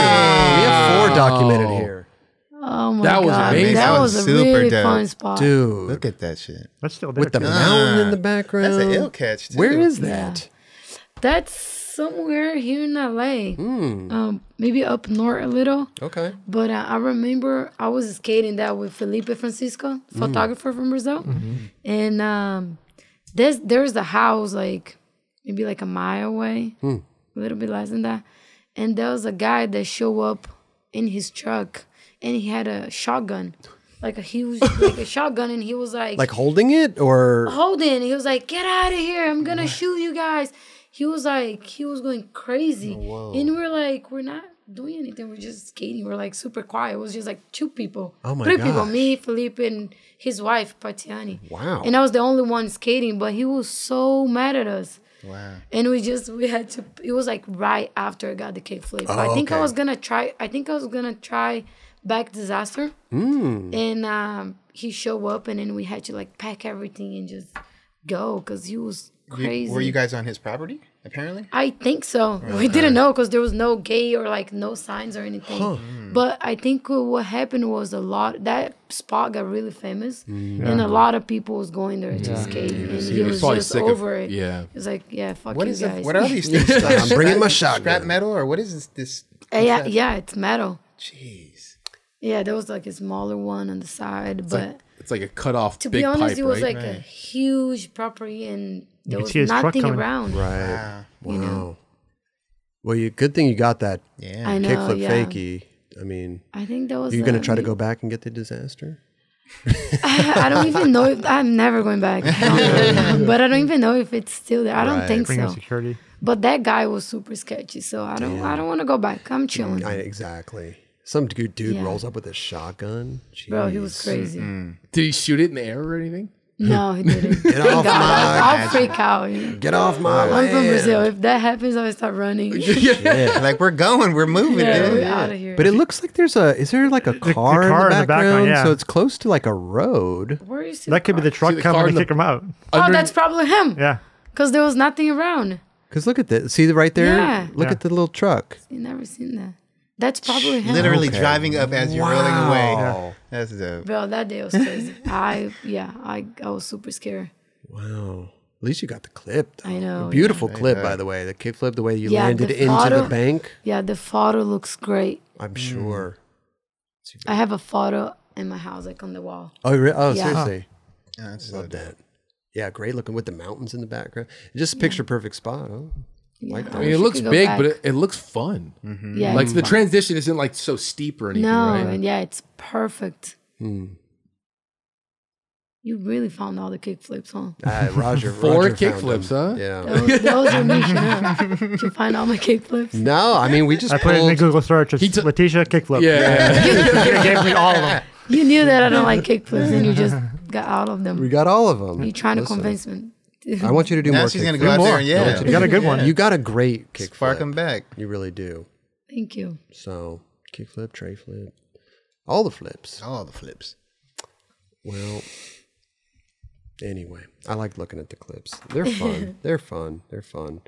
have four documented
Wow.
here,
Oh my
That was
god,
amazing.
that,
That
was,
was
a
super
really
dope.
fun spot.
dude.
Look at that shit.
That's still there.
with the
too.
mountain in the
Ah,
background.
That's an ill catch. Too.
Where is
Yeah.
that?
That's somewhere here in LA.
Hmm.
Um, maybe up north a little.
Okay.
But uh, I remember I was skating that with Felipe Francisco, photographer from Brazil, and um, there's there's a house like maybe like a mile away, a little bit less than that, and there was a guy that showed up in his truck, and he had a shotgun, like a huge like a shotgun, and he was like
Like holding it or
holding. He was like, "Get out of here! I'm gonna shoot you guys." He was like, he was going crazy, and we're like, we're not doing anything. We're just skating. We're like super quiet. It was just like two people,
Oh my
three people:
gosh.
me, Felipe, and his wife Patiani.
Wow.
And I was the only one skating, but he was so mad at us.
Wow.
And we just we had to. It was like right after I got the kickflip.
Oh,
I think I
okay.
was gonna try. I think I was gonna try back disaster.
Mm.
And um, he showed up, and then we had to like pack everything and just go because he was
You-
crazy.
were you guys on his property? Apparently.
I think so. We didn't know because there was no gate or like no signs or anything. But I think uh, what happened was a lot that spot got really famous,
Mm.
and a lot of people was going there to skate, and he, was, just over it.
Yeah.
It's like, yeah, fuck
What
you
is? The,
guys.
what are these
[laughs]
things? Like
I'm bringing my
scrap- Scrap
shotgun.
metal or what is this? this
Uh, yeah, yeah, it's metal.
jeez.
Yeah, there was like a smaller one on the side, but
[laughs] It's like a cut off
to
big
be honest,
pipe,
it was
right?
like a huge property, and there
could
was
see his truck
nothing
coming.
around.
right.
Wow.
Wow. Well, you, good thing you got that
Yeah.
I know.
kickflip
yeah.
fakie. I mean,
I think that was.
are you going
uh,
to try to go back and get the disaster?
[laughs] I don't even
[laughs]
know if I'm never going back. but I don't even know if it's still there. I don't
Right.
think
Bring in
so.
security.
But that guy was super sketchy, so I don't. I don't want to go back. I'm chilling,
Mm, I, exactly. Some dude, dude
Yeah.
rolls up with a shotgun. Jeez.
bro. He was crazy.
Mm.
Did he shoot it in the air or anything?
No, he
[laughs]
didn't.
Get off my,
[laughs] I'll freak out. you know.
get off my
I'm from
land.
Brazil. If that happens, I
[laughs]
start running.
Like we're going, we're moving,
yeah,
dude.
we're out of here.
But it looks like there's a, is there like a car, in, the
car in the background,
background?
yeah.
So it's close to like a road.
Where you see
That could be the truck
the car in
coming to
the-
kick him out.
Oh,
Under-
that's probably him.
Yeah.
Because there was nothing around.
Cause look at this. See the right there?
Yeah.
Look
Yeah.
at the little truck.
You never seen that. That's probably him.
Literally driving up as you're rolling away.
Wow.
That's dope.
Bro, that day was crazy.
[laughs]
I, yeah, I, I was super scared.
Wow. At least you got the clip. Though.
I know.
Beautiful clip, by the way. The kickflip, the way you
Yeah,
landed
the
into the
photo-
bank.
Yeah, the photo looks great.
I'm sure.
I have a photo in my house, like on the wall.
Oh, re- oh,
Yeah.
seriously.
Yeah, that's
Love
dope.
that. Yeah, great looking with the mountains in the background. Just picture perfect spot. Oh, like
Yeah.
that.
I mean, it
She
looks
could go
big,
back.
but it, it looks fun.
Mm-hmm.
Yeah,
Like
it's
the
fun.
transition isn't like so steep or anything,
No,
right?
and yeah, it's perfect.
Hmm.
You really found all the
[laughs]
kickflips, huh?
[laughs] Ah, Roger,
Four
Roger found
kickflips,
them.
huh?
Yeah.
That was, that was
[laughs]
your mission, huh? To find all my kickflips.
No, I mean we just
I put it in the
pulled.
Google search. It's
He took-
Letitia
[laughs]
kickflip.
Yeah. [laughs]
it gave me [laughs] all of them.
[laughs] You knew that I don't like kickflips, and you just got all of
We
them.
got all of them.
You're trying to
Listen,
convince me. [laughs]
I want you to do
Now
more.
she's gonna
kickflips.
go out
Do
there
more. I
and
want you
yeah.
to
You got a good one.
You got a great kickflip.
Spark them back.
You really do.
Thank you.
So kickflip, tray flip, all the flips.
All the flips.
Well, anyway, I like looking at the clips. They're
[laughs]
fun. They're fun. They're fun.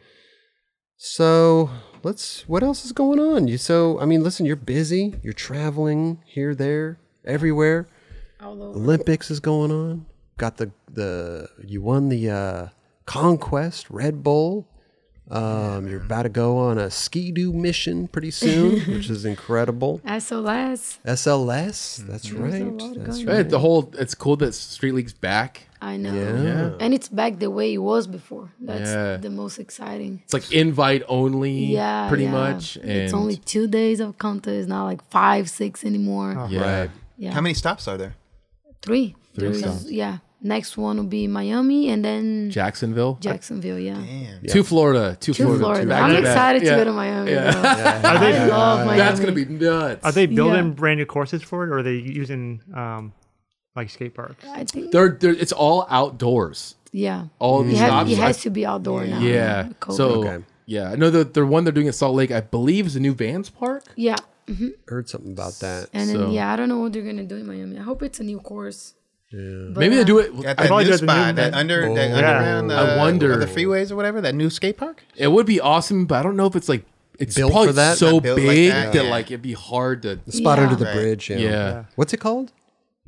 So let's. What else is going on? You so I mean, listen. You're busy. You're traveling here, there, everywhere. Olympics is going on. Got the the you won the uh, conquest Red Bull. Um, you're about to go on a ski doo mission pretty soon, which is incredible.
SOS.
SLS,
Mm-hmm.
that's right. That's
Hey, the whole it's cool that Street League's back.
I know.
Yeah.
And it's back the way it was before. That's
Yeah.
the most exciting.
It's like invite only,
Yeah.
pretty
yeah.
much. And
it's only two days of contest, not like five, six anymore.
yeah.
Right.
Yeah.
How many stops are there?
Three.
Three
Because,
songs.
Yeah. Next one will be Miami and then
Jacksonville,
Jacksonville. Yeah.
Damn.
to Florida, to,
To
Florida.
Florida.
back
I'm
to back.
excited
Yeah.
to go to Miami.
[laughs]
bro.
Are
I
they,
love Miami.
That's gonna be nuts.
are they building brand new courses for it, or are they using um, like skate parks?
I think
They're, they're, it's all outdoors.
Yeah.
All the
It, has,
stops.
it has to be outdoor now.
yeah.
COVID.
So
Okay.
yeah, I know that the one they're doing at Salt Lake, I believe, is a new Vans Park.
yeah.
Heard something about that.
And
So-
then yeah, I don't know what they're gonna do in Miami. I hope it's a new course. Yeah.
Maybe they do it.
At
I
that
probably
new
did the new
spot, that
Vans.
under, that
Oh.
underground, uh,
I wonder.
the freeways or whatever, that new skate park.
It would be awesome, but I don't know if it's like it's
Built
probably
for that?
so
Built
big
like that,
that,
yeah.
like it'd be hard to.
The spot
Yeah.
under the
Right.
bridge.
Yeah.
What's it called?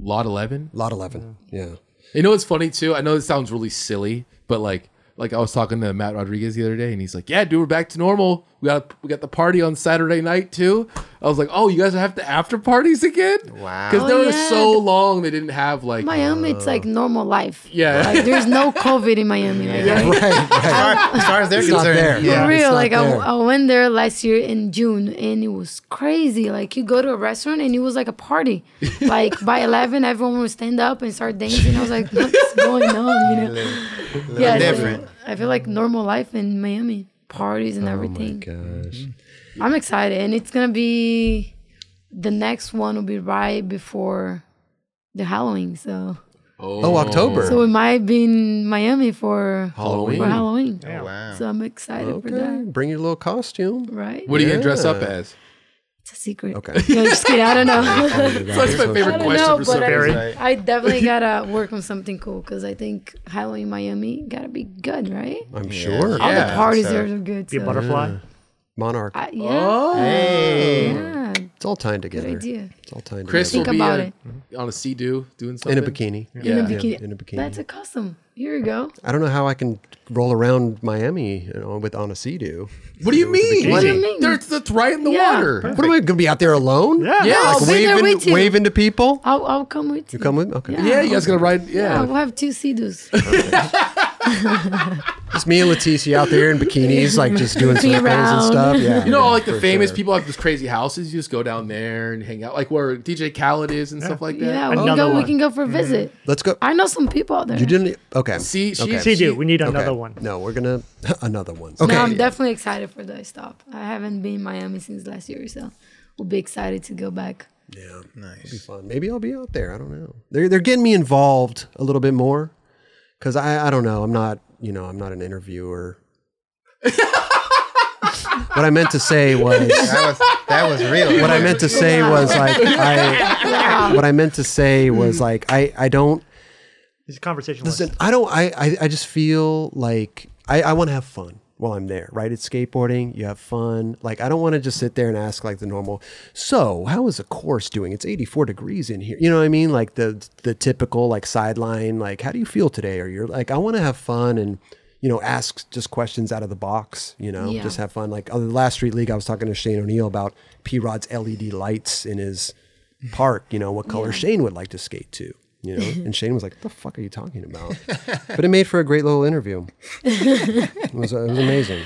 lot eleven.
Lot 11. Yeah.
You know what's funny too? I know this sounds really silly, but like like I was talking to Matt Rodriguez the other day, and he's like, "Yeah, dude, we're back to normal. We got we got the party on Saturday night too." I was like, "Oh, you guys have the after parties again?
Wow.
Because
Oh,
they were
yeah.
so long they didn't have like
Miami, it's like normal life. [laughs]
Yeah.
Like there's no COVID in Miami. Like, I-
Right, right.
[laughs]
As far, as far as they're
not
concerned,
there.
yeah.
For
it's
real,
not
like I,
there.
I went there last year in June, and it was crazy. Like you go to a restaurant, and it was like a
[laughs]
party. like by eleven, everyone would stand up and start dancing. I was like,
[laughs]
"What's going on?" You know? Yeah, so
different.
I feel like normal life in Miami, parties
Oh
and everything.
Gosh.
Mm-hmm.
I'm excited, and it's gonna be the next one will be right before the Halloween. So,
Oh, October.
so we might be in Miami for
Halloween.
For Halloween.
Yeah.
Wow.
So I'm excited for
Okay.
that.
Bring your little costume.
Right?
What are you gonna dress up
Yeah.
as?
It's a secret.
Okay.
[laughs] No, just kidding. [laughs] I don't know.
So that's my
I
favorite
don't
question
know,
for
but
some
I-
reason.
Right.
I [laughs] definitely gotta work on something cool because I think Halloween Miami gotta be good, right?
I'm sure.
All the
Yeah,
parties
so-
there are good.
Be a
so-
butterfly.
Monarch.
I- yeah.
Hey.
Yeah.
It's all tied together.
Good idea.
It's all tied
Chris
together.
Think
will be
about
a- on a sea do doing something
In a bikini.
In a
Yeah.
bikini.
in a bikini.
That's a custom. Here we go.
I don't know how I can roll around Miami you know, with on a sea doo.
What do you mean?
What do you mean?
There's that's right in the
Yeah.
water.
What am I going to be out there alone?
Yeah.
Yeah,
Like
I'll
be there
waving,
with you.
waving to people?
I'll, I'll come with you.
You come with? Okay.
Yeah.
Yeah, you guys gonna ride?
Yeah,
Yeah.
we'll have
[laughs]
two Sea-Doos.
Just me and Leticia out there in bikinis, like
[laughs]
just doing some
Be
things and
around.
stuff. Yeah.
You know, all like the famous people have those crazy houses. You just go down there and hang out, like where DJ Khaled is and stuff like that.
Yeah, we
Another
can go.
one.
We can go for a visit.
Let's go.
I know some people out there.
Mm-hmm. You didn't. e, Okay.
See, she,
Okay.
See, dude, we need
Okay.
another one.
No, we're going to. [laughs] Another one.
No,
Okay.
I'm definitely excited for the stop. I haven't been in Miami since last year, so we'll be excited to go back.
Yeah. Be
Nice.
fun. Maybe I'll be out there. I don't know. They're they're getting me involved a little bit more because I I don't know. I'm not you know I'm not an
[laughs]
interviewer. what I meant to say was
That was that was real.
what I meant to say was like I what I meant to say was like I I don't
It's a conversation.
Listen, I don't. I I, I just feel like I, I want to have fun while I'm there, right? It's skateboarding. You have fun. Like I don't want to just sit there and ask like the normal. So how is the course doing? It's 84 degrees in here. You know what I mean? Like the the typical like sideline. Like how do you feel today? Or you're like I want to have fun and. You know, ask just questions out of the box. You know,
Yeah.
Um, just have fun. Like on the last street league, I was talking to Shane O'Neill about P Rod's LED lights in his park, you know, what color Shane would like to skate to, you know? And Shane was like, what the fuck are you talking about? but it made for a great little interview. it, was, it was amazing.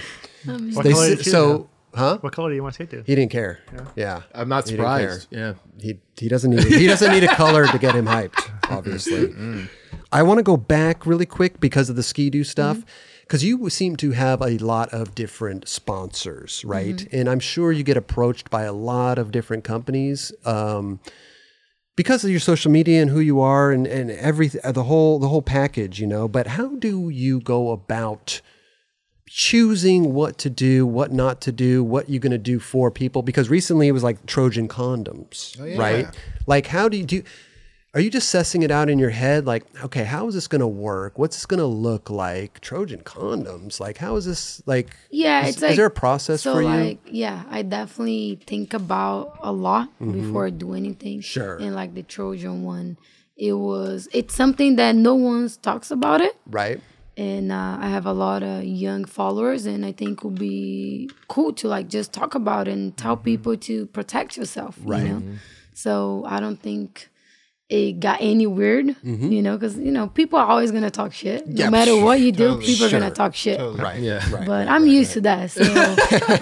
What
They
color
s-
did you
so, huh?
choose? what color do you want to skate to?
He didn't care. Yeah.
I'm not
He didn't care.
surprised. Yeah.
He, he doesn't need he doesn't need a color to get him hyped,
[laughs]
obviously.
Mm-hmm.
I want to go back really quick because of the ski doo stuff. Because you seem to have a lot of different sponsors, right?
Mm-hmm.
And I'm sure you get approached by a lot of different companies. Um, because of your social media and who you are and and every uh, the whole the whole package, you know. But how do you go about choosing what to do, what not to do, what you're going to do for people? Because recently it was like Trojan condoms,
Oh,
right? Like, how do you do? Are you just sussing it out in your head? Like, okay, how is this going to work? What's this going to look like? Trojan condoms? Like, how is this? Like,
Yeah,
is,
it's
is
like
there a process
so
for you?
like yeah, I definitely think about a lot before I do anything.
Mm-hmm. Sure.
And like the Trojan one, it was it's something that no one talks about it.
right?
and uh, I have a lot of young followers, and I think it would be cool to like just talk about and tell
Mm-hmm.
people to protect yourself. You know? So I don't think it got any weird, you know, because you know people are always gonna talk shit. No
Mm-hmm. Yeah,
matter what you do,
totally.
people are
Sure.
gonna talk shit.
Right.
Yeah.
Right.
But I'm used
[laughs]
to that. So,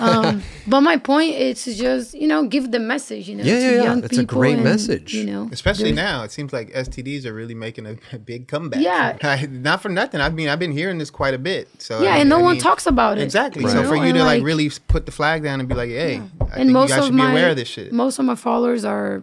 um, but my point is to just you know give the message. You know,
Yeah,
to
yeah, yeah.
young
It's a
people
great
and,
message.
You know,
Especially now, it seems like STDs are really making a, a big comeback.
Yeah.
[laughs] I, not for nothing. I mean, I've been hearing this quite a bit. So
yeah,
I mean-
and no
I
one
mean,
talks about it.
Exactly. So
know?
for you
And,
to like, really s- put the flag down and be like, hey, I think you guys should be aware of this shit.
Most of my followers are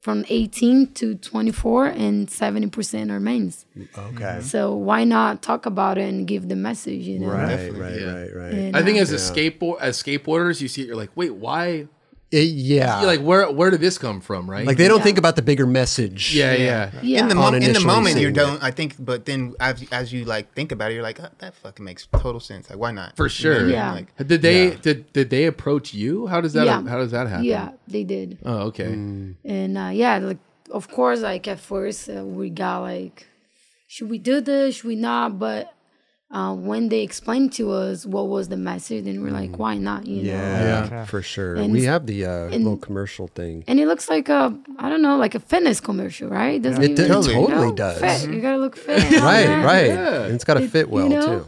from 18 to 24 and 70% are men's.
Okay.
Mm-hmm.
So why not talk about it and give the message, you know?
Right,
Definitely,
right,
yeah.
right, right.
And,
I think
uh,
as a skateboard as skateboarders, you see it, you're like, wait, why?
It- Uh, yeah.
You're
Like,
like, where where did this come from? Right?
they don't
Yeah.
think about the bigger message.
yeah, yeah.
yeah.
in the mo- in the
initially
moment you
seeing
don't. I think, but then as, as you like think about it, you're like, oh, that fucking makes total sense. Like, why not?
For
You know
sure.
what I mean?
Yeah.
Like,
Did they did did they approach you? How does that
Yeah.
how does that happen?
yeah, they did.
Oh, okay.
And uh, yeah, like of course, like at first uh, we got like, should we do this? Should we not? But uh, when they explained to us what was the message, then we're like, why not? You know.
Yeah, for sure.
And-
we have the uh, little commercial thing.
And it looks like a I don't know, like a fitness commercial, right? Doesn't
It, do- it
Totally.
totally
No,
does.
Fit. You gotta look fit.
Right,
Yeah.
right. And it's got to
It-
fit
you
well
know?
too.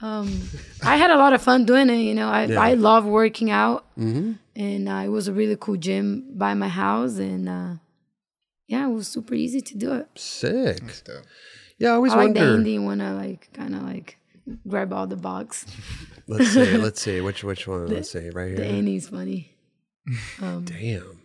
Um, I had a lot of fun doing it. You know, I I love working out,
Mm-hmm.
and uh, it was a really cool gym by my house, and uh, yeah, it was super easy to do it.
Sick.
dope.
Yeah, I always
I like Oh, the
wonder.
ending when I like kind of like grab all the box.
let's
[laughs]
see. Let's see. Which which one? let's see. Right here.
The
[laughs]
ending's funny. Um,
Damn.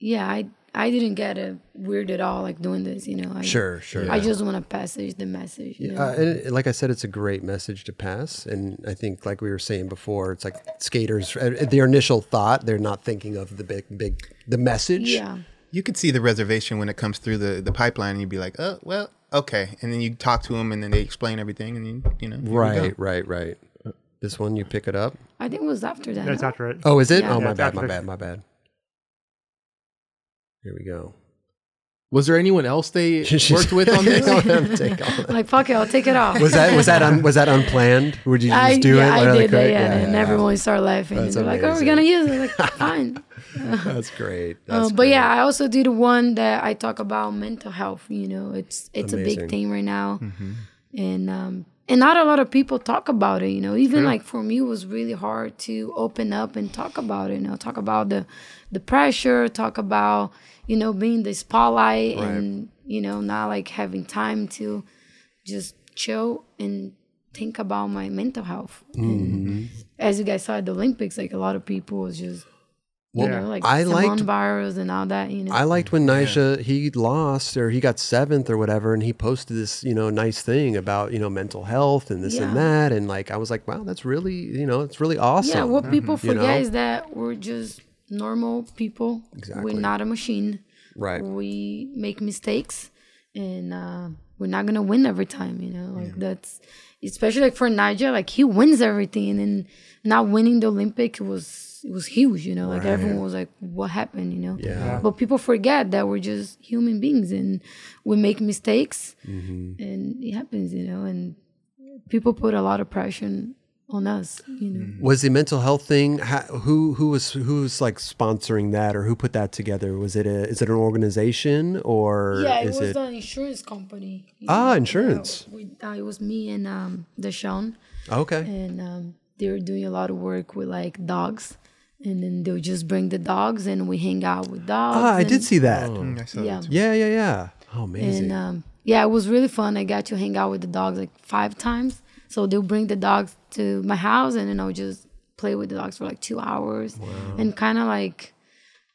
yeah, I I didn't get a weird at all like doing this. You know, I,
Sure, sure.
I just want to passage the message. You know?
Uh, and it- like I said, it's a great message to pass. And I think, like we were saying before, it's like skaters, uh, their initial thought, they're not thinking of the big, big, the message.
yeah.
You could see the reservation when it comes through the, the pipeline, and you'd be like, oh, well, okay. And then you talk to them, and then they explain everything, and you, you know, here we
Right,
go.
right, right. This one, you pick it up.
I think it was after that.
That's
no?
after it.
Oh, is it?
Yeah.
oh,
Yeah,
my
it's
bad, my
after-
bad, my bad. Here we go.
Was there anyone
[laughs]
else they worked with on this?
Take all that.
Like fuck it, I'll take it off.
[laughs] Was that was that un, was that unplanned? Or did you just
I,
do
yeah,
it?
I
Like,
did that,
right?
yeah, and everyone started laughing.
That's
and they're like, "Oh,
amazing.
we're gonna use it." Like, fine.
[laughs]
[laughs]
That's great.
Uh,
That's
but
great.
yeah, I also did one that I talk about mental health. You know, it's it's a
Amazing.
big thing right now, and um, and not a lot of people talk about it. You know, even like for me, it was really hard to open up and talk about it. You know, talk about the the pressure, talk about you know being in the spotlight, and you know not like having time to just chill and think about my mental health.
Mm-hmm.
And as you guys saw at the Olympics, like a lot of people was just you know, like
I liked-
coronavirus and all that, you know.
I liked when Nyjah he lost or he got seventh or whatever, and he posted this you know nice thing about you know mental health and this and
Yeah.
that, and like I was like, wow, that's really you know it's really awesome. Mm-hmm.
yeah, what people
You
forget
know?
is that we're just normal people.
Exactly.
We're not a machine.
right.
We make mistakes, and uh, we're not gonna win every time, you know. Like that's especially like for Niger, like he wins everything, and not winning the Olympic was it was huge, you know. Like everyone was like, "What happened?" You know.
Yeah.
But people forget that we're just human beings, and we make mistakes,
Mm-hmm.
and it happens, you know. And people put a lot of pressure on us, you know.
Was the mental health thing ha who who was who was like sponsoring that or who put that together? Was it a is it an organization or
Yeah, it
is
was
it
an insurance company. you
Ah,
know,
insurance.
Yeah, we, uh, it was me and um, Deshaun,
Ah, okay?
and um, they were doing a lot of work with like dogs, and then they'll just bring the dogs and we hang out with dogs.
Ah, I did
and-
see that.
Mm, I saw that
Yeah.
too.
Yeah, yeah, yeah. Oh, amazing.
And um, yeah, it was really fun. I got to hang out with the dogs like five times. So they'll bring the dogs to my house, and then I'll just play with the dogs for like two hours and kind of like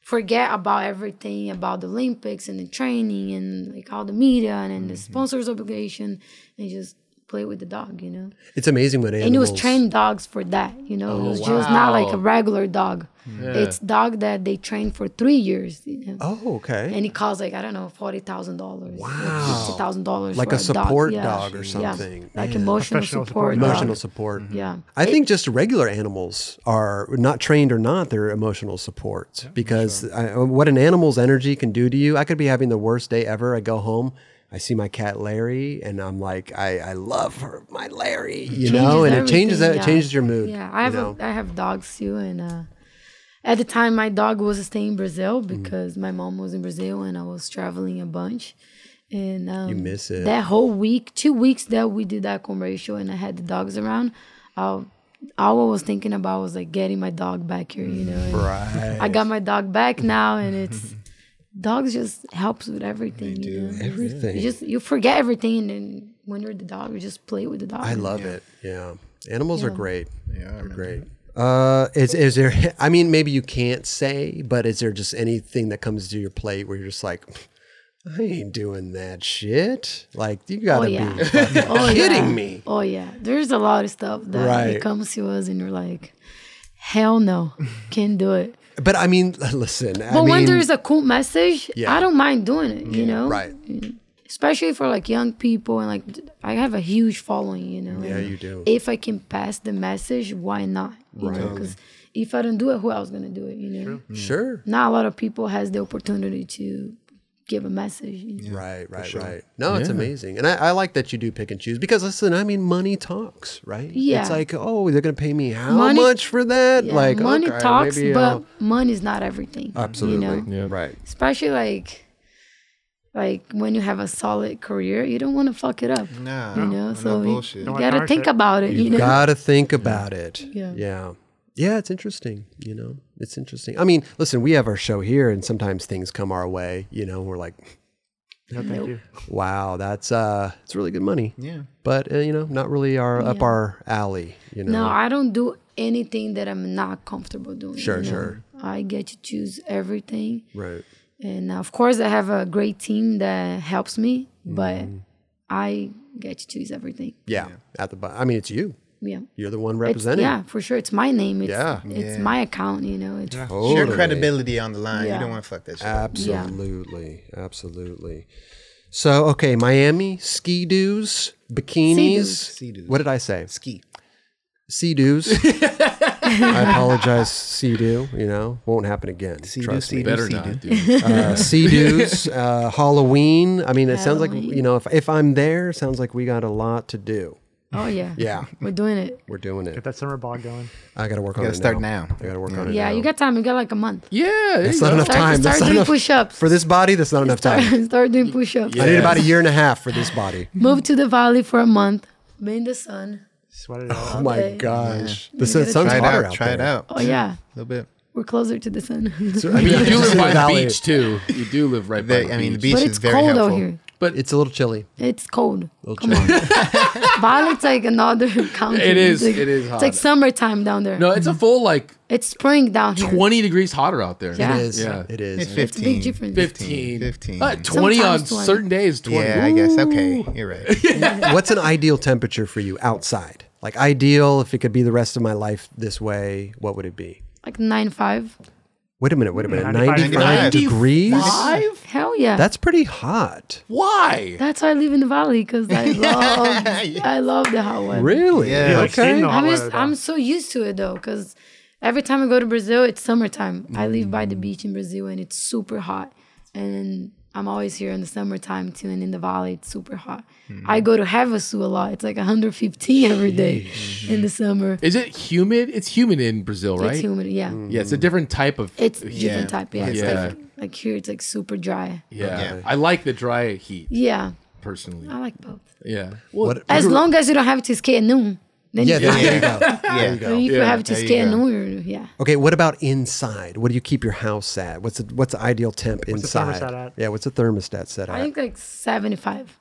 forget about everything about the Olympics and the training and like all the media and, then the sponsors obligation and just play with the dog, you know?
it's amazing when
and it
animals.
was trained dogs for that you know it was just not like a
wow.
regular dog it's dog that they train for three years you know?
Oh, okay.
and it costs like i don't know $40000
Wow.
$50000
Like
for
a support
yeah.
dog or
Yeah.
something.
like emotional
Professional
support
support
dog.
emotional support.
yeah
I think just regular animals are not trained or not their emotional support because I, uh, what an animal's energy can do to you. I could be having the worst day ever. I go home, I see my cat Larry, and I'm like, I, I love her, my Larry, you know, and it changes that.
everything,
It
yeah.
changes your mood.
Yeah, I have
you know?
a, I have dogs too, and uh, at the time my dog was staying in Brazil
Mm.
because my mom was in Brazil and I was traveling a bunch. And um, you
miss it.
That whole week, two weeks that we did that commercial and I had the dogs around, I, all I was thinking about was like getting my dog back here, you know. and I got my dog back now, and it's dogs just helps with everything. you know?
everything.
You just you forget everything, and then when you're the dog, you just play with the dog.
I love it. Yeah, animals are great.
Mm, Yeah, I
They're
remember
great. Uh, is is there? [laughs] I mean, maybe you can't say, but is there just anything that comes to your plate where you're just like, I ain't doing that shit. Like you
Oh
gotta
yeah.
be fucking
[laughs] oh,
kidding
yeah.
me.
Oh yeah. There's a lot of stuff that
Right.
it comes to us and you're like, hell no, can't do it.
[laughs] But I mean, listen. [laughs] I
But
mean,
when there's a cool message,
Yeah.
I don't mind doing it. You know,
right.
Especially for like young people and like I have a huge following. You know.
Yeah,
and
you do.
If I can pass the message, why not? You know, because if I don't do it, who else gonna do it? You know.
Sure.
Not a lot of people has the opportunity to give a message. You know?
Right, right, right. No, it's amazing, and I, I like that you do pick and choose because listen, I mean, money talks, right?
Yeah.
It's like, oh, they're gonna pay me how
Money-
much for that?
Yeah,
like,
money
okay,
talks,
maybe
but
I'll-
money's not everything.
absolutely,
You know?
Yeah.
right.
especially like like when you have a solid career you don't want to fuck it up
Nah,
you
I'm
know
not
so you,
bullshit.
you
Don't want
gotta
car
think
shit.
about it you, know
Gotta think about it.
Yeah.
Yeah. Yeah, it's interesting. You know, it's interesting. I mean, listen, we have our show here, and sometimes things come our way. You know, we're like,
No, thank you.
wow, that's uh, it's really good money.
Yeah.
But uh, you know, not really our up
Yeah.
our alley. You know.
no i don't do anything that i'm not comfortable doing
Sure,
you know?
sure.
i get to choose everything
right.
and uh, of course i have a great team that helps me but i get to choose everything
Yeah. At the bottom. I mean, it's you.
yeah
You're the one
it's,
representing.
yeah for sure it's my name it's,
Yeah.
it's
Yeah.
my account you know it's
It's your
Totally.
credibility on the line. You
Yeah.
don't want to fuck that shit. up.
Absolutely. Absolutely. So, okay, Miami, ski doos, bikinis.
Sea-doos.
What did I say?
Ski.
Sea doos. I apologize, sea doo. You know, won't happen again.
Sea-doo,
trust me.
sea-doo.
Better
See,
not,
[laughs]
dude.
dude.
Uh, sea doos, uh, Halloween. I mean, it sounds like,
Halloween.
you know, if, if I'm there, sounds like we got a lot to do.
oh yeah
[laughs]
Yeah,
we're doing it
we're doing
Get
it.
that summer bod going.
I got to work on
gotta
it.
start now.
I got to work on it.
yeah
now.
you got time you got like a month
Yeah, there
That's
you
not
go.
enough time. That's
start, start
not
doing
enough
push-ups
for this body. That's not enough time.
start, [laughs] start doing push-ups.
I need about a year and a half for this body.
Move to the valley for a month. Be in the sun.
Sweat
[laughs]
it out.
Oh my
Okay.
gosh, the sun,
gotta
sun's
Try it
hotter
out.
out.
try it
there.
out.
Oh yeah,
A little bit.
we're closer to the sun.
So, I mean,
You do
just
live
in
by the
valley,
beach too. You do live right by
They,
the
I mean, the
beach.
[laughs]
beach
but
is
it's
very
cold
helpful.
out here.
It's a little chilly.
It's cold. Come [laughs] on, Bali's like another [laughs] country.
It is-
It's like-
it is hot.
It's like summertime down there.
No, it's a full like
it's spring down here.
20 degrees hotter out there.
Yeah.
It is.
Yeah.
It
It's
is.
It's a big
15.
difference.
15.
15.
Uh, 20 on
Sometimes 20.
certain days, 20.
Yeah, I guess. Okay. You're right.
What's an ideal temperature for you outside? Like ideal, if it could be the rest of my life this way, what would it be?
Like nine five.
Wait a minute. Wait a minute.
95
Ninety-five,
95.
degrees.
Five?
Hell yeah.
That's pretty hot.
Why?
That's why I live in the valley because
[laughs]
I love I love the hot weather.
Really?
Yeah.
Yeah, I've
Okay.
seen the hot
I'm
weather,
just,
though.
I'm so used to it though, because every time I go to Brazil, it's summertime. I live by the beach in Brazil, and it's super hot. And I'm always here in the summertime too, and in the valley, it's super hot. I go to Havasu a lot. It's like [laughs] 115 every day in the summer.
Is it humid? It's humid in Brazil, right?
It's humid, yeah.
Yeah, it's a different type of.
It's
yeah.
different type, yeah. It's
Yeah.
Like, like here, it's like super dry.
Yeah.
Yeah.
I like the dry heat
Yeah,
personally.
I like both.
Yeah. Well,
What-
As long as you don't have to skate at noon. Then
Yeah.
yeah,
There you go. There you
Yeah.
go.
if you
Yeah,
have to
there you
skate at
go.
noon, you're- yeah.
Okay. What about inside? What do you keep your house at? What's the, what's the ideal temp inside?
thermostat at?
Yeah. What's the thermostat set
I
at?
think like 75.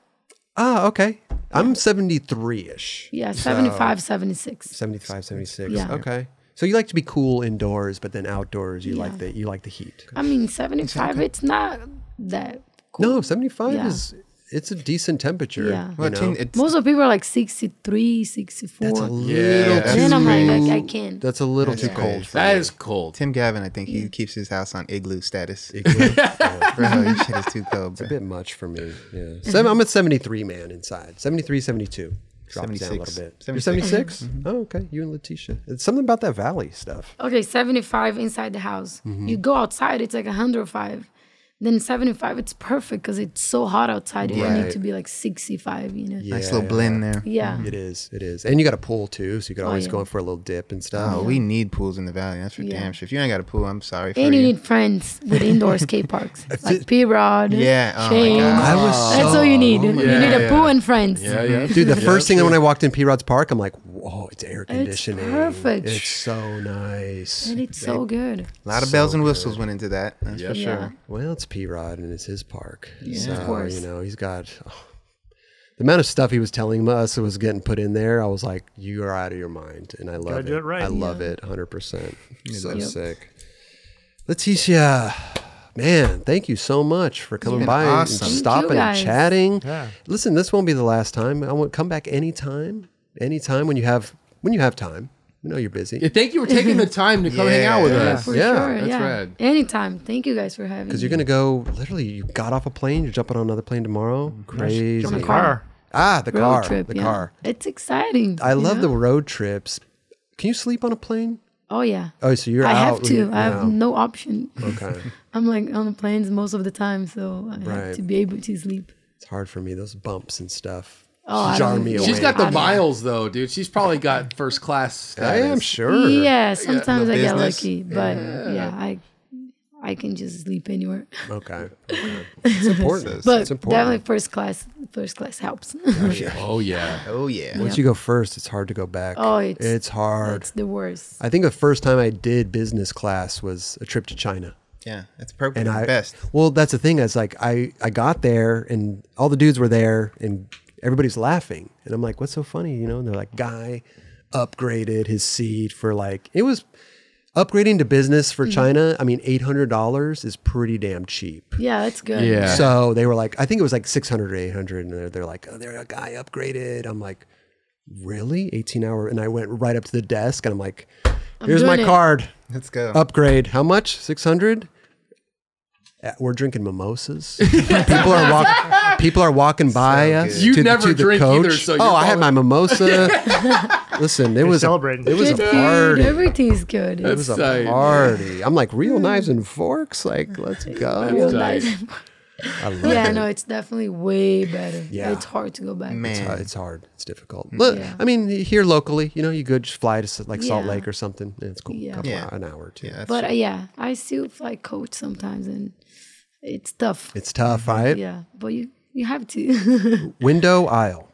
Ah, okay. I'm 73 ish.
Yeah, 75, 76.
75 76
Yeah.
okay so you like to be cool indoors but then outdoors you like the you like the heat
I mean, 75, it's not that cool.
no 75
Yeah.
is it's a decent temperature
Yeah.
you
Well,
know?
teen- it's,
Most of people are like 63, 64.
that's a little
Yeah,
too,
then I'm like, I, I can't.
that's a little
That's
too
crazy.
cold for
that is cold.
Tim Gavin, I think he keeps his house on igloo status.
me. [laughs] Yeah,
[laughs] bro, this shit is
[laughs]
too cold,
a
bro.
bit much for me yeah [laughs] Seven, i'm a 73 man inside 73 72 Drops down a little
76.
bit.
76.
You're 76? Oh, okay. You and Letitia. It's something about that valley stuff.
Okay, 75 inside the house.
Mm-hmm.
You go outside, it's like 105. Then 75, it's perfect because it's so hot outside. You don't
Right.
need to be like 65, you know? Yeah.
Nice little blend there.
It is. It is. And you got a pool too, so you could always
Oh, yeah.
go in for a little dip and stuff.
Oh, we need pools in the valley. That's for
Yeah.
damn sure. If you ain't got a pool, I'm sorry for
And you
you.
need friends with
[laughs]
indoor skate parks like P Rod,
Yeah, oh my
Shane.
God.
I was so
That's all you need. you
Oh God.
need a
Yeah.
pool and friends.
Yeah, yeah.
Dude, the first thing when I walked in P Rod's Park, I'm like, whoa, it's air conditioning.
perfect.
It's so nice.
And it's so good.
a lot of bells and whistles went into that. That's
Yeah.
for sure.
Well, it's P Rod and it's his park.
Yeah,
so,
of course.
you know, he's got. [laughs] the amount of stuff he was telling us that was getting put in there, I was like, you are out of your mind. And I love
Gotta
it.
do it right.
I love it 100%. So
Yep.
sick. Leticia, man, thank you so much for coming
been
by
awesome. Thank
and
you,
stopping and
guys.
chatting.
Yeah.
Listen, this won't be the last time. I want come back anytime, anytime when you have when you have time. We know you're busy.
Yeah, Thank you for taking the time to come hang out with
Yeah.
us.
For
Yeah,
sure.
that's
yeah.
rad.
Anytime. Thank you guys for having
Because
me.
you're gonna go. Literally, you got off a plane. You're jumping on another plane tomorrow. Crazy.
Jump in the
car.
car.
Ah, the
Road
car.
trip,
the
yeah.
car.
It's exciting.
I
you
love
know?
the road trips. Can you sleep on a plane?
Oh yeah.
Oh, so you're
I
out.
have
when you-
to. I have
yeah.
no option.
Okay,
I'm like on the planes most of the time, so I
Right.
have to be able to sleep.
it's hard for me. Those bumps and stuff
Oh, I
jar
don't-
me away.
She's got the
I don't know.
miles though, dude. She's probably got first class.
I
Status.
am sure.
Yeah, sometimes I get
business.
lucky, but yeah. I I can just sleep anywhere.
[laughs]
Okay. okay. It's important.
But
it's important.
definitely first class. First class helps.
Oh yeah.
Oh yeah.
Once you go first, it's hard to go back.
Oh, [laughs] it's-
hard.
That's the worst.
I think the first time I did business class was a trip to China.
Yeah, that's appropriate.
and I
best.
Well, that's the thing. I was like, I I got there, and all the dudes were there, and everybody's laughing, and I'm like, what's so funny? You know? And they're like, guy upgraded his seat for like it was upgrading to business for China. I mean, eight hundred dollars is pretty damn cheap.
Yeah, that's good.
Yeah.
So they were like, I think it was like six hundred or eight hundred, and they're, they're like, oh, they're a guy upgraded. I'm like. Really? 18 hour. And I went right up to the desk and I'm like, here's my
doing it.
card
Let's go.
upgrade. How much? 600? Uh, We're drinking mimosas. [laughs] people are walk, people are walking by us.
good.
You
to, the-
never
to the
drink
coach.
either, so
oh,
you're
I had my mimosa. Listen, it was
celebrating.
A, it was
Good
a
food.
party. It
Everything's good.
was
That's
a
tight.
party. I'm like real knives and forks. Like let's
Real
go.
nice. [laughs]
I love
yeah,
it. [laughs]
no, it's definitely way better.
Yeah.
It's hard to go back.
It's hard.
Man,
It's, hard. it's difficult.
Mm-hmm.
Look, I mean, here locally, you know, you could just fly to s- like Salt
Yeah.
Lake or something. And it's cool.
Yeah.
Couple
Yeah.
hou- an hour or two.
yeah, that's
But
true.
uh, yeah, I still fly coach sometimes, and it's tough.
It's tough, right?
yeah, but you you have to [laughs]
Window aisle.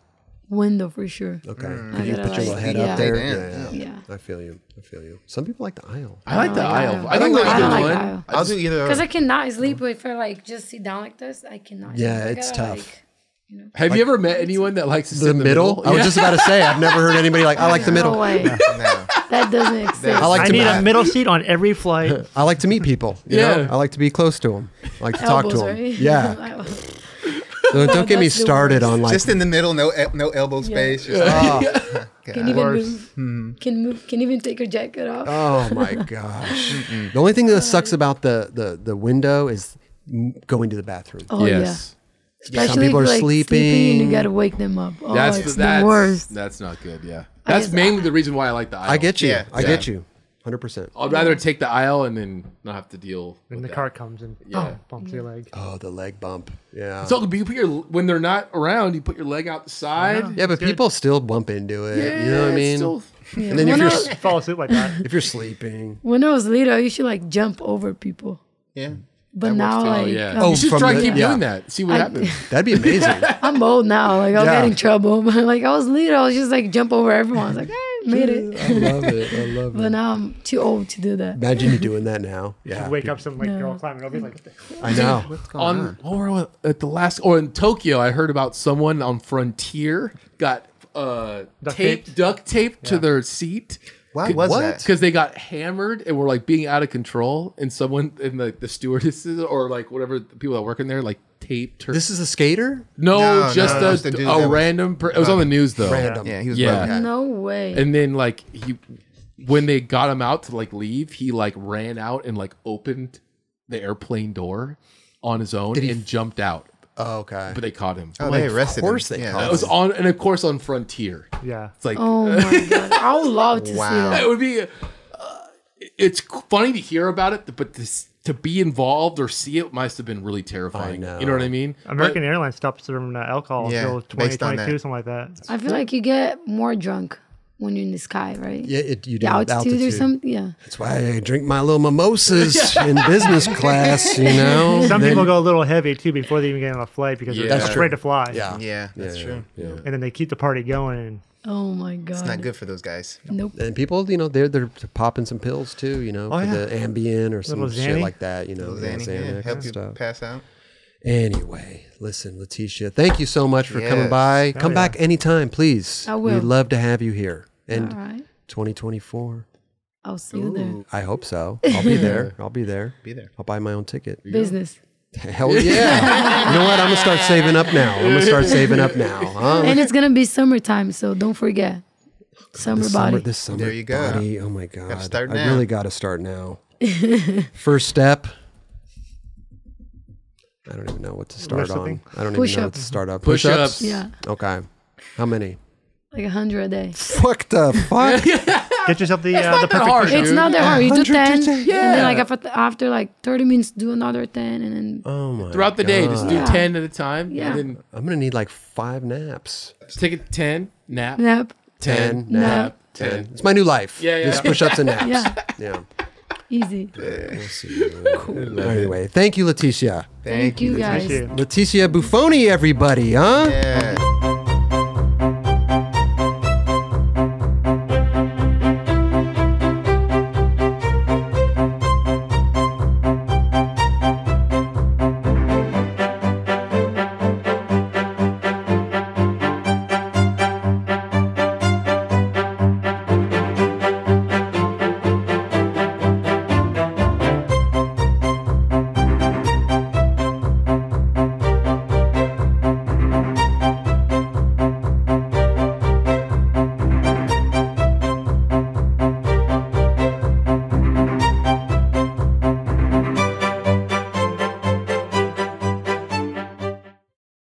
window for sure.
Okay.
I
Could you
gotta
put your little
like-
head
yeah.
up there?
Yeah.
Yeah.
I feel you. I feel you. Some people like the aisle.
I like the aisle.
aisle.
I think
I
that's
like
a good
aisle.
one.
I'll do either.
Because I cannot sleep if I like just sit down like this. I cannot.
Yeah,
I
it's
gotta,
tough.
like-
Have you ever met anyone that likes to sit
The
in the
middle? I was just about to say, I've never heard anybody like, I like the
No
middle. [laughs]
[laughs]
way.
no.
that doesn't exist.
I like
I
to
need
I,
a middle seat on
[laughs]
every flight.
like to meet people. You yeah.
Yeah.
I like to be close to them. I like to talk to
Elbows,
them. Yeah.
right? [laughs]
Don't, don't get me
That's the
started
worst.
on like,
Just in the middle, no el- no elbow space. Just
[laughs]
[laughs]
can even move.
Hmm.
Can move. Can even take her jacket off.
[laughs] oh
[laughs]
my gosh. the only thing that sucks about the, the, the window is m- going to the bathroom.
oh
yes.
yeah. Especially
Some people
if,
are
like, and
sleeping.
you gotta wake them up. Oh,
That's
it's
that's,
the worst.
That's not good. Yeah. That's
guess-
mainly the reason why I like the aisle.
I get you.
Yeah.
I get you. 100%.
I'd rather take the aisle and then not have to deal. With
When the
that.
car comes and
Yeah.
bump, bumps your leg.
Oh, the leg bump. Yeah.
So you put your when they're not around, you put your leg out the side.
Uh-huh. yeah, but
good.
people still bump into it. you know what I
it's
mean?
still-
and then if
When
you're,
I-
s-
Fall asleep like
[laughs]
that.
if you're sleeping.
When I was little, I used to like jump over people,
yeah.
but now
oh
like
yeah.
I'm,
Oh,
you should
from
try
the-
and keep
yeah.
doing that. See what
[laughs]
happens.
That'd be amazing. [laughs]
I'm old now. Like I'll
Yeah.
get in trouble. [laughs] But like I was little, I was just like jump over everyone. I was like, "Ah, I made it.
I love it. I love
But now I'm too old to do that.
Imagine you doing that now. Yeah.
Wake up some like girl climbing over
[laughs]
you like
I know.
on or at the last or in Tokyo, I heard about someone on Frontier got uh
Duct
tape
taped?
duct tape to their seat.
Why was that?
Because they got hammered and were like being out of control, and someone and like the stewardesses or like whatever the people that work in there like taped her.
This is a skater?
no,
No, no,
just
no,
a,
just a dude
a
that was-
random. Per- it was on the news though.
Random.
Yeah, he was
Yeah.
broke.
No way.
And then like he, when they got him out to like leave, he like ran out and like opened the airplane door on his own and jumped out.
Oh, okay.
But they caught him.
Oh,
I'm like,
they arrested him.
course they
yeah.
caught
It was on, and of course on Frontier.
yeah.
It's like
[laughs] oh my god, I would love to see
Wow.
[laughs]
that.
it would be. Uh, it's funny to hear about it, but this, to be involved or see it must have been really terrifying.
I know.
You know what I mean?
American Airlines stops serving uh, alcohol
Yeah,
until
based on
2022,
that.
something like that.
I feel like you get more drunk when you're in the sky, right?
yeah, it, you do
The
altitude,
altitude,
altitude
or something. Yeah.
That's why I drink my little
[laughs]
mimosas in business class, you know?
Some
Then-
people go a little heavy too before they even get on a flight because
Yeah.
they're
That's
afraid to fly.
Yeah.
Yeah, that's true.
Yeah.
And then they keep the party going. And
Oh my god.
It's not good for those guys.
Nope.
And people, you know, they're they're popping some pills too, you know,
Oh,
for
yeah.
the Ambien or some
Little
shit
Xanny.
like that, you know, yeah, Xanax
Xanax, yeah,
and
help you
stuff.
pass out.
Anyway, listen, Letitia, thank you so much for coming
Yes.
by.
Oh,
Come back anytime, please.
I will.
We'd love to have you here. And
All right.
2024.
I'll see you there.
I hope so. I'll
[laughs]
be there. I'll be there.
Be there.
I'll buy my own ticket.
Business.
Hell yeah. you know what? I'm going to start saving up now. I'm going to start saving up now.
[laughs]
Huh?
And it's gonna be summertime, so don't forget. Summer
This
body.
summer, this summer.
There you go.
body, Oh my God.
start
I
now.
really got to start
[laughs]
now. First step. I don't even know what to start
Lift
on.
something?
I don't even know
Push-up.
what to start on.
Push ups.
yeah,
Okay. How many?
like a hundred a day.
Fuck
[laughs]
the fuck.
Get yourself the uh, the perfect.
hard,
push-up.
It's not that hard. You do
100 to
ten,
10,
and then like after, after like thirty minutes, do another ten, and then
Oh my.
Throughout the day, just do
Yeah.
10 at a time.
Yeah.
And then
I'm gonna need like five naps.
just take it 10, nap,
nap.
10,
Nap.
nap, 10.
Ten. It's my new life.
Yeah, yeah.
Just push ups and naps.
Yeah,
yeah.
easy.
Anyway, thank you, Leticia.
Thank you guys.
Appreciate it.
Leticia Buffoni, everybody, huh?
Yeah.